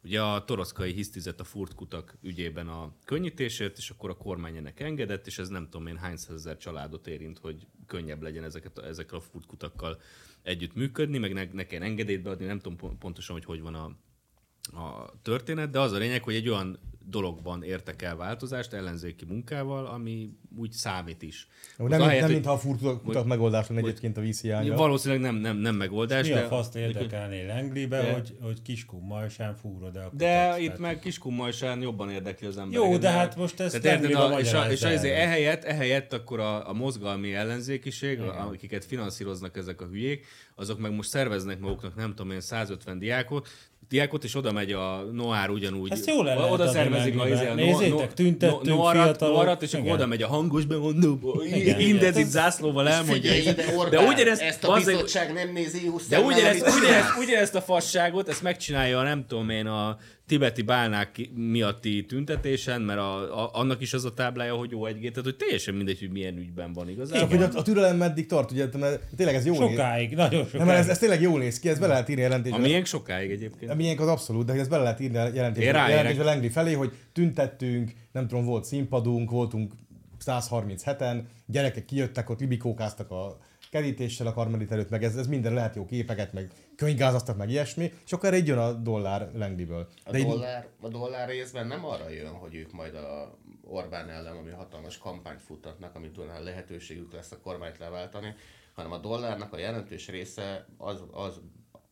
Speaker 1: Ugye a toroszkai hisztizett a furt kutak ügyében a könnyítésért, és akkor a kormány ennek engedett, és ez nem tudom én hány százezer családot érint, hogy könnyebb legyen ezeket, a- ezekkel a furt kutakkal együtt működni, meg ne, ne kell engedélyt beadni, nem tudom pon- pontosan, hogy hogy van a, a történet, de az a lényeg, hogy egy olyan dologban értek el változást ellenzéki munkával, ami úgy számít is.
Speaker 2: Jó,
Speaker 1: Az
Speaker 2: nem,
Speaker 1: ahelyett,
Speaker 2: nem
Speaker 1: hogy-
Speaker 2: mintha a furtok
Speaker 1: hogy-
Speaker 2: utak megoldás lenne egyébként a vízhiánya.
Speaker 1: Valószínűleg nem, nem, nem megoldás.
Speaker 4: Mi
Speaker 1: de...
Speaker 4: a faszt érdekelné Lenglibe,
Speaker 1: De-
Speaker 4: hogy, hogy kiskun majsán fúrod el a
Speaker 1: De itt meg Kiskunmajsán jobban érdekli az ember.
Speaker 4: Jó, de hát most ezt
Speaker 1: Tehát érted,
Speaker 4: Lenglibe
Speaker 1: a, és, a, és
Speaker 4: magyarázza
Speaker 1: azért
Speaker 4: el.
Speaker 1: ehelyett, ehelyett akkor a, a mozgalmi ellenzékiség, a, akiket finanszíroznak ezek a hülyék, azok meg most szerveznek maguknak, nem tudom én, 150 diákot, diákot, és oda megy a Noár ugyanúgy.
Speaker 4: Ezt jól el lehet
Speaker 1: Oda
Speaker 4: adni
Speaker 1: szervezik a
Speaker 4: Lenglibe.
Speaker 1: izé, a
Speaker 4: Nézzétek, tüntettünk,
Speaker 1: Noarat,
Speaker 4: fiatalok.
Speaker 1: Noarat, és akkor
Speaker 4: Igen.
Speaker 1: oda megy a hangos bemondóba,
Speaker 4: Igen,
Speaker 1: indezit
Speaker 4: igen.
Speaker 1: zászlóval elmondja.
Speaker 3: Figyelj ide,
Speaker 1: izé.
Speaker 3: Orbán,
Speaker 1: De ugyanezt,
Speaker 3: ezt a
Speaker 1: bazzeg-
Speaker 3: bizottság nem nézi
Speaker 1: de ugyanezt,
Speaker 3: ugyanez.
Speaker 1: ugyanezt, ugyanezt a fasságot, ezt megcsinálja a nem tudom én a tibeti bálnák ki- miatti tüntetésen, mert a, a, annak is az a táblája, hogy jó egy tehát hogy teljesen mindegy, hogy milyen ügyben van
Speaker 2: Csak hogy
Speaker 1: igazából.
Speaker 2: a, a türelem meddig tart, ugye, mert tényleg ez jól
Speaker 1: Sokáig,
Speaker 2: néz.
Speaker 1: nagyon
Speaker 2: Nem, mert
Speaker 1: sokáig.
Speaker 2: ez, ez tényleg jól néz ki, ez bele lehet írni jelentésbe.
Speaker 1: A miénk sokáig egyébként.
Speaker 2: A miénk az abszolút, de ez bele lehet írni a
Speaker 1: Én
Speaker 2: jelentésbe,
Speaker 1: ráérek.
Speaker 2: jelentésbe Lengli felé, hogy tüntettünk, nem tudom, volt színpadunk, voltunk 137-en, gyerekek kijöttek, ott libikókáztak a kerítéssel a karmelit előtt, meg ez, ez minden lehet jó képeket, meg könyvgázaztak, meg ilyesmi, és akkor erre így jön a dollár Lengliből.
Speaker 3: A
Speaker 2: így-
Speaker 3: dollár, a dollár részben nem arra jön, hogy ők majd a Orbán ellen, ami hatalmas kampányt futtatnak, amit a lehetőségük lesz a kormányt leváltani, hanem a dollárnak a jelentős része az, az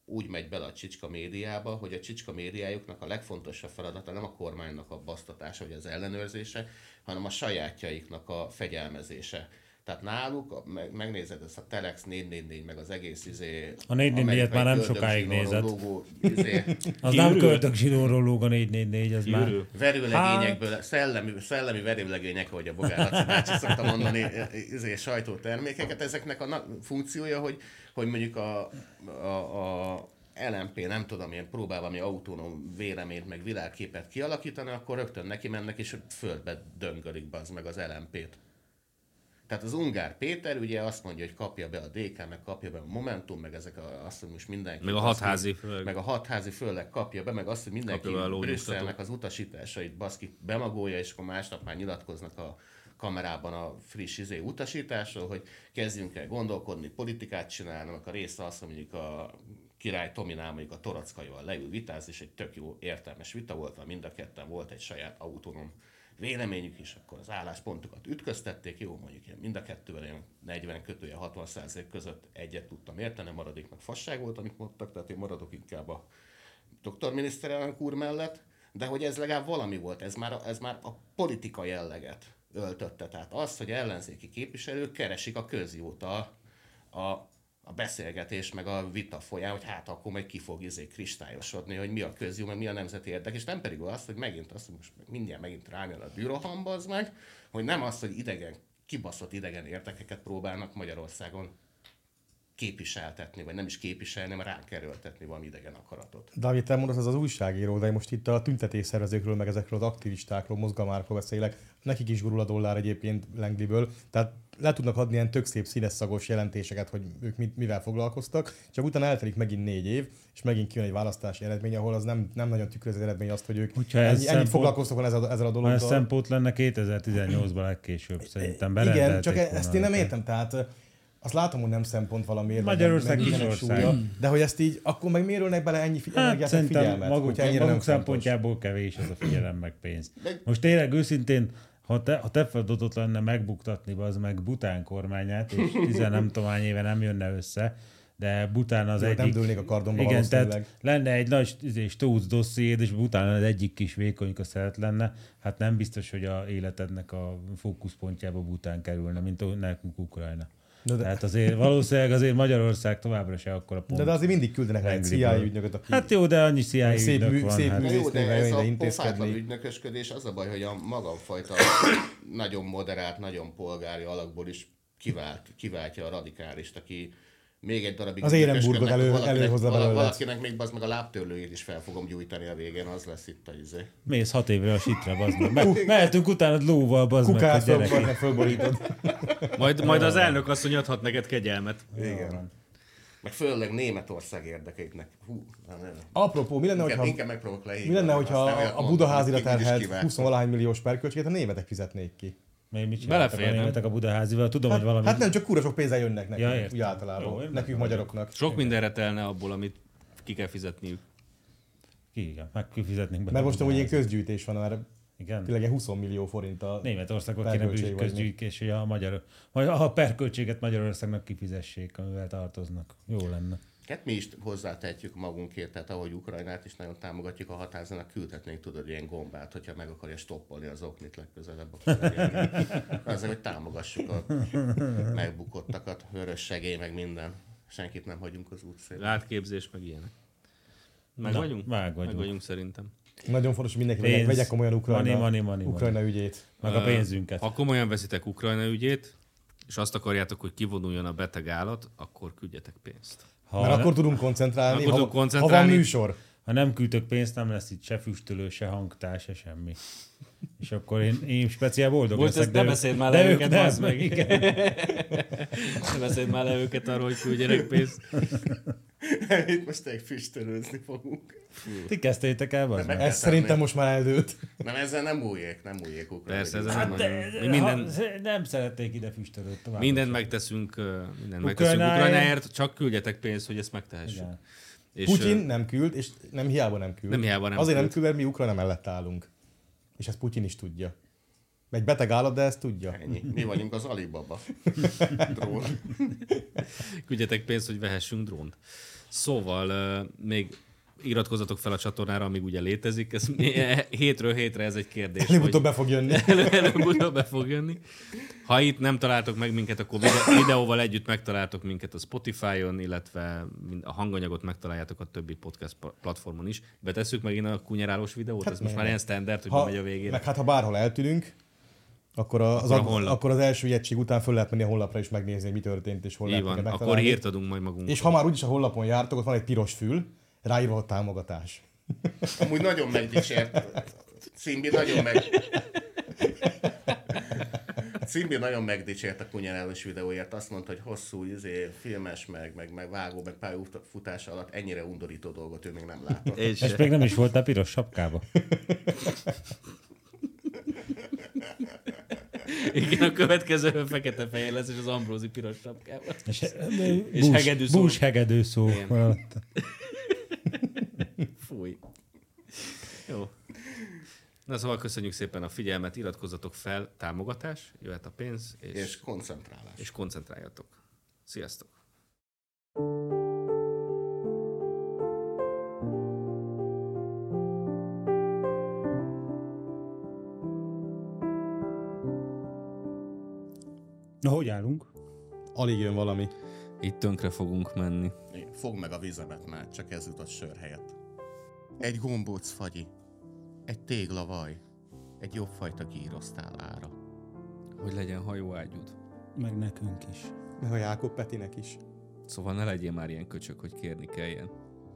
Speaker 3: úgy megy bele a csicska médiába, hogy a csicska médiájuknak a legfontosabb feladata nem a kormánynak a basztatása vagy az ellenőrzése, hanem a sajátjaiknak a fegyelmezése. Tehát náluk, a- meg- megnézed ezt a Telex 444, meg az egész izé...
Speaker 4: A 444-et már nem
Speaker 3: amerikai
Speaker 4: sokáig
Speaker 3: göldögzsinóron
Speaker 4: nézett.
Speaker 3: lógó
Speaker 4: [laughs]
Speaker 3: izé-
Speaker 4: Az nem költök zsidóról lóg a 444, az már...
Speaker 3: Verőlegényekből, szellemi, szellemi verőlegények, ahogy a Bogár Laci bácsi szokta mondani, e- e- izé, sajtótermékeket, ezeknek a na- funkciója, hogy, hogy mondjuk a, a, a LMP nem tudom, ilyen próbál valami autónom véleményt, meg világképet kialakítani, akkor rögtön neki mennek, és földbe döngölik bazd meg az LMP-t. Tehát az Ungár Péter ugye azt mondja, hogy kapja be a DK, meg kapja be a Momentum, meg ezek a, azt, hogy most mindenki...
Speaker 1: Meg a
Speaker 3: azt,
Speaker 1: hatházi
Speaker 3: hogy-
Speaker 1: főleg.
Speaker 3: Meg a hatházi főleg kapja be, meg azt, hogy mindenki
Speaker 1: Kapja be a lónyugtató.
Speaker 3: Brüsszelnek az utasításait baszki bemagolja, és akkor másnap már nyilatkoznak a kamerában a friss izé utasításról, hogy kezdjünk el gondolkodni, politikát csinálnak, a része az, hogy mondjuk a király Tominál mondjuk a Torockaival leül vitázni, és egy tök jó értelmes vita volt, mert mind a ketten volt egy saját autonóm véleményük is, akkor az álláspontokat ütköztették, jó, mondjuk ilyen mind a kettővel ilyen 40 kötője 60 százalék között egyet tudtam érteni, a maradék meg fasság volt, amit mondtak, tehát én maradok inkább a doktor miniszterelnök úr mellett, de hogy ez legalább valami volt, ez már, ez már a politika jelleget öltötte. Tehát az, hogy ellenzéki képviselők keresik a közjót a, a, a beszélgetés, meg a vita folyán, hogy hát akkor meg ki fog izé kristályosodni, hogy mi a közjó, meg mi a nemzeti érdek, és nem pedig az, hogy megint azt, hogy most mindjárt megint rám jön a dürohamba az meg, hogy nem az, hogy idegen, kibaszott idegen érdekeket próbálnak Magyarországon képviseltetni, vagy nem is képviselni, hanem ránk erőltetni valami idegen akaratot.
Speaker 2: Dávid, te mondasz, ez az újságíró, de én most itt a tüntetésszervezőkről, meg ezekről az aktivistákról, mozgalmárkról beszélek. Nekik is gurul a dollár egyébként Lengliből. Tehát le tudnak adni ilyen tök szép színes szagos jelentéseket, hogy ők mit, mivel foglalkoztak, csak utána eltelik megint négy év, és megint kijön egy választási eredmény, ahol az nem, nem nagyon tükrözi az eredmény azt, hogy ők
Speaker 4: Ha ez
Speaker 2: ennyi, ennyit
Speaker 4: szempont-
Speaker 2: foglalkoztak volna ezzel, a- ezzel a
Speaker 4: Ha
Speaker 2: dologgal.
Speaker 4: ez szempont lenne 2018-ban legkésőbb, szerintem
Speaker 2: Igen,
Speaker 4: berendelték
Speaker 2: csak e-
Speaker 4: volna
Speaker 2: ezt én nem
Speaker 4: őket.
Speaker 2: értem, tehát ö, azt látom, hogy nem szempont valamiért. vagy
Speaker 4: Magyarország
Speaker 2: nem- nem
Speaker 4: kis
Speaker 2: nincsenek
Speaker 4: ország.
Speaker 2: súlya, De hogy ezt így, akkor meg miért ölnek bele ennyi fi-
Speaker 4: Hát
Speaker 2: energiát, meg
Speaker 4: szerintem
Speaker 2: figyelmet?
Speaker 4: maguk,
Speaker 2: hogyha ennyire nem
Speaker 4: maguk
Speaker 2: fontos?
Speaker 4: szempontjából kevés ez a figyelem meg pénz. Most tényleg őszintén, ha te, ha te feladatot lenne megbuktatni az meg Bután kormányát, és tizen nem tudom hány éve nem jönne össze, de Bután az
Speaker 2: Jó, nem
Speaker 4: egyik...
Speaker 2: dőlnék a kardomba
Speaker 4: Igen,
Speaker 2: valószínűleg.
Speaker 4: tehát lenne egy nagy izé, stóc dossziéd, és Bután az egyik kis vékonyka szeret lenne, hát nem biztos, hogy a életednek a fókuszpontjába Bután kerülne, mint nekünk Ukrajna.
Speaker 2: Na de-
Speaker 4: Tehát azért valószínűleg azért Magyarország továbbra se akkor a pont.
Speaker 2: De, de azért mindig küldenek rá egy
Speaker 4: Angliből.
Speaker 2: CIA ügynököt, aki-
Speaker 4: Hát jó, de annyi CIA
Speaker 2: Szép
Speaker 4: ügynök
Speaker 2: mű-
Speaker 4: van.
Speaker 2: szép
Speaker 4: hát.
Speaker 3: Na jó, de
Speaker 2: művésznél
Speaker 3: ez
Speaker 2: ide
Speaker 3: a
Speaker 2: intézkedni.
Speaker 3: pofátlan ügynökösködés az a baj, hogy a magamfajta nagyon moderált, nagyon polgári alakból is kivált, kiváltja a radikálist, aki még egy darabig
Speaker 2: Az Ehrenburgot
Speaker 3: ügynökösködnek,
Speaker 2: elő-
Speaker 3: valakinek-
Speaker 2: előhozza
Speaker 3: vala-
Speaker 2: belőle.
Speaker 3: Valakinek még az meg a lábtörlőjét is fel fogom gyújtani a végén, az lesz itt a izé.
Speaker 4: Mész hat évre a sitre,
Speaker 2: [laughs]
Speaker 4: bazd meg. Me- mehetünk utána lóval, bazd meg,
Speaker 2: Kukát
Speaker 4: hogy gyerek.
Speaker 2: fölborítod.
Speaker 1: Majd, majd az elnök asszony adhat neked kegyelmet. Igen.
Speaker 3: meg főleg Németország érdekeiknek. Hú, nem, nem.
Speaker 2: Apropó, mi lenne,
Speaker 3: Inkább-
Speaker 2: hogyha,
Speaker 3: Inkább megpróbálok lehívni.
Speaker 2: mi lenne, hogyha
Speaker 3: Aztán olyat
Speaker 2: a
Speaker 3: mondok,
Speaker 2: Budaházira
Speaker 3: amit így is
Speaker 2: terhelt
Speaker 3: kivágtam.
Speaker 2: 20 valahány milliós perköltséget a németek fizetnék ki?
Speaker 4: Még mit csináltak Belefér, a nem? németek a Budaházival? Tudom,
Speaker 2: hát,
Speaker 4: hogy valami-
Speaker 2: Hát nem, csak kúra sok pénzzel jönnek nekik,
Speaker 4: Ja,
Speaker 2: ja,
Speaker 4: értem.
Speaker 2: úgy általában,
Speaker 4: Jó, én
Speaker 2: nekünk magyaroknak.
Speaker 1: Sok mindenre telne abból, amit ki kell fizetniük.
Speaker 4: Ki, igen, meg kifizetnénk be.
Speaker 2: Mert most amúgy ilyen közgyűjtés van, mert
Speaker 4: Igen.
Speaker 2: tényleg ilyen 20 millió forint a
Speaker 4: Németországot kéne
Speaker 2: perköltség
Speaker 4: bűs-
Speaker 2: vagy mi.
Speaker 4: közgyűjtés, hogy a, magyar, vagy a perköltséget Magyarországnak kifizessék, amivel tartoznak. Jó lenne.
Speaker 3: Hát mi is hozzátehetjük magunkért, tehát ahogy Ukrajnát is nagyon támogatjuk a határzának, küldhetnénk tudod ilyen gombát, hogyha meg akarja stoppolni az oknit legközelebb. Akkor legyen. Azért, hogy támogassuk a megbukottakat, vörös segély, meg minden. Senkit nem hagyunk az útszélén.
Speaker 1: Átképzés, meg ilyenek. Meg
Speaker 2: Na,
Speaker 1: vagyunk?
Speaker 2: meg vagyunk.
Speaker 1: Meg vagyunk szerintem.
Speaker 2: Nagyon fontos, hogy mindenki vegye, vegye komolyan Ukrajna, Ukrajna ügyét.
Speaker 1: Ö, Ha komolyan veszitek Ukrajna ügyét, és azt akarjátok, hogy kivonuljon a beteg állat, akkor küldjetek pénzt.
Speaker 2: Ha Mert akkor tudunk koncentrálni,
Speaker 1: Akkor
Speaker 2: ha-
Speaker 1: tudunk
Speaker 2: ha van
Speaker 1: koncentrálni.
Speaker 2: műsor.
Speaker 4: Ha nem küldtök pénzt, nem lesz itt se füstölő, se hangtár, se semmi. És akkor én, én speciál boldog
Speaker 11: Bocs, ezt
Speaker 4: leszek.
Speaker 11: ne
Speaker 4: ők-
Speaker 11: beszéld már le
Speaker 4: ők
Speaker 11: őket,
Speaker 4: nem,
Speaker 11: bazd meg.
Speaker 4: igen.
Speaker 11: Ne beszéld már le őket arról, hogy küldjenek pénzt.
Speaker 3: [laughs] Itt most tényleg füstölőzni fogunk.
Speaker 4: Ti kezdtétek el, bazd
Speaker 3: Nem, meg
Speaker 4: meg?
Speaker 3: kell
Speaker 2: Ez szerintem
Speaker 3: tenni.
Speaker 2: most már eldőlt.
Speaker 3: Nem, ezzel nem újék, nem újék Ukrajna. Hát
Speaker 1: Persze,
Speaker 3: ügyét.
Speaker 1: ezzel
Speaker 2: Hát
Speaker 1: nem nagyon- Mi
Speaker 4: minden...
Speaker 1: minden-
Speaker 4: ha, nem szerették ide füstölőt tovább.
Speaker 1: Mindent megteszünk, ö, mindent megteszünk
Speaker 4: Ukrajnáért.
Speaker 1: Ukrajnáért, csak küldjetek pénzt, hogy ezt megtehessük.
Speaker 2: Igen.
Speaker 1: És,
Speaker 2: Putyin
Speaker 1: ö,
Speaker 2: nem küld, és nem hiába nem küld.
Speaker 1: Nem hiába nem
Speaker 2: Azért nem
Speaker 1: küld.
Speaker 2: küld, mert mi Ukrajna mellett állunk. És ezt Putyin is tudja. Egy beteg állat, de ezt tudja.
Speaker 3: Ennyi. Mi vagyunk az
Speaker 1: [laughs]
Speaker 3: Alibaba. Drón.
Speaker 1: Küldjetek pénzt, hogy vehessünk drónt. Szóval ö, még iratkozzatok fel a csatornára, amíg ugye létezik. Ez mi- [laughs] e- hétről hétre ez egy
Speaker 2: [laughs]
Speaker 1: kérdés.
Speaker 2: Előbb-utóbb be
Speaker 1: [laughs]
Speaker 2: fog jönni.
Speaker 1: Elő- Előbb-utóbb be fog jönni. Ha itt nem találtok meg minket, akkor vide- videóval együtt megtaláltok minket a Spotify-on, illetve mind- a hanganyagot megtaláljátok a többi podcast pa- platformon is. Betesszük megint a kunyerálós videót? Hát ez most
Speaker 2: miért
Speaker 1: már
Speaker 2: ne?
Speaker 1: ilyen standard, hogy
Speaker 2: Ha-
Speaker 1: bemegy a végére.
Speaker 2: Meg hát ha bárhol eltűnünk, akkor, a, az
Speaker 1: a
Speaker 2: akkor,
Speaker 1: honlap.
Speaker 2: akkor az első egység után föl lehet menni a honlapra és megnézni, hogy mi történt, és hol
Speaker 1: Így
Speaker 2: lehet
Speaker 1: van,
Speaker 2: minket
Speaker 1: akkor
Speaker 2: megtalálni.
Speaker 1: hírt adunk majd magunkról.
Speaker 2: És ha már úgyis a honlapon jártok, ott van egy piros fül, ráírva, hogy támogatás.
Speaker 3: Amúgy nagyon megdicsért. Cimbi nagyon meg... Cimbi nagyon megdicsért a kunyelelős videóért. Azt mondta, hogy hosszú, izé, filmes, meg, meg, meg vágó, meg pályafutása alatt ennyire undorító dolgot ő még nem látott.
Speaker 4: És, és még nem is voltál piros sapkába.
Speaker 11: Igen, a következő fekete fehér lesz, és az Ambrózi piros sapkával.
Speaker 4: És,
Speaker 11: és hegedű szó.
Speaker 4: Bús hegedű szó.
Speaker 11: Igen.
Speaker 4: van alatta.
Speaker 1: Fúj. Jó. Na szóval köszönjük szépen a figyelmet, iratkozzatok fel, támogatás, jöhet a pénz. És,
Speaker 3: És koncentrálás.
Speaker 1: És koncentráljatok. Sziasztok.
Speaker 4: Na, hogy állunk?
Speaker 2: Alig jön valami.
Speaker 1: Itt tönkre fogunk menni.
Speaker 3: Fogd meg a vizemet már, csak ez jutott sör helyett. Egy gombóc fagyi, egy téglavaj, egy jobb fajta gírosztál ára.
Speaker 1: Hogy legyen hajóágyúd.
Speaker 4: Meg nekünk is.
Speaker 2: Meg a Jákob Petinek is.
Speaker 1: Szóval ne legyél már ilyen köcsök, hogy kérni kelljen.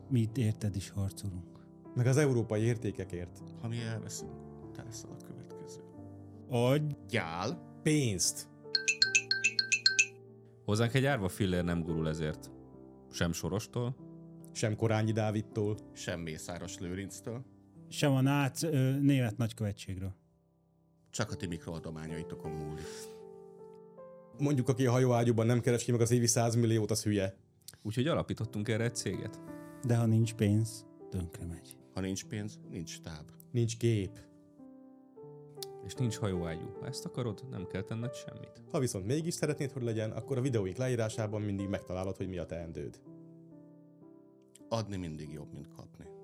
Speaker 4: Mi itt érted is harcolunk.
Speaker 2: Meg az európai értékekért.
Speaker 3: Ha mi elveszünk, te leszel a következő.
Speaker 2: Adjál pénzt.
Speaker 1: Hozzánk egy árva fillér nem gurul ezért. Sem Sorostól.
Speaker 2: Sem Korányi Dávidtól.
Speaker 3: Sem Mészáros Lőrinctől.
Speaker 12: Sem a NÁC ö, német nagykövetségről.
Speaker 3: Csak a ti mikroadományaitokon múlik.
Speaker 2: Mondjuk, aki a hajóágyúban nem keres ki meg az évi 100 milliót, az hülye.
Speaker 1: Úgyhogy alapítottunk erre egy céget.
Speaker 12: De ha nincs pénz, tönkre megy.
Speaker 3: Ha nincs pénz, nincs táb.
Speaker 2: Nincs gép.
Speaker 1: És nincs hajóágyú. Ha ezt akarod, nem kell tenned semmit.
Speaker 2: Ha viszont mégis szeretnéd, hogy legyen, akkor a videóink leírásában mindig megtalálod, hogy mi a teendőd.
Speaker 3: Adni mindig jobb, mint kapni.